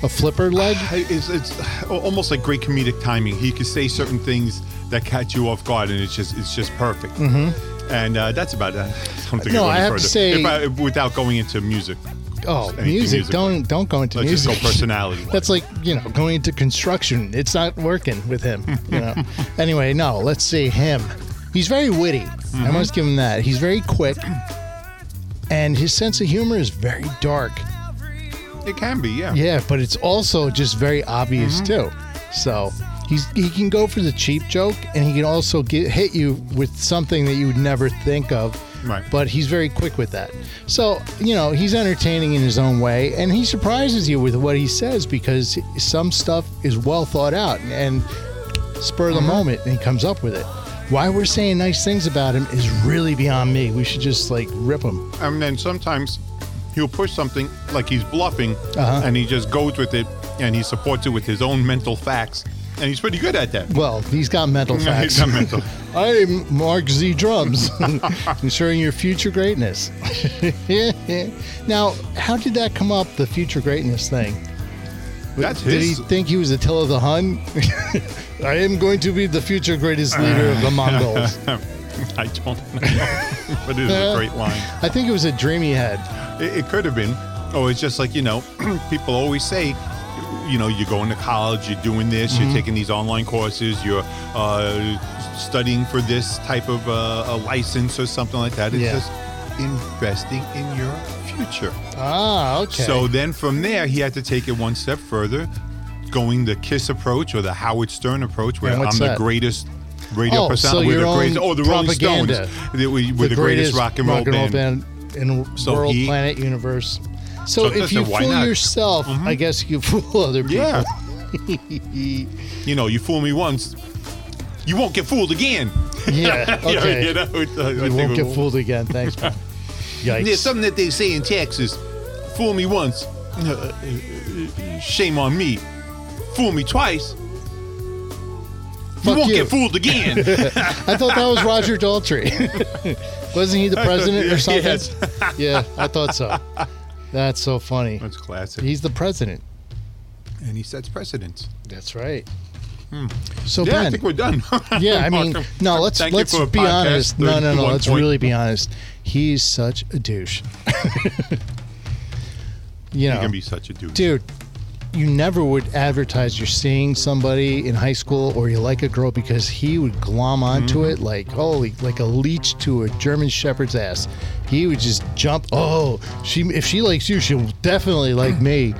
A flipper leg. it's, it's almost like great comedic timing he could say certain things that catch you off guard and it's just it's just perfect mm-hmm. and uh, that's about that I don't think No, go I any have to further. say- If I- without going into music Oh, anything music. musical. Don't don't go into let's just music. go personality That's like you know going into construction. It's not working with him. You know. anyway, no. Let's see him. He's very witty. Mm-hmm. I must give him that. He's very quick, and his sense of humor is very dark. it can be yeah Mm-hmm. Yeah, but it's also just very obvious too. So he's he can go for the cheap joke, and he can also get, hit you with something that you would never think of. Right. But he's very quick with that. So you know he's entertaining in his own way, and he surprises you with what he says because some stuff is well thought out and spur Mm-hmm. of the moment, and he comes up with it. Why we're saying nice things about him is really beyond me. We should just like rip him. and then sometimes he'll push something like he's bluffing Uh-huh. and he just goes with it and he supports it with his own mental facts and he's pretty good at that Well, he's got mental facts. He's not mental. I'm Mark Z Drums, ensuring your future greatness. now, how did that come up, the future greatness thing? that's Did he his think he was Attila the Hun? I am going to be the future greatest leader of the Mongols. i don't know but it is a great line I think it was a dream he had. it, it could have been oh it's just like you know people always say you know you're going to college you're doing this Mm-hmm. you're taking these online courses you're uh, studying for this type of uh, a license or something like that it's Yeah. just investing in your future Ah, okay. So then from there, he had to take it one step further, going the KISS approach or the Howard Stern approach, where And I'm what's the that? greatest radio Oh, person. so we're your the greatest. own Oh, the Rolling Stones. propaganda. They- we- We're the, greatest, rock and roll, band. in the So world, he- planet, universe. So, So if listen, you why fool not? Mm-hmm. yourself, I guess you fool other people. Yeah. you know, you fool me once, you won't get fooled again. Yeah. Okay. you know, it's, uh, I You think won't we get fooled again. Thanks, man. Yikes. There's something that they say in Texas: "Fool me once, uh, shame on me. Fool me twice, Fuck you won't you. get fooled again." I thought that was Roger Daltrey. Wasn't he the president or something? Yes. Yeah, I thought so. That's so funny. That's classic. He's the president. and he sets precedents. That's right. So Hmm. Yeah, I Ben, think we're done. yeah, I mean, Mark, no, let's thank you let's for a be podcast, honest. No, no, no, 31 let's point. really be honest. He's such a douche. you know, You can be such a dude. dude you never would advertise you're seeing somebody in high school or you like a girl because he would glom onto it like holy like a leech to a german shepherd's ass he would just jump oh she if she likes you she'll definitely like me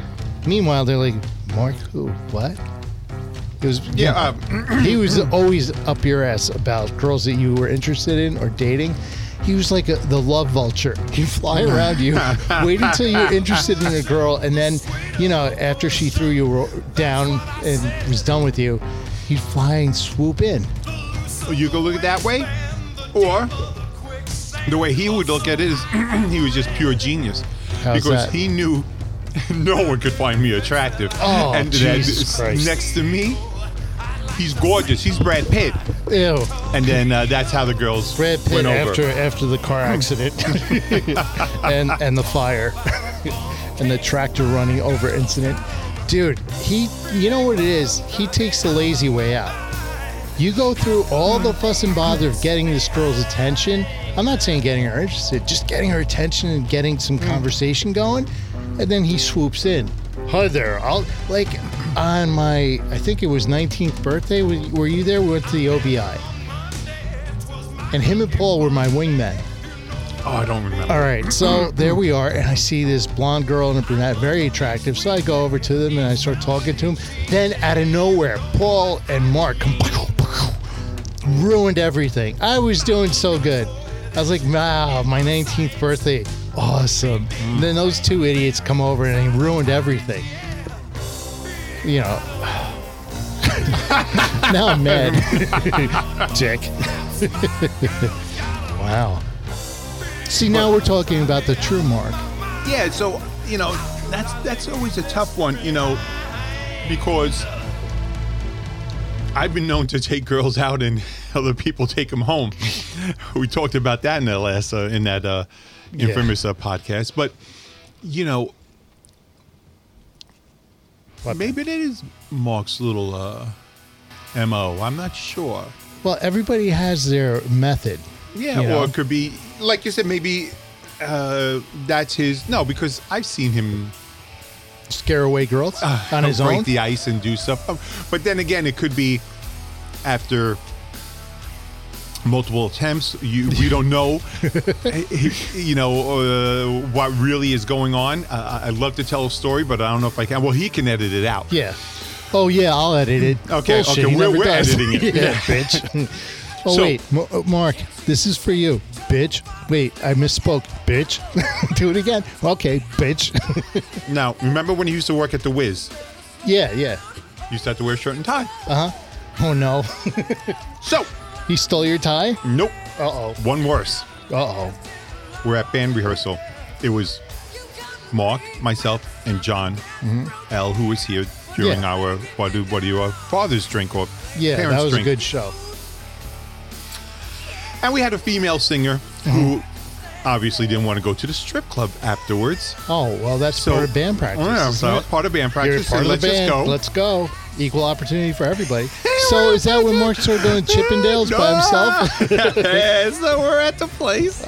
meanwhile they're like mark who what it was Yeah, he was always up your ass about girls that you were interested in or dating. He was like a, the love vulture. He'd fly around you, wait until you're interested in a girl, and then, you know, after she threw you ro- down and was done with you, he'd fly and swoop in. you can look at it that way, or the way he would look at it is he was just pure genius How's because that? he knew no one could find me attractive. Oh, and Jesus then Christ. next to me, he's gorgeous. He's Brad Pitt, Ew, and then uh, that's how the girls Brad Pitt went over. after after the car accident and and the fire and the tractor running over incident. Dude, he you know what it is? He takes the lazy way out. You go through all the fuss and bother of getting this girl's attention. I'm not saying getting her interested, just getting her attention and getting some conversation going. And then he swoops in. Hi there. I'll, like on my, I think it was 19th birthday. Were were you there? We went to the OBI. And him and Paul were my wingmen. Oh, I don't remember. All right, so there we are, and I see this blonde girl and a brunette, very attractive. So I go over to them and I start talking to them. Then out of nowhere, Paul and Mark come ruined everything. I was doing so good. I was like, wow, my 19th birthday, awesome. Mm. Then those two idiots come over and they ruined everything. You know. now I'm mad. Dick. wow. See, now we're talking about the true Mark. Yeah, so you know that's that's always a tough one, you know, because I've been known to take girls out and other people take them home. we talked about that in that last uh, in that uh, infamous uh, podcast, but you know, What? maybe that is Mark's little uh, mo. I'm not sure. Well, everybody has their method. Yeah, you or know? it could be like you said, maybe uh, that's his. No, because I've seen him scare away girls on He'll his Ah, break own. the ice and do stuff. Oh, But then again, it could be after multiple attempts. You we don't know, you know, uh, what really is going on. Uh, I'd love to tell a story, but I don't know if I can. Well, he can edit it out. yeah. Oh yeah, I'll edit it. Okay, Bullshit, okay, he we're- never we're does. editing it. yeah, bitch. oh So- wait, Ma- uh, Mark, this is for you, bitch. Wait, I misspoke, bitch. Do it again. Okay, bitch. Now, remember when he used to work at the Wiz? yeah, yeah. He used to have to wear a shirt and tie. Oh no, So, he stole your tie. nope. Uh oh. One worse. Uh oh. We're at band rehearsal. It was Mark, myself, and John L, who was here during Mm-hmm. Yeah. our what do what do your fathers drink or Yeah, parents that was drink? a good show. And we had a female singer Mm-hmm. who obviously didn't want to go to the strip club afterwards. Oh well, that's So oh, part of band practice. Yeah, isn't so it? it's part of band You're practice. part and of let's the band. just go. Let's go. Equal opportunity for everybody. so is that when Mark started doing Chippendales by himself? yeah, so we're at the place.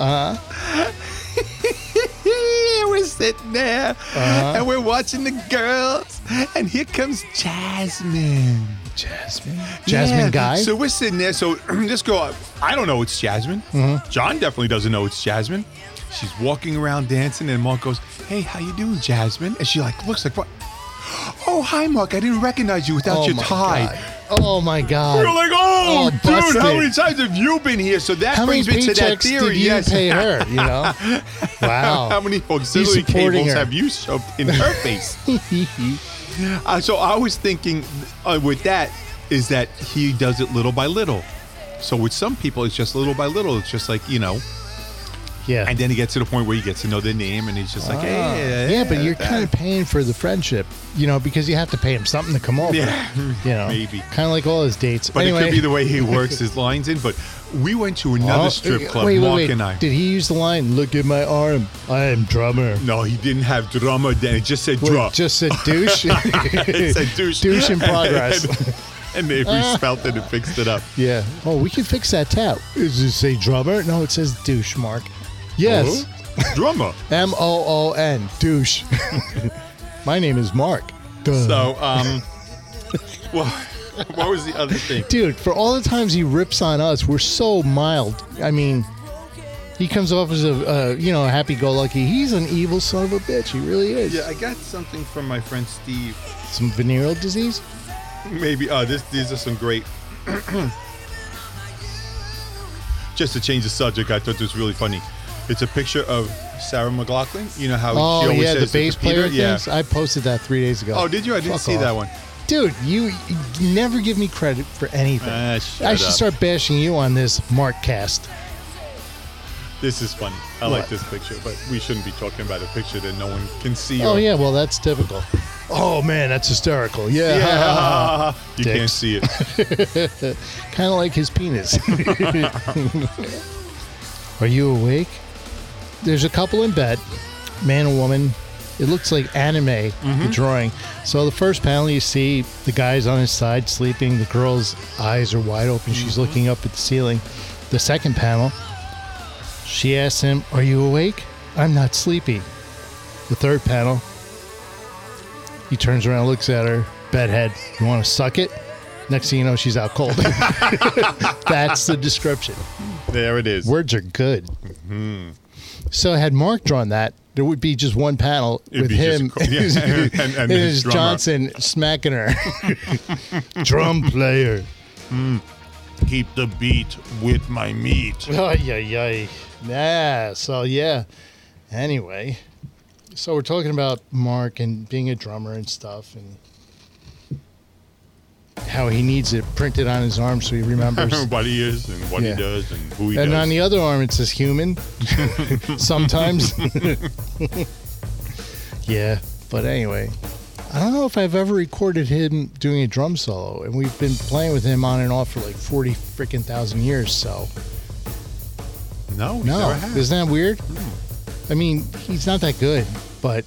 Uh-huh. we're sitting there Uh-huh. and we're watching the girls. And here comes Jasmine. Jasmine. Jasmine Yeah. Guy. So we're sitting there. So this girl, I don't know it's Jasmine. Mm-hmm. John definitely doesn't know it's Jasmine. She's walking around dancing, and Mark goes, "Hey, how you doing, Jasmine?" And she like looks like what? Oh, hi, Mark. I didn't recognize you without oh your my tie. God. Oh my God. You're like, oh, Oh, dude, how busted. many times have you been here? So that How many brings me to that paychecks theory. did you yes. pay her? You know. Wow. How many auxiliary supporting cables her. have you shoved in her face? Uh, so I was thinking uh, with that is that he does it little by little. So with some people, it's just little by little. It's just like you know, Yeah. and then he gets to the point where he gets to know their name, and he's just Ah. like, hey, yeah, but you're kind of paying for the friendship, you know, because you have to pay him something to come over. Yeah, you know, maybe. kind of like all his dates. But anyway, it could be the way he works his lines in. But we went to another Oh, strip club, Wait, wait, Mark wait. and I. Did he use the line? Look at my arm. I am drummer. no, he didn't have drama then. It just said Wait, drug. just said douche. it said douche. Douche in progress. and, and they respelt it and fixed it up. yeah. Oh, we can fix that tap. Does it say drummer? No, it says douche, Mark. Yes. Hello? Drummer. M O O N. Douche. my name is Mark. Duh. So, um, well, what was the other thing? Dude, for all the times he rips on us, we're so mild. I mean, he comes off as a uh, you know happy go lucky. He's an evil son of a bitch. He really is. Yeah, I got something from my friend Steve. Some venereal disease. Maybe uh, this these are some great. Just to change the subject, I thought this was really funny. It's a picture of Sarah McLaughlin. You know how she Oh always yeah, the says bass computer? player things. I posted that three days ago. Oh, did you? I didn't Fuck see off. that one. Dude, you, you never give me credit for anything. Ah, shut I should up. start bashing you on this Mark cast. This is funny. I like What? this picture, but we shouldn't be talking about a picture that no one can see. Oh or- yeah, well that's typical. Oh man, that's hysterical. Yeah, Yeah. you can't Dicks. see it. kind of like his penis. Are you awake? There's a couple in bed, man and woman. It looks like anime, the drawing. So the first panel you see the guy's on his side sleeping. The girl's eyes are wide open. She's looking up at the ceiling. The second panel, she asks him, "Are you awake? I'm not sleepy." The third panel, he turns around, looks at her, bedhead. You want to suck it? Next thing you know, she's out cold. That's the description. There it is. Words are good. Mm-hmm. So had Mark drawn that, there would be just one panel It'd with be just him co- yeah, and- and- and his his drummer. Johnson smacking her. Drum player. Keep the beat with my meat. Ay, ay, ay. Yeah, so yeah. Anyway, so we're talking about Mark and being a drummer and stuff and how he needs it printed on his arm so he remembers. what he is and what Yeah. he does and who he and does. on the other arm, it says human. Sometimes. yeah, but anyway. I don't know if I've ever recorded him doing a drum solo, and we've been playing with him on and off for like 40 freaking thousand years, so. no, we No, never have. isn't that weird? I mean, he's not that good, but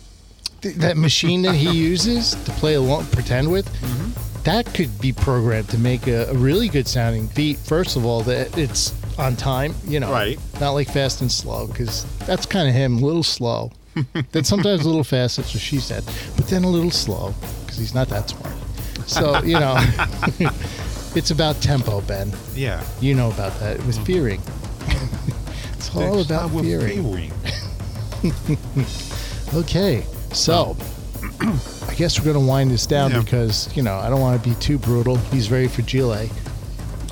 th- that machine that he uses to play along, pretend with, Mm-hmm. that could be programmed to make a, a really good sounding beat. First of all, that it's on time, you know, Right. Not like fast and slow, because that's kind of him, a little slow. then sometimes a little fast, that's what she said, but then a little slow, because he's not that smart. So you know, it's about tempo, Ben. yeah. You know about that Mm-hmm. with fearing. it's all Next about time we're fearing. fearing. Okay, so I guess we're going to wind this down Um, Yeah. because, you know, I don't want to be too brutal. He's very fragile. eh?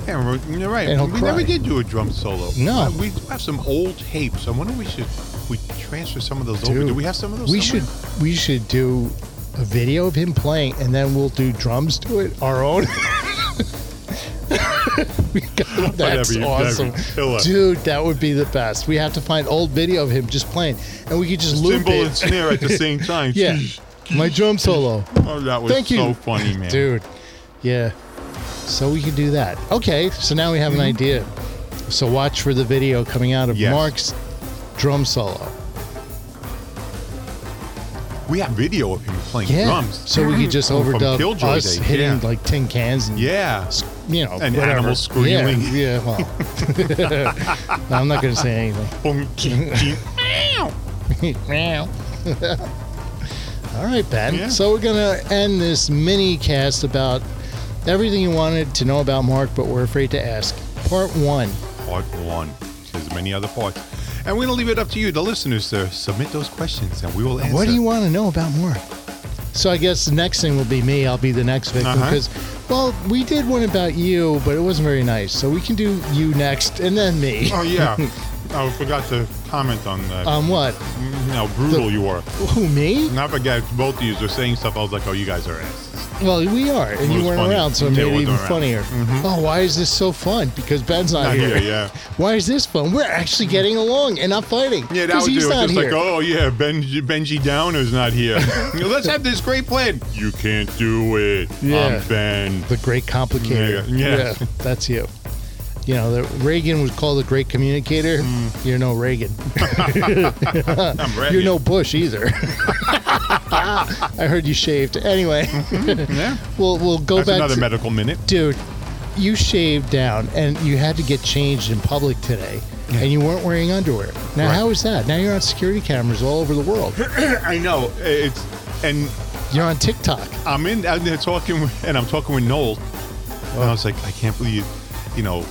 Yeah, we're- you're right. And he'll we cry. never did do a drum solo. No. Uh, we do have some old tapes. I wonder if we should we transfer some of those over. Dude, Do we have some of those? We somewhere? should we should do a video of him playing and then we'll do drums to it our own. We got- That's Whatever you- whatever awesome. you feel up. Dude, that would be the best. We have to find old video of him just playing and we could just loop Cymbal it. and snare at the same time. yeah. My drum solo. Oh, that was Thank you. so funny, man. Dude, yeah. So we can do that. Okay, so now we have an idea. So watch for the video coming out of Mm-hmm. Yes. Mark's drum solo. We have video of him playing Yeah. drums. So we could just Oh, from overdub Killjoy us Day, hitting yeah. like tin cans and Yeah. you know And whatever. animals screaming. Yeah, yeah well. I'm not gonna say anything. Boom, ching, ching. Meow. All right, Ben. Yeah. So we're gonna end this mini cast about everything you wanted to know about Mark, but we're afraid to ask. Part one. Part one. There's many other parts. And we're going to leave it up to you, the listeners, to submit those questions and we will answer. What do you want to know about Mark? So I guess the next thing will be me. I'll be the next victim Uh-huh. because, well, we did one about you, but it wasn't very nice. So we can do you next and then me. Oh, yeah. I forgot to comment on that. Mm, Um, what? how brutal you are. Who me? Not forget, both of you are saying stuff. I was like, oh, you guys are asses. Well, we are, and It you was weren't funny. around, so it made Yeah, it it wasn't even around. Mm-hmm. funnier. Oh, why is this so fun? Because Ben's not, Not here. here, yeah. Why is this fun? We're actually getting along and not fighting. Yeah, that 'Cause would he's do it. not Just here. like, oh yeah, Benji, Benji Downer's not here. Let's have this great plan. You can't do it. Yeah. I'm Ben. the great complicator. Yeah, yeah. that's you. You know, the, Reagan was called the great communicator. Mm. You're no Reagan. I'm ready. You're no Bush either. I heard you shaved. Anyway, Yeah. we'll we'll go That's back. another to, medical minute. dude, you shaved down and you had to get changed in public today, and you weren't wearing underwear. Now, how is that? Now you're on security cameras all over the world. I know. It's and You're on TikTok. I'm in I'm there talking with, and I'm talking with Noel, and I was like, I can't believe, you know,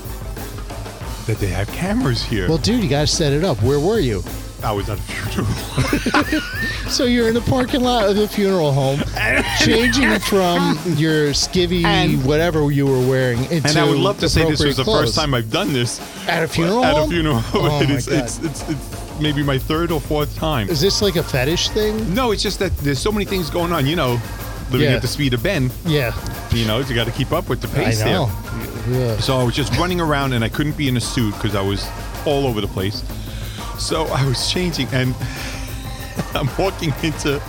that they have cameras here. Well, dude, you gotta set it up. Where were you? I was at a funeral. So you're in the parking lot of the funeral home, changing from your skivvy And- whatever you were wearing into And I would love to say this was the appropriate first time I've done this clothes. at a funeral. at a home? funeral. Oh my it's, God. it's, it's, it's maybe my third or fourth time. Is this like a fetish thing? No, it's just that there's so many things going on. You know, living Yeah. at the speed of Ben, Yeah, you know, you got to keep up with the pace I know. there. Yeah. So I was just running around and I couldn't be in a suit because I was all over the place. So I was changing and I'm walking into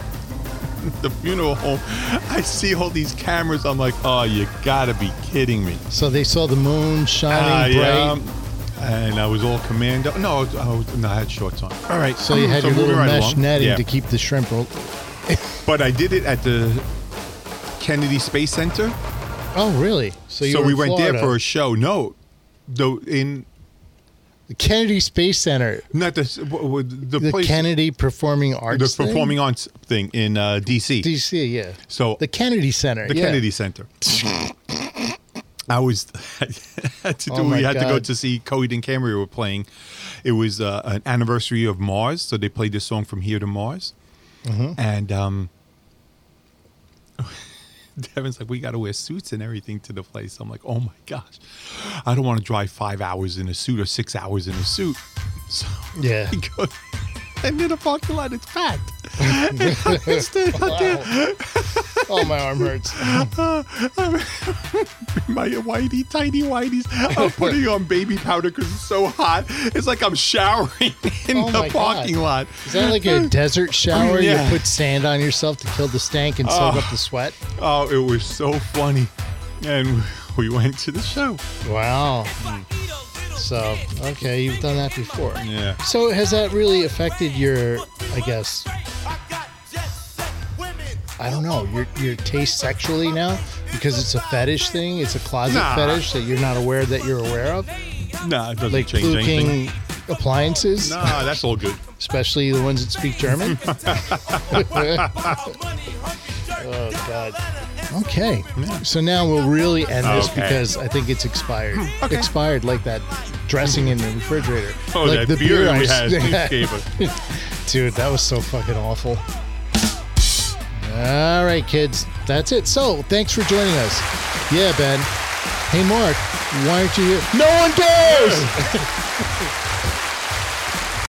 the funeral home. I see all these cameras. I'm like, oh, you got to be kidding me. So they saw the moon Ah, shining bright. yeah. And I was all commando. No, I, was, I was- no, I had shorts on. All right. So you had your moving little right mesh along. netting Yeah. to keep the shrimp. ro- But I did it at the Kennedy Space Center. Oh, really? So you so were we in went there for Florida. a show. No, though in The Kennedy Space Center, not the s- w- w- the, the place Kennedy Performing the Arts, thing? performing arts thing in uh, D.C. DC, yeah. So The Kennedy Center, the yeah. Kennedy Center. I was had to do. Oh my we had to go God. to see Coed and Camry were playing. It was uh, an anniversary of Mars, so they played this song from Here to Mars, Mm-hmm. and um, Devin's like, "We got to wear suits and everything to the place." I'm like, "Oh my gosh, I don't want to drive five hours in a suit or six hours in a suit." So Yeah. I go, and in the parking lot, it's packed. And I stood out there Oh, my arm hurts. my whitey tiny whiteys. I'm putting on baby powder because it's so hot. It's like I'm showering in Oh my the God. parking lot. Is that like a desert shower? Yeah. You put sand on yourself to kill the stank and soak Oh. up the sweat? Oh, it was so funny, and we went to the show. Wow. So, okay, you've done that before. Yeah. So, has that really affected your, I guess, I don't know, your, your taste sexually now? Because it's a fetish thing? It's a closet Nah. fetish that you're not aware that you're aware of? Nah, it doesn't Like change anything. fluking appliances, Nah, that's all good. especially the ones that speak German? Oh God. Okay. So now we'll really end this Okay. Hmm. because I think it's expired. Expired like that dressing in the refrigerator. Oh, like that beer, I we s- had. Steve gave us. Dude, that was so fucking awful. All right, kids. That's it. So thanks for joining us. Yeah, Ben. Hey, Mark, why aren't you here? No one cares!